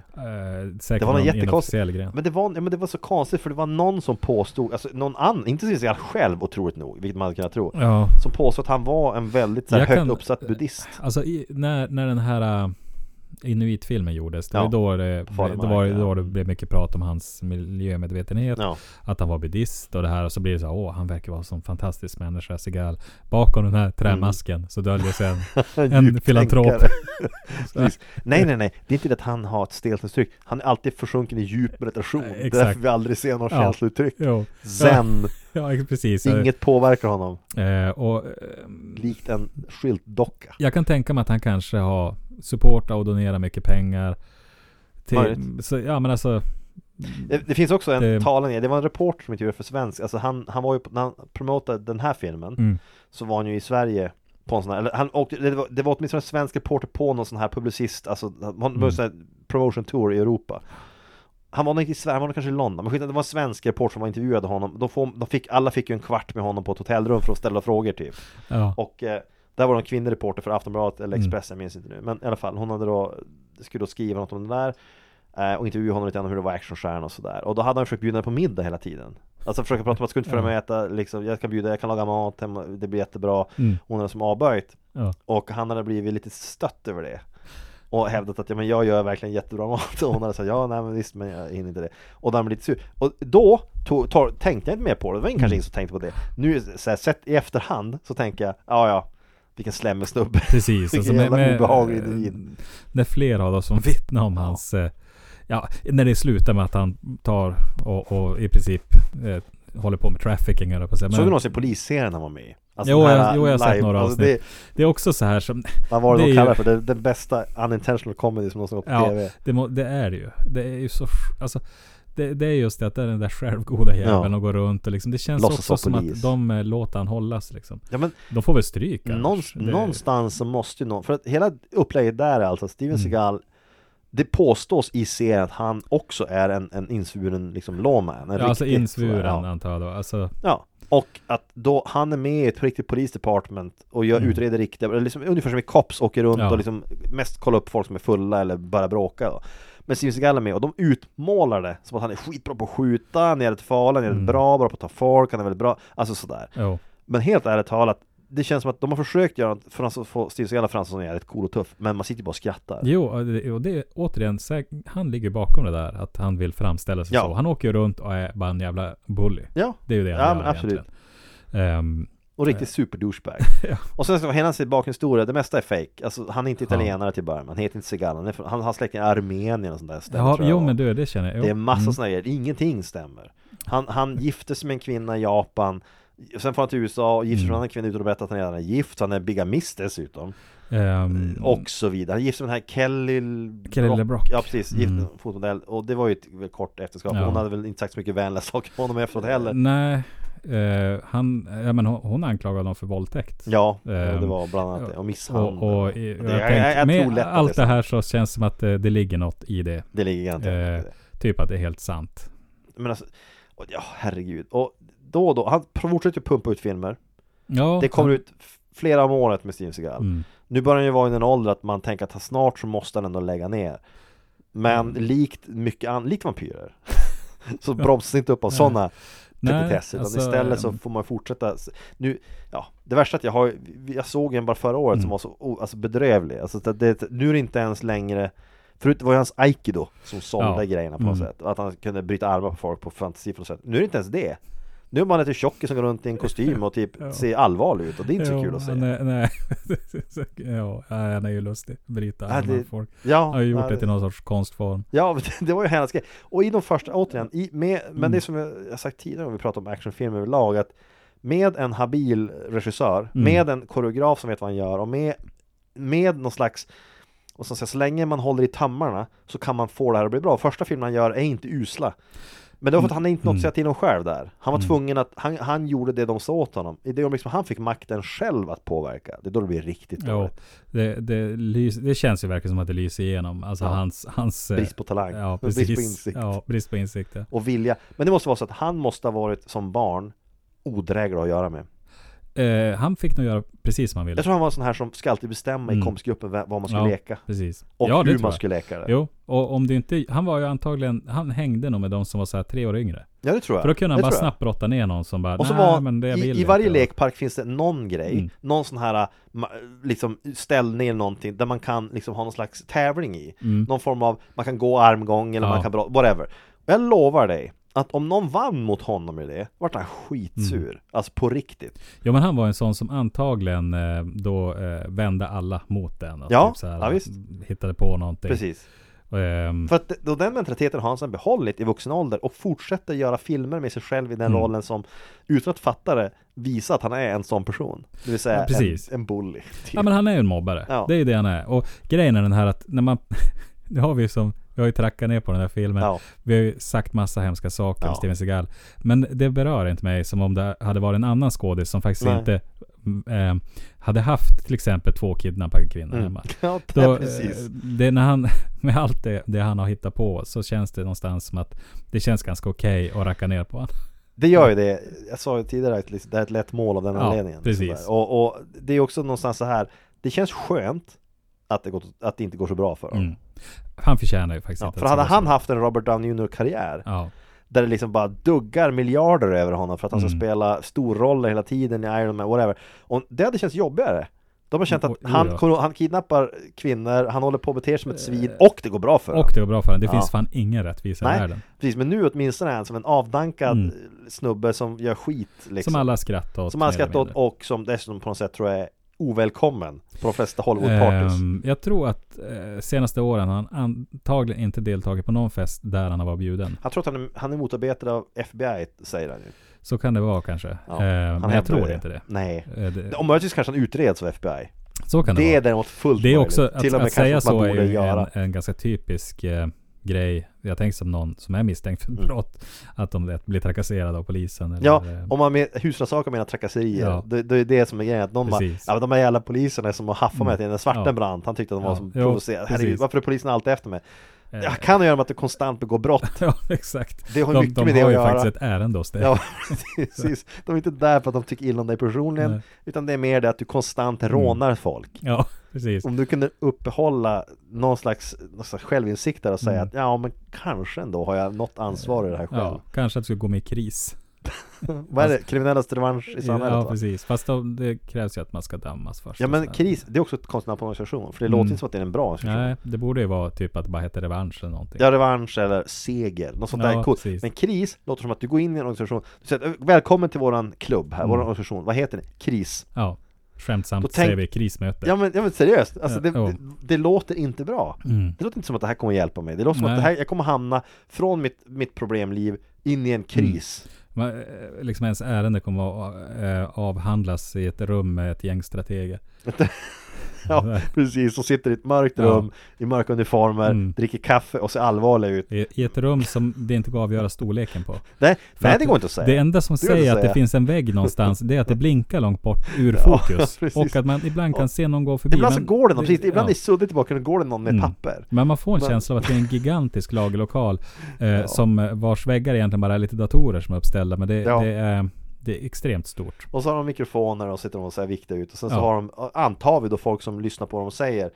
Speaker 8: säkert
Speaker 9: Det var någon
Speaker 8: inofficiell
Speaker 9: jättekonstig
Speaker 8: gren.
Speaker 9: Men det, var, ja, men det var så konstigt för det var någon som påstod, alltså någon annan, inte Steven Seagal själv otroligt nog, vilket man hade kunnat tro,
Speaker 8: Ja.
Speaker 9: som påstod att han var en väldigt så här,
Speaker 8: Jag
Speaker 9: högt
Speaker 8: kan-
Speaker 9: uppsatt buddhist.
Speaker 8: Alltså i, när, när den här äh, Inuit-filmen gjordes, det var
Speaker 9: Ja.
Speaker 8: ju då det, det,
Speaker 9: Farmark,
Speaker 8: var, ju
Speaker 9: ja.
Speaker 8: då det blev mycket prat om hans miljömedvetenhet,
Speaker 9: Ja.
Speaker 8: att han var buddhist och det här. Och så blir det så här, åh, han verkar vara en sån fantastisk människa, Seagal. Bakom den här trämasken så döljer sig en, en
Speaker 9: Mm. Djuptänkare.
Speaker 8: filantrop.
Speaker 9: Precis. nej, nej, nej. Det är inte det att han har ett stelhetsuttryck. Han är alltid försjunken i djup meditation. Det är
Speaker 8: Eh, Exakt.
Speaker 9: därför vi aldrig ser någon
Speaker 8: Ja.
Speaker 9: känslouttryck.
Speaker 8: Jo.
Speaker 9: Zen.
Speaker 8: Ja, ja, precis.
Speaker 9: Inget påverkar honom.
Speaker 8: Eh, och, eh,
Speaker 9: Likt en skyltdocka.
Speaker 8: jag kan tänka mig att han kanske har supportat och donerat mycket pengar. Till,
Speaker 9: Möjligt.
Speaker 8: så, ja, men alltså,
Speaker 9: Det, det finns också en
Speaker 8: Det-
Speaker 9: talande, det var en reporter som intervjuade för svensk, alltså han, han var ju, på- när han promotade den här filmen
Speaker 8: Mm.
Speaker 9: Så var han ju i Sverige på en sån här, eller han åkte, det var, det var åtminstone en svensk reporter på någon sån här publicist, alltså han
Speaker 8: Mm.
Speaker 9: var en sån här promotion tour i Europa han var nog inte i Sverige, han var nog kanske i London, men skitsamma, det var en svensk reporter som var intervjuade honom de, får, de fick, Alla fick ju en kvart med honom på ett hotellrum för att ställa frågor typ
Speaker 8: ja.
Speaker 9: och eh, där var det en kvinnlig reporter för Aftonbladet eller Expressen, jag minns inte nu. Men i alla fall, hon hade då, skulle då skriva något om det där. eh, Och intervjua honom lite grann om hur det var actionstjärna och sådär. Och då hade han försökt bjuda henne på middag hela tiden. Alltså försöka prata om att ska du inte följa med och äta, liksom, jag kan bjuda, jag kan laga mat hemma, det blir jättebra.
Speaker 8: Mm.
Speaker 9: Hon hade som avböjt.
Speaker 8: Ja.
Speaker 9: Och han hade blivit lite stött över det. Och hävdat att ja, men jag gör verkligen jättebra mat och hon hade sagt ja, nej men visst men jag hinner inte det Och där blev lite sur Och då tog, tar, tänkte jag inte mer på det, det var ingen, kanske ingen som tänkte på det Nu så här, sett i efterhand så tänker jag, ja ja Vilken slemmig snubbe
Speaker 8: Precis,
Speaker 9: Vilken
Speaker 8: alltså med-
Speaker 9: jävla
Speaker 8: med-
Speaker 9: obehaglig individ
Speaker 8: när flera av oss
Speaker 9: Mm.
Speaker 8: som vittnar om hans... eh, Ja, när det slutar med att han tar och, och i princip eh, håller på med trafficking, höll jag på att säga.
Speaker 9: Såg du
Speaker 8: Men
Speaker 9: någonsin polisserien han var med i? Alltså,
Speaker 8: Jo,
Speaker 9: den alltså,
Speaker 8: jag- jo, jag har sett några
Speaker 9: det,
Speaker 8: det är också så här som...
Speaker 9: Vad var
Speaker 8: Det
Speaker 9: det,
Speaker 8: är
Speaker 9: de
Speaker 8: ju-
Speaker 9: kallade det för? Det, den bästa unintentional comedy som någonsin gått på
Speaker 8: Ja,
Speaker 9: tv
Speaker 8: det, må, det är det ju. Det är ju så... f- Alltså, det, det är just det att det är den där självgoda jäveln
Speaker 9: Ja.
Speaker 8: och går runt och liksom. Det känns
Speaker 9: Låtsas
Speaker 8: också
Speaker 9: vara
Speaker 8: som
Speaker 9: polis.
Speaker 8: att de eh, låter han hållas liksom.
Speaker 9: Ja men
Speaker 8: De får väl stryk annars.
Speaker 9: Någonst,
Speaker 8: Det-
Speaker 9: Någonstans så måste ju någon, för att hela upplägget där är alltså att Steven
Speaker 8: Mm.
Speaker 9: Seagal Det påstås i serien att han också är en, en insvuren liksom lawman en
Speaker 8: Ja, alltså
Speaker 9: riktig-
Speaker 8: insvuren
Speaker 9: ja.
Speaker 8: antar jag då. Alltså,
Speaker 9: ja, och att då han är med i ett riktigt polisdepartement och gör, utreder riktiga, eller liksom, ungefär som i Cops åker runt
Speaker 8: Mm. Ja.
Speaker 9: och liksom mest kollar upp folk som är fulla eller bara bråkar då. Men Steven Seagal är med och de utmålar det som att han är skitbra på att skjuta, han är jävligt farlig, han är
Speaker 8: Mm.
Speaker 9: jävligt bra, bra på att ta folk, han är väldigt bra, alltså sådär
Speaker 8: jo.
Speaker 9: men helt ärligt talat Det känns som att de har försökt göra för att få Steven Seagal fram som jävligt cool och tuff Men man sitter ju bara och skrattar
Speaker 8: Jo, och det, och det är återigen, säk- han ligger bakom det där. Att han vill framställa sig
Speaker 9: Ja.
Speaker 8: så. Han åker ju runt och är bara en jävla bully.
Speaker 9: Ja,
Speaker 8: Det är ju det han
Speaker 9: Ja,
Speaker 8: gör
Speaker 9: men absolut.
Speaker 8: egentligen. Ehm,
Speaker 9: och riktigt superdouchebag Och sen ska hela sin bakhistoria, det mesta är fake Alltså han är inte italienare till början, han heter inte Seagal Han, är från- han har släkt i Armenien och sånt där ställe
Speaker 8: ja,
Speaker 9: tror jag
Speaker 8: jo
Speaker 9: det var.
Speaker 8: men du, det känner jag. Jo. Mm.
Speaker 9: Det är massa såna grejer, ingenting stämmer Han, han gifte sig med en kvinna i Japan Sen får han till USA och gifter sig med en annan kvinna utan att berätta att han redan är gift Han är bigamist dessutom
Speaker 8: Ehm,
Speaker 9: Mm, Och så vidare. Han gifte sig med den här Kelly...
Speaker 8: Kelly LeBrock. Mm.
Speaker 9: Ja precis, gift fotmodell. Och det var ju ett väl kort äktenskap.
Speaker 8: Ja.
Speaker 9: Hon hade väl inte sagt så mycket vänliga saker på honom efteråt heller.
Speaker 8: Nej, eh, han, ja, men hon, hon anklagade honom för våldtäkt.
Speaker 9: Ja, och
Speaker 8: Ehm,
Speaker 9: det var bland annat det. Och misshandel.
Speaker 8: Och, och, i- jag
Speaker 9: Det- jag-
Speaker 8: tänkt,
Speaker 9: jag- jag
Speaker 8: med
Speaker 9: tror lätt att
Speaker 8: allt det
Speaker 9: det är
Speaker 8: här så känns det som att eh, det ligger något i det.
Speaker 9: det ligger garanterat
Speaker 8: Eh,
Speaker 9: inte i
Speaker 8: typ att det är helt sant.
Speaker 9: det. Men alltså, och, ja herregud. Och då och då, han fortsätter ju pumpa ut filmer.
Speaker 8: Ja,
Speaker 9: Det kommer
Speaker 8: han-
Speaker 9: ut f- flera om året med Steven Seagal.
Speaker 8: Mm.
Speaker 9: Nu börjar han ju vara i den ålder att man tänker att han snart så måste han ändå lägga ner. Men
Speaker 8: Mm.
Speaker 9: likt mycket an- likt vampyrer. så bromsas inte upp av sådana
Speaker 8: Nej,
Speaker 9: petitesser. Utan
Speaker 8: alltså,
Speaker 9: istället så
Speaker 8: ehm.
Speaker 9: får man fortsätta. s- Nu, ja, det värsta är att jag har, jag såg en bara förra året
Speaker 8: Mm.
Speaker 9: som var så o- alltså bedrövlig. Alltså att det, nu är det inte ens längre Förut var ju hans aikido som sålde
Speaker 8: Ja.
Speaker 9: grejerna på något
Speaker 8: Mm.
Speaker 9: sätt. Att han kunde bryta armar på folk på fantasi på något sätt. Nu är det inte ens det. Nu är man lite tjockis som går runt i en kostym och typ ser allvarlig ut och det är inte så
Speaker 8: Jo,
Speaker 9: kul att se.
Speaker 8: han är- Mm. Nej, ja, han är ju lustig. Bryta
Speaker 9: Ja,
Speaker 8: armar
Speaker 9: det-
Speaker 8: folk.
Speaker 9: Ja,
Speaker 8: Han har ju gjort
Speaker 9: nej,
Speaker 8: det till någon sorts konstform.
Speaker 9: Ja, men det- det var ju hennes grej. Och i de första, återigen, i, med, men det är som jag jag sagt tidigare om vi pratar om actionfilmer överlag, att med en habil regissör, med en koreograf som vet vad han gör och med med någon slags och så, så länge man håller i tömmarna så kan man få det här att bli bra. Första filmen han gör är inte usla. Men det var för att han inte något att säga till om själv där. Han var tvungen att, han, han gjorde det de sa åt honom. I det ögonblick som han fick makten själv att påverka, det är då det blir riktigt
Speaker 8: Jo,
Speaker 9: dåligt.
Speaker 8: det, det, lys, det känns ju verkligen som att det lyser igenom. Alltså hans, hans... eh,
Speaker 9: Brist på talang.
Speaker 8: Ja,
Speaker 9: Brist
Speaker 8: precis.
Speaker 9: på insikt.
Speaker 8: Ja, brist på insikt. Ja.
Speaker 9: Och vilja. Men det måste vara så att han måste ha varit som barn odräglig att göra med.
Speaker 8: Eh, han fick nog göra precis som han ville.
Speaker 9: Jag tror han var en sån här som ska alltid bestämma i
Speaker 8: Mm.
Speaker 9: kompisgruppen vä- vad man skulle
Speaker 8: Ja.
Speaker 9: leka.
Speaker 8: Precis.
Speaker 9: Och
Speaker 8: ja, det
Speaker 9: hur
Speaker 8: tror
Speaker 9: man
Speaker 8: jag.
Speaker 9: skulle leka det.
Speaker 8: Jo, och om det inte... Han var ju antagligen... Han hängde nog med de som var så här tre år yngre.
Speaker 9: Ja det tror jag.
Speaker 8: För då kunde han
Speaker 9: Det
Speaker 8: bara
Speaker 9: tror jag.
Speaker 8: snabbt brotta ner någon som bara,
Speaker 9: Och så
Speaker 8: "Nej,
Speaker 9: var,
Speaker 8: men det vill
Speaker 9: i, i
Speaker 8: jag
Speaker 9: varje
Speaker 8: inte."
Speaker 9: lekpark finns det någon grej,
Speaker 8: Mm.
Speaker 9: någon sån här ma- liksom, ställning eller någonting där man kan liksom ha någon slags tävling i. Någon form av, man kan gå armgång eller
Speaker 8: Mm. Ja.
Speaker 9: man kan bra, whatever. Och jag lovar dig att om någon vann mot honom i det, vart han skitsur.
Speaker 8: Mm.
Speaker 9: Alltså på riktigt.
Speaker 8: Ja men han var en sån som antagligen eh, då eh, vände alla mot den. Alltså,
Speaker 9: Ja,
Speaker 8: så här,
Speaker 9: ja, visst.
Speaker 8: Hittade på någonting.
Speaker 9: Precis.
Speaker 8: Ehm,
Speaker 9: För att det- då den mentaliteten har han sedan behållit i vuxen ålder och fortsätter göra filmer med sig själv i den
Speaker 8: Mm.
Speaker 9: rollen som, utan att fatta det, visar att han är en sån person. Det vill säga
Speaker 8: Ja, precis.
Speaker 9: en, en bully. Typ.
Speaker 8: Ja men han är ju en mobbare.
Speaker 9: Ja.
Speaker 8: Det är ju det han är. Och grejen är den här att när man... nu har vi ju som... Vi har ju trackat ner på den här filmen.
Speaker 9: Ja.
Speaker 8: Vi har ju sagt massa hemska saker om
Speaker 9: Ja.
Speaker 8: Steven Seagal. Men det berör inte mig som om det hade varit en annan skådis som faktiskt
Speaker 9: Nej.
Speaker 8: inte mm, ehm, hade haft till exempel två kidnappade kvinnor hemma.
Speaker 9: Mm. Ja,
Speaker 8: Då,
Speaker 9: ja,
Speaker 8: eh,
Speaker 9: precis.
Speaker 8: det, när han, med allt det, det han har hittat på så känns det någonstans som att det känns ganska okej att racka ner på honom.
Speaker 9: Det gör ju det. Jag sa ju tidigare att liksom, det är ett lätt mål av den
Speaker 8: Ja,
Speaker 9: anledningen.
Speaker 8: precis.
Speaker 9: Sådär. Och, och det är också någonstans så här. Det känns skönt att det, gått, att det inte går så bra för honom.
Speaker 8: Mm. Han förtjänar ju faktiskt
Speaker 9: Ja,
Speaker 8: inte
Speaker 9: för
Speaker 8: att
Speaker 9: hade
Speaker 8: det ska
Speaker 9: han
Speaker 8: vara
Speaker 9: haft en Robert Downey Jr-karriär
Speaker 8: så. Ja,
Speaker 9: där det liksom bara duggar miljarder över honom för att han ska
Speaker 8: Mm.
Speaker 9: spela storroller hela tiden i Iron Man, whatever. Och det hade känts jobbigare. De har känt att
Speaker 8: Mm, Jo, jo,
Speaker 9: han,
Speaker 8: ja. Eh,
Speaker 9: kommer- han kidnappar kvinnor, han håller på att bete sig som ett svin och det går bra för
Speaker 8: och
Speaker 9: honom.
Speaker 8: det var bra för honom. Det
Speaker 9: Ja.
Speaker 8: finns fan ingen rättvisa i
Speaker 9: Nej,
Speaker 8: världen.
Speaker 9: precis. Men nu åtminstone är han som en avdankad eh,
Speaker 8: Mm.
Speaker 9: snubbe som gör skit. Liksom.
Speaker 8: Som alla skrattar åt.
Speaker 9: Som han
Speaker 8: mer eller
Speaker 9: skrattar åt
Speaker 8: mindre.
Speaker 9: och som dessutom på något sätt tror jag är ovälkommen på de flesta Hollywood-parties.
Speaker 8: Ehm, jag tror att eh, senaste åren har han antagligen inte deltagit på någon fest där han har varit bjuden.
Speaker 9: Han tror att han är, han är motarbetad av FBI, säger han ju.
Speaker 8: Så kan det vara kanske.
Speaker 9: Ja,
Speaker 8: Ehm,
Speaker 9: han
Speaker 8: men
Speaker 9: hävdar
Speaker 8: jag tror inte det.
Speaker 9: Nej.
Speaker 8: Eh, det.
Speaker 9: Om möjligtvis kanske han utreds av FBI.
Speaker 8: Så kan det,
Speaker 9: Det
Speaker 8: vara.
Speaker 9: är däremot fullt
Speaker 8: Det är
Speaker 9: möjligt.
Speaker 8: också, att,
Speaker 9: Till och med
Speaker 8: att säga
Speaker 9: kanske
Speaker 8: så
Speaker 9: man
Speaker 8: är
Speaker 9: borde
Speaker 8: ju
Speaker 9: göra.
Speaker 8: en, en ganska typisk eh, grej. Jag tänker som någon som är misstänkt för brott, att de lätt blir trakasserade av polisen. Eller,
Speaker 9: Mm. Ja,
Speaker 8: eh,
Speaker 9: om man med husrannsakan menar trakasserier,
Speaker 8: Ja.
Speaker 9: det, det är det som är grejen. Att någon bara,
Speaker 8: Precis. Mm.
Speaker 9: ja, men de här jävla poliserna är som har haffat mig till den svarta
Speaker 8: Ja.
Speaker 9: brant, han tyckte att de var
Speaker 8: Ja,
Speaker 9: som
Speaker 8: jo,
Speaker 9: provocerade. Herregud,
Speaker 8: precis.
Speaker 9: varför är polisen alltid efter mig?
Speaker 8: eh,
Speaker 9: Jag kan ju göra med att det konstant begår brott.
Speaker 8: ja, exakt.
Speaker 9: Det har
Speaker 8: de
Speaker 9: mycket
Speaker 8: de
Speaker 9: med det
Speaker 8: har
Speaker 9: att
Speaker 8: ju
Speaker 9: göra.
Speaker 8: faktiskt ett ärende hos dig.
Speaker 9: Ja, precis. De är inte där för att de tycker illa om dig personligen,
Speaker 8: Nej. Mm.
Speaker 9: utan det är mer det att du konstant rånar folk.
Speaker 8: Ja, precis.
Speaker 9: Om du kunde uppehålla någon slags, någon slags självinsikt där och säga att ja, men kanske ändå har jag något ansvar i det här själv.
Speaker 8: Mm. Ja, kanske att du ska gå med i kris.
Speaker 9: Vad är det? Kriminellas revansch i samhället
Speaker 8: Ja,
Speaker 9: va?
Speaker 8: precis. Fast då, det krävs ju att man ska dömas först.
Speaker 9: Ja
Speaker 8: och
Speaker 9: men
Speaker 8: sådär.
Speaker 9: kris, det är också ett konstigt namn på en organisation, för det låter inte som att det är en bra organisation.
Speaker 8: Mm. Nej, det borde ju vara typ att det bara heter revansch eller någonting.
Speaker 9: Ja, revansch eller seger, något sånt
Speaker 8: Ja,
Speaker 9: där coolt.
Speaker 8: precis.
Speaker 9: Men kris låter som att du går in i en organisation, du säger välkommen till våran klubb här,
Speaker 8: Mm.
Speaker 9: våran organisation, vad heter ni? Kris.
Speaker 8: Ja. Skämtsamt
Speaker 9: Då tänk-
Speaker 8: säger vi krismöte.
Speaker 9: Ja men, ja men seriöst, alltså
Speaker 8: Ja,
Speaker 9: det,
Speaker 8: ja.
Speaker 9: det, det låter inte bra.
Speaker 8: Mm.
Speaker 9: Det låter inte som att det här kommer hjälpa mig. Det låter som att
Speaker 8: Nej.
Speaker 9: det här, jag kommer hamna från mitt, mitt problemliv in
Speaker 8: Mm.
Speaker 9: i en kris.
Speaker 8: Man, eh, liksom ens ärende kommer att eh, avhandlas i ett rum med ett gäng strateger.
Speaker 9: Ja, precis. Som sitter i ett mörkt
Speaker 8: Ja.
Speaker 9: rum, i mörka uniformer,
Speaker 8: Mm.
Speaker 9: dricker kaffe och ser allvarliga ut.
Speaker 8: I, I ett rum som det inte går att avgöra storleken på.
Speaker 9: Nej,
Speaker 8: För
Speaker 9: nej
Speaker 8: att
Speaker 9: det går inte att säga.
Speaker 8: Det enda som
Speaker 9: Det går inte
Speaker 8: säger
Speaker 9: att
Speaker 8: att det
Speaker 9: säga.
Speaker 8: finns en vägg någonstans, det är att det blinkar långt bort ur fokus.
Speaker 9: precis.
Speaker 8: och att man ibland kan se någon gå förbi.
Speaker 9: ibland så
Speaker 8: men
Speaker 9: går det någon, precis, ibland
Speaker 8: ja.
Speaker 9: är det suddigt i bakgrunden, går det någon med
Speaker 8: Mm.
Speaker 9: papper.
Speaker 8: Men man får en
Speaker 9: Men-
Speaker 8: känsla av att det är en gigantisk lagerlokal eh, som eh, vars väggar egentligen bara är lite datorer som är uppställda. Men det,
Speaker 9: Ja.
Speaker 8: det, är, det är extremt stort.
Speaker 9: Och så har de mikrofoner och sitter de och ser viktiga ut. Och sen så
Speaker 8: Ja.
Speaker 9: har de, antar vi då folk som lyssnar på vad de säger.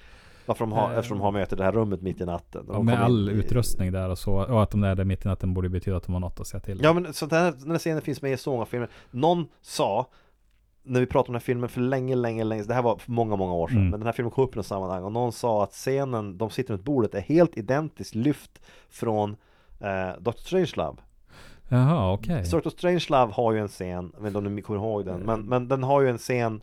Speaker 9: Varför de har, eftersom de har möte i det här rummet mitt i natten. Och de
Speaker 8: Eh. med
Speaker 9: kommer
Speaker 8: all
Speaker 9: in i-
Speaker 8: utrustning där och så. Och att de är där mitt i natten borde betyda att de har något att säga till om.
Speaker 9: Ja men sånt här, den här scenen finns med i så många filmer Någon sa När vi pratade om den här filmen för länge, länge, länge Det här var för många, många år sedan
Speaker 8: Mm.
Speaker 9: Men den här filmen kom upp i något sammanhang Och någon sa att scenen, de sitter runt bordet Är helt identiskt lyft från eh, Dr. Strangelove
Speaker 8: Jaha, okej.
Speaker 9: Så Dr. Strangelove har ju en scen Jag vet inte om ni kommer ihåg den men, men den har ju en scen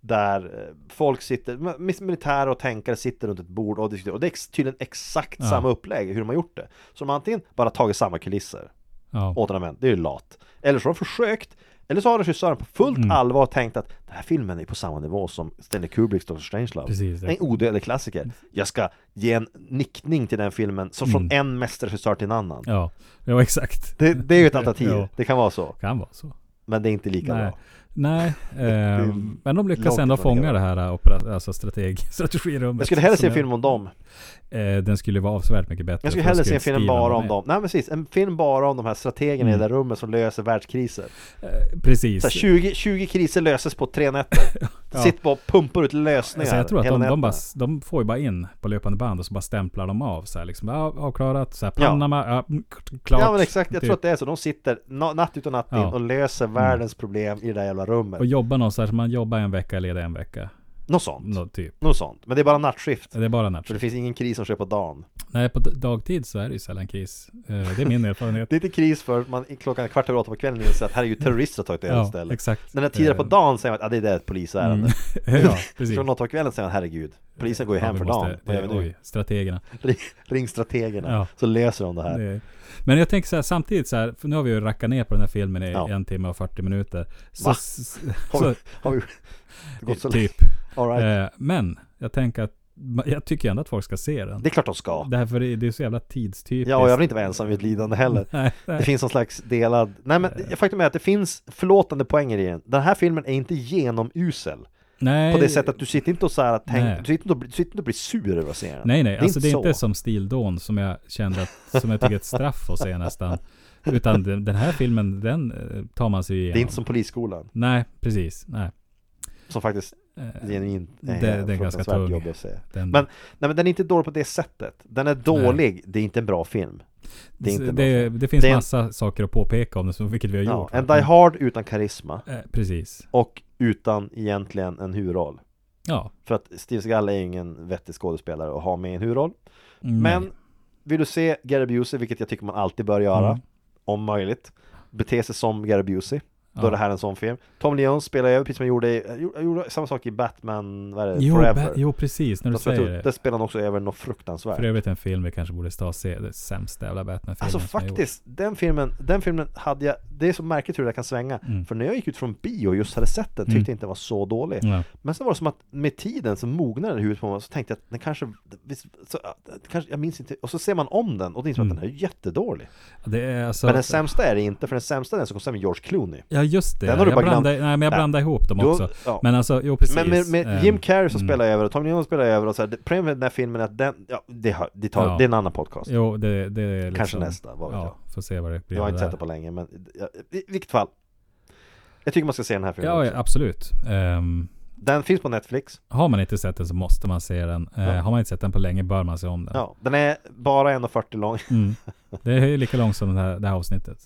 Speaker 9: där eh, folk sitter, m- militärer och tänkare sitter runt ett bord och diskuterar Och det är ex- tydligen exakt samma upplägg hur de har gjort det Så de har antingen bara tagit samma kulisser
Speaker 8: Ja.
Speaker 9: återanvänt, det är ju lat. Eller så har de försökt Eller så har regissören på fullt
Speaker 8: Mm.
Speaker 9: allvar tänkt att den här filmen är på samma nivå som Stanley Kubricks Dr. Strangelove.
Speaker 8: Precis,
Speaker 9: En odödlig klassiker. Jag ska ge en nickning till den filmen, som från en mästerregissör till en annan.
Speaker 8: Mm. Ja, ja exakt.
Speaker 9: Det, det är ju ett alternativ,
Speaker 8: Ja.
Speaker 9: det kan vara så.
Speaker 8: Kan vara så.
Speaker 9: Men det är inte lika
Speaker 8: Nej,
Speaker 9: bra.
Speaker 8: Nej eh, men de lyckas
Speaker 9: långt
Speaker 8: ändå
Speaker 9: ifrån det
Speaker 8: fånga
Speaker 9: hela.
Speaker 8: det här eh, opera, alltså strateg, strategirummet.
Speaker 9: Jag skulle hellre se
Speaker 8: som
Speaker 9: en film om dem.
Speaker 8: jag- Eh, den skulle vara avsevärt mycket bättre.
Speaker 9: Jag skulle
Speaker 8: för då
Speaker 9: hellre se en
Speaker 8: inte
Speaker 9: film
Speaker 8: Steven
Speaker 9: bara
Speaker 8: vara
Speaker 9: om
Speaker 8: med.
Speaker 9: dem. Nej precis, en film bara om de här strategerna i det där rummet som löser världskriser.
Speaker 8: Mm. Eh, Precis.
Speaker 9: Så här, 20, 20 kriser löses på tre nätter. Sitt bara och pumpar ut lösningar
Speaker 8: Så Alltså, jag tror att
Speaker 9: hela
Speaker 8: de, de,
Speaker 9: nätterna.
Speaker 8: bara, de får ju bara in på löpande band och så bara stämplar de av så här liksom. Ja, avklarat. Så här, Panama, ja. mm, klart.
Speaker 9: Ja men exakt, jag
Speaker 8: Typ.
Speaker 9: tror att det är så. De sitter na- natt ut och natt in
Speaker 8: Ja. Mm.
Speaker 9: och löser världens problem i det där jävla rummet.
Speaker 8: Och jobba någon så här, så man jobbar en vecka, leder en vecka.
Speaker 9: Något sånt.
Speaker 8: Nå, typ.
Speaker 9: Något sånt. Men det är bara nattskift.
Speaker 8: Det är bara natt.
Speaker 9: För det finns ingen kris som sker på dagen.
Speaker 8: Nej, på d- dagtid så är det ju sällan kris. Eh, Det är min erfarenhet.
Speaker 9: Det är inte kris för man i- klockan är kvart över åtta på kvällen inser att här är ju terrorister som har tagit över
Speaker 8: Mm. Ja,
Speaker 9: stället.
Speaker 8: exakt.
Speaker 9: Den här tiden på
Speaker 8: Eh. Mm.
Speaker 9: dagen säger man att ah, det är det ett polisärende.
Speaker 8: ja, precis.
Speaker 9: Klockan åtta på kvällen säger man herregud, polisen går ju
Speaker 8: Ja,
Speaker 9: hem
Speaker 8: vi
Speaker 9: för
Speaker 8: måste-
Speaker 9: dagen. Vad gör vi
Speaker 8: det,
Speaker 9: nu?
Speaker 8: oj, strategerna.
Speaker 9: Ring- Ring strategerna,
Speaker 8: Ja.
Speaker 9: så löser de det här.
Speaker 8: Det är- Men jag tänker så här, samtidigt så här, för nu har vi ju rackat ner på den här filmen i
Speaker 9: Ja.
Speaker 8: en timme och 40 minuter. Så,
Speaker 9: Va?
Speaker 8: s-
Speaker 9: Har vi,
Speaker 8: så,
Speaker 9: har vi det gått så
Speaker 8: typ.
Speaker 9: All right.
Speaker 8: Eh, Men jag tänker att, ma- jag tycker ändå att folk ska se den.
Speaker 9: Det är klart de ska.
Speaker 8: Det här för det, det är så jävla tidstypiskt.
Speaker 9: Ja, och jag vill inte vara ensam i ett lidande heller.
Speaker 8: Nej, Eh.
Speaker 9: Det finns någon slags delad... Nej men faktum är att det finns förlåtande poänger i den. Den här filmen är inte genomusel.
Speaker 8: nej,
Speaker 9: På det sättet att du sitter inte och så här att tänk,
Speaker 8: Nej.
Speaker 9: du, sitter inte och, blir- du sitter inte och blir sur över att se den.
Speaker 8: Nej, nej. alltså det är inte
Speaker 9: så.
Speaker 8: som Stildån som jag kände att, som jag tycker är ett straff att se nästan. Utan den, den här filmen, den eh, tar man sig igenom.
Speaker 9: Det är inte som Polisskolan,
Speaker 8: Nej, precis. Nej.
Speaker 9: som faktiskt genuint är
Speaker 8: Eh. det- det är ganska
Speaker 9: fruktansvärt
Speaker 8: tung.
Speaker 9: jobbig att se.
Speaker 8: Den,
Speaker 9: Men, nej, men den är inte dålig på det sättet. Den är dålig, det är inte en bra film. Det är inte en bra
Speaker 8: det,
Speaker 9: film.
Speaker 8: det finns
Speaker 9: Det är en-
Speaker 8: massa saker att påpeka om det, som- vilket vi har
Speaker 9: Ja,
Speaker 8: gjort.
Speaker 9: en Die Hard utan karisma
Speaker 8: Eh, precis.
Speaker 9: och utan egentligen en huvudroll.
Speaker 8: Ja.
Speaker 9: För att Steve Seagal är ju ingen vettig skådespelare att ha med i en huvudroll.
Speaker 8: Mm,
Speaker 9: Men vill du se Gary Busey, vilket jag tycker man alltid bör göra,
Speaker 8: Mm.
Speaker 9: om möjligt, bete sig som Gary Busey. Då
Speaker 8: Ja.
Speaker 9: är det här en sån film. Tom Leon spelar över, precis som han gjorde, i- jag gjorde, jag gjorde samma sak i Batman, vad är det,
Speaker 8: jo,
Speaker 9: eh, Forever.
Speaker 8: ba- jo, precis. När du
Speaker 9: Fast jag tror,
Speaker 8: säger
Speaker 9: där
Speaker 8: det.
Speaker 9: spelar han också över något fruktansvärt.
Speaker 8: För övrigt en film vi kanske borde ta och se. Det sämsta jävla Batman-filmen
Speaker 9: Alltså
Speaker 8: som jag gjort.
Speaker 9: faktiskt, den filmen, den filmen hade jag, det är så märkligt hur det där kan svänga.
Speaker 8: Mm.
Speaker 9: För när jag gick ut från bio och just hade sett den, tyckte jag inte den var så dålig.
Speaker 8: Ja.
Speaker 9: Men sen var det som att med tiden så mognade den i huvudet på mig, så tänkte jag att den kanske, visst, så, äh, kanske, jag minns inte, och så ser man om den och det är som att den är jättedålig.
Speaker 8: Mm. Det är alltså...
Speaker 9: Men den sämsta är det inte, för den sämsta är den som kom sen med George Clooney.
Speaker 8: Ja just det,
Speaker 9: Den har du
Speaker 8: jag
Speaker 9: bara glömt.
Speaker 8: blandade, nej, men jag
Speaker 9: Nej.
Speaker 8: blandade ihop dem
Speaker 9: Du har-
Speaker 8: också.
Speaker 9: ja.
Speaker 8: Men alltså, jo precis.
Speaker 9: Men med, med
Speaker 8: Ehm,
Speaker 9: Jim Carrey som spelar över och Tom Leon spelar över och så här, det- problemet med den här filmen är att den, ja, det, har- det, tar,
Speaker 8: Ja.
Speaker 9: det är en annan podcast.
Speaker 8: Jo, det, det är liksom,
Speaker 9: Kanske nästa, vad vet
Speaker 8: Ja, får se vad det blir
Speaker 9: Jag har
Speaker 8: av
Speaker 9: inte
Speaker 8: det här.
Speaker 9: sett det på länge, men ja, i vilket fall. Jag tycker man ska se den här filmen
Speaker 8: Ja,
Speaker 9: också.
Speaker 8: ja absolut. Ehm,
Speaker 9: Den finns på Netflix.
Speaker 8: har man inte sett den så måste man se den. Eh,
Speaker 9: Ja.
Speaker 8: Har man inte sett den på länge bör man se om den.
Speaker 9: Ja, den är bara 1,40 lång.
Speaker 8: Mm. Det är ju lika långt som det här, det här avsnittet.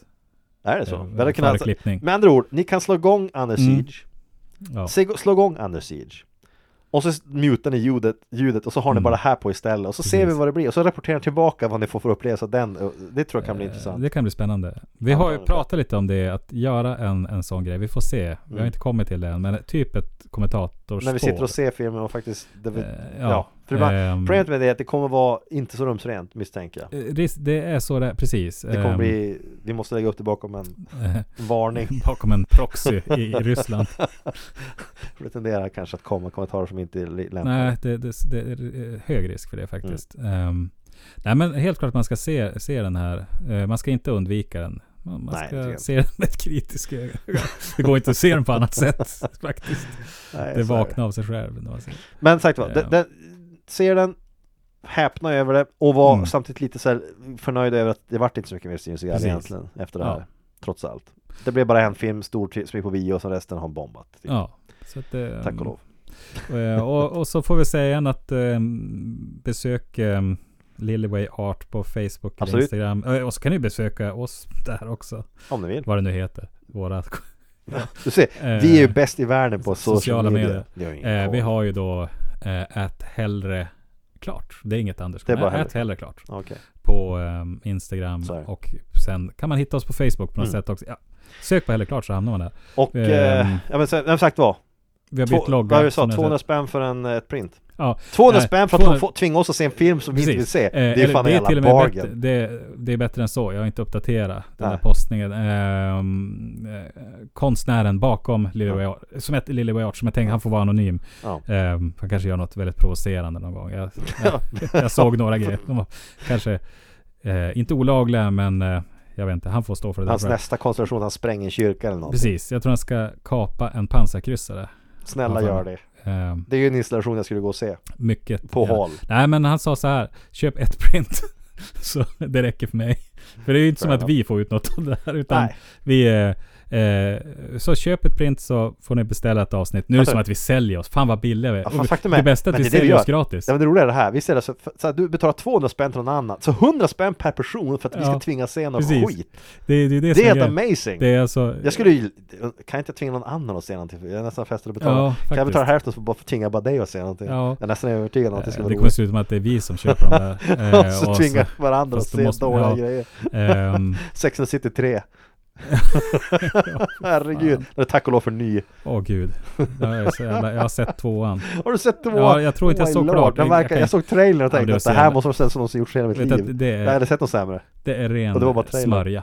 Speaker 9: är det alltså- så?
Speaker 8: Ja,
Speaker 9: Vi hade kunnat-
Speaker 8: före klippning.
Speaker 9: Med andra ord, ni kan slå igång Under
Speaker 8: Mm.
Speaker 9: Siege.
Speaker 8: Ja.
Speaker 9: Se- Slå igång Under Siege. Och så mutar ni ljudet, ljudet och så har
Speaker 8: Mm.
Speaker 9: ni bara det här på istället. Och så ser vi vad det blir. Och så rapporterar ni tillbaka vad ni får för upplevelse. av Den, det tror jag kan bli intressant.
Speaker 8: Eh, Det kan bli spännande. Vi
Speaker 9: Ja,
Speaker 8: har
Speaker 9: det
Speaker 8: ju
Speaker 9: är
Speaker 8: pratat lite om det, att göra en, en sån grej. Vi får se. Vi har inte kommit till det än, men typ ett kommentatorspår.
Speaker 9: Mm. När vi sitter och ser filmen och faktiskt... Det, vi-
Speaker 8: Eh,
Speaker 9: ja.
Speaker 8: ja.
Speaker 9: För det bara,
Speaker 8: Ehm.
Speaker 9: problemet med det är att det kommer vara inte så rumsrent, misstänker jag.
Speaker 8: Eh, ris- Det är så det precis.
Speaker 9: Det kommer
Speaker 8: Ehm,
Speaker 9: bli... Vi måste lägga upp det bakom en varning.
Speaker 8: bakom en proxy i, i Ryssland.
Speaker 9: Pretenderar kanske att komma kommentarer som inte är li- lämpliga.
Speaker 8: Nej, det, det, det är eh, hög risk för det faktiskt.
Speaker 9: Mm.
Speaker 8: Ehm, nej, men helt klart man ska se, se den här. Eh, man ska inte undvika den. Man, man
Speaker 9: Nej, det tycker
Speaker 8: ska
Speaker 9: jag
Speaker 8: se den med ett kritiskt öga. Det går inte att se den på annat sätt faktiskt.
Speaker 9: Nej,
Speaker 8: Det
Speaker 9: så är
Speaker 8: vaknar av sig själv. när man ser.
Speaker 9: Men sagt var,
Speaker 8: Ja.
Speaker 9: den, den, ser den, häpna över det och var
Speaker 8: Mm.
Speaker 9: samtidigt lite så här förnöjd över att det vart inte så mycket mer Steven Seagal
Speaker 8: Precis.
Speaker 9: egentligen efter det här.
Speaker 8: Ja.
Speaker 9: Trots allt. Det blev bara en film stor till- som gick på bio och sen resten har bombat. Typ.
Speaker 8: Ja, så att, ehm,
Speaker 9: Tack och lov.
Speaker 8: Eh, och, och så får vi säga igen att eh, besök eh, Lillyway Art på Facebook eller
Speaker 9: Absolut.
Speaker 8: Instagram. Eh, och så kan ni besöka oss där också.
Speaker 9: Om ni vill.
Speaker 8: Vad det nu heter. Våra
Speaker 9: Du ser, vi är ju bäst i världen på
Speaker 8: Eh, sociala
Speaker 9: sociala medier.
Speaker 8: medier.
Speaker 9: Det har ingen
Speaker 8: Eh, vi
Speaker 9: koll.
Speaker 8: har ju då eh, att hellre klart. Det är inget Anders.
Speaker 9: Det är bara
Speaker 8: Nej,
Speaker 9: hellre
Speaker 8: att hellre klart.
Speaker 9: Okej.
Speaker 8: På eh, Instagram.
Speaker 9: Så är det.
Speaker 8: Och sen kan man hitta oss på Facebook på något
Speaker 9: Mm.
Speaker 8: sätt också. Ja. Sök på hellre klart så hamnar man där.
Speaker 9: Och, eh,
Speaker 8: Ehm,
Speaker 9: ja men sen- som sagt var.
Speaker 8: Vi har bytt
Speaker 9: Två,
Speaker 8: logga.
Speaker 9: vad var det du sa?
Speaker 8: som jag
Speaker 9: 200 spänn för en, eh, ett print.
Speaker 8: Ja,
Speaker 9: 200
Speaker 8: nej,
Speaker 9: spänn för att
Speaker 8: 200
Speaker 9: få- tvinga oss att se en film som vi inte vill
Speaker 8: Precis.
Speaker 9: se.
Speaker 8: Eh,
Speaker 9: det är
Speaker 8: eller
Speaker 9: fan en jävla
Speaker 8: och med
Speaker 9: bargain.
Speaker 8: bättre, det, det är bättre än så. Jag har inte uppdaterat den
Speaker 9: Nej.
Speaker 8: där postningen. Ehm, eh, konstnären bakom Lily Way Out, som heter Lily Way Out, som jag tänkte han får vara anonym.
Speaker 9: Ja.
Speaker 8: Eh, han kanske gör något väldigt provocerande någon gång. Jag, jag, jag såg några grejer. De var kanske eh, inte olagliga, men eh, jag vet inte. Han får stå för det.
Speaker 9: Hans
Speaker 8: tror jag.
Speaker 9: nästa konstellation, han spränger en kyrka eller något.
Speaker 8: Precis, jag tror han ska kapa en pansarkryssare.
Speaker 9: Snälla
Speaker 8: Ja, fan.
Speaker 9: gör det.
Speaker 8: Eh,
Speaker 9: Det är ju en installation jag skulle gå och se.
Speaker 8: mycket.
Speaker 9: På håll.
Speaker 8: Nej, men han sa så här. Köp ett print. så det räcker för mig. För det är ju inte som
Speaker 9: Fair
Speaker 8: att vi får ut något av det här. Utan
Speaker 9: Nej.
Speaker 8: vi... Eh, eh, så köp ett print så får ni beställa ett avsnitt. Nu är det som att vi säljer oss. Fan vad billiga vi är.
Speaker 9: Alltså- Ja, fan,
Speaker 8: Och
Speaker 9: faktum
Speaker 8: det
Speaker 9: är-
Speaker 8: bästa är att
Speaker 9: men
Speaker 8: vi
Speaker 9: det är det vi
Speaker 8: säljer oss
Speaker 9: gör.
Speaker 8: gratis.
Speaker 9: Ja, men det roliga är det här, vi ser det så, för- så här, du betalar 200 spänn till någon annan, så 100 spänn per person för att vi
Speaker 8: Ja,
Speaker 9: ska tvingas se någon
Speaker 8: precis.
Speaker 9: skit.
Speaker 8: Det, är- det är det,
Speaker 9: Det
Speaker 8: som
Speaker 9: är helt
Speaker 8: grejen.
Speaker 9: amazing!
Speaker 8: Det är alltså...
Speaker 9: Jag skulle ju, kan jag inte tvinga någon annan att se någonting? Jag är nästan frestad att betala.
Speaker 8: Ja,
Speaker 9: kan
Speaker 8: faktiskt.
Speaker 9: jag betala hälften för att bara tvinga bara dig att se någonting?
Speaker 8: Ja.
Speaker 9: Jag är nästan övertygad om att det skulle
Speaker 8: eh, det
Speaker 9: vara
Speaker 8: kommer
Speaker 9: roligt.
Speaker 8: se ut som att det är vi som köper de där. eh,
Speaker 9: Och så tvinga varandra att
Speaker 8: fast då
Speaker 9: se
Speaker 8: måste-
Speaker 9: dåliga
Speaker 8: ja.
Speaker 9: grejer.
Speaker 8: ehm,
Speaker 9: Sex and the City 3. Herregud, den är tack och lov för ny.
Speaker 8: Åh gud. Jag, är så jävla, jag har sett tvåan.
Speaker 9: Har du sett tvåan?
Speaker 8: Ja, jag tror inte jag
Speaker 9: my
Speaker 8: såg
Speaker 9: lord,
Speaker 8: klart.
Speaker 9: Den
Speaker 8: Jag- jag
Speaker 9: verkar,
Speaker 8: kan-
Speaker 9: jag såg trailern och
Speaker 8: Ja, men det
Speaker 9: tänkte
Speaker 8: var
Speaker 9: att det
Speaker 8: så
Speaker 9: här
Speaker 8: jävla-
Speaker 9: måste vara den som någon som gjorts i hela mitt
Speaker 8: Vet eh. du att
Speaker 9: liv.
Speaker 8: det är-
Speaker 9: Jag hade sett något sämre.
Speaker 8: Det är ren
Speaker 9: Och det var bara trailern.
Speaker 8: smörja.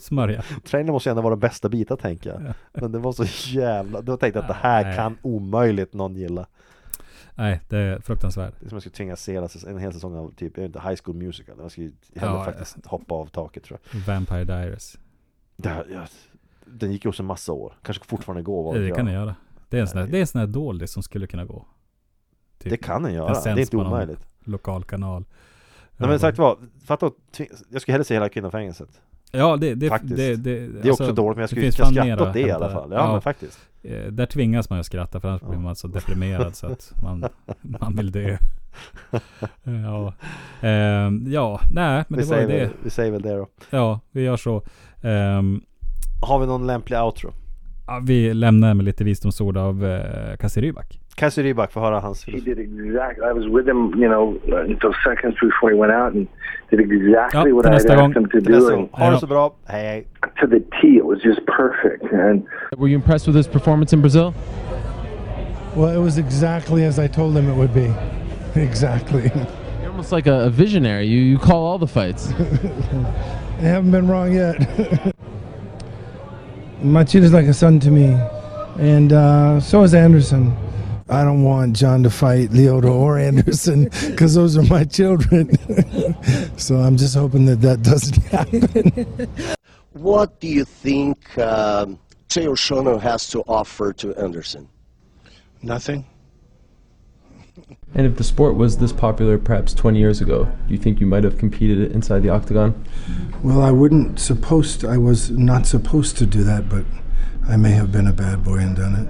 Speaker 8: Smörja.
Speaker 9: Trailern måste ju ändå vara den bästa biten tänker jag. Men det var så jävla... Då tänkte jag att det här
Speaker 8: Nej.
Speaker 9: kan omöjligt någon gilla.
Speaker 8: Nej, det är fruktansvärt.
Speaker 9: Det är som jag skulle tvingas se hela säs- en hel säsong av typ, jag vet inte, High School Musical. Jag skulle hellre
Speaker 8: Ja,
Speaker 9: faktiskt hoppa av taket tror jag.
Speaker 8: Vampire Diaries.
Speaker 9: Det här, jag. Den gick ju också en massa år. Kanske fortfarande går. vad vet
Speaker 8: Det
Speaker 9: jag.
Speaker 8: kan den göra. Det är en sån där, det är en sån där dålig som skulle kunna gå. Typ
Speaker 9: Det kan den göra.
Speaker 8: Den
Speaker 9: Det
Speaker 8: sänds
Speaker 9: är inte
Speaker 8: på någon-
Speaker 9: omöjligt.
Speaker 8: lokal kanal.
Speaker 9: Nej men sagt vad, fatta att tvi- jag skulle hellre se hela kvinnofängelset.
Speaker 8: Ja, det, det,
Speaker 9: Faktiskt.
Speaker 8: det, Alltså, det,
Speaker 9: Det är också dåligt men jag skulle
Speaker 8: finns
Speaker 9: jag
Speaker 8: fan mer
Speaker 9: skratta
Speaker 8: att
Speaker 9: åt det i
Speaker 8: hämta
Speaker 9: alla
Speaker 8: där.
Speaker 9: fall. Ja,
Speaker 8: Ja.
Speaker 9: men faktiskt.
Speaker 8: eh, Där tvingas man ju skratta för annars blir man så deprimerad så att man, man vill dö. Eh, Ja, Ehm, ja nej men
Speaker 9: vi,
Speaker 8: det var ju
Speaker 9: säger
Speaker 8: det.
Speaker 9: väl, vi säger väl det då.
Speaker 8: Ja, vi gör så. Ehm,
Speaker 9: Har vi någon lämplig outro?
Speaker 8: Ja, vi lämnar med lite visdomsord av eh, Kassi Rybak.
Speaker 9: Cassie Rybak får höra hans
Speaker 6: He did exactly. I was with him, you know, until seconds before he went out, and did exactly
Speaker 8: Ja,
Speaker 6: what
Speaker 8: till
Speaker 6: I had
Speaker 8: nästa gång.
Speaker 6: asked him to do, and
Speaker 9: Ha det så bra, hej hej.
Speaker 6: to the T, it was just perfect. And
Speaker 10: Were you impressed with his performance in Brazil?
Speaker 2: Well, it was exactly as I told him it would be. Exactly.
Speaker 10: You're almost like a, a visionary. You, you call all the fights.
Speaker 2: I haven't been wrong yet. Machida like a son to me, and uh, so is Anderson. I don't want John to fight Leota or Anderson because those are my children. so I'm just hoping that that doesn't happen.
Speaker 5: What do you think um, Teo Shono has to offer to Anderson?
Speaker 2: Nothing.
Speaker 10: And if the sport was this popular perhaps 20 years ago, do you think you might have competed inside the octagon?
Speaker 2: Well, I wouldn't supposed I was not supposed to do that, but I may have been a bad boy and done it.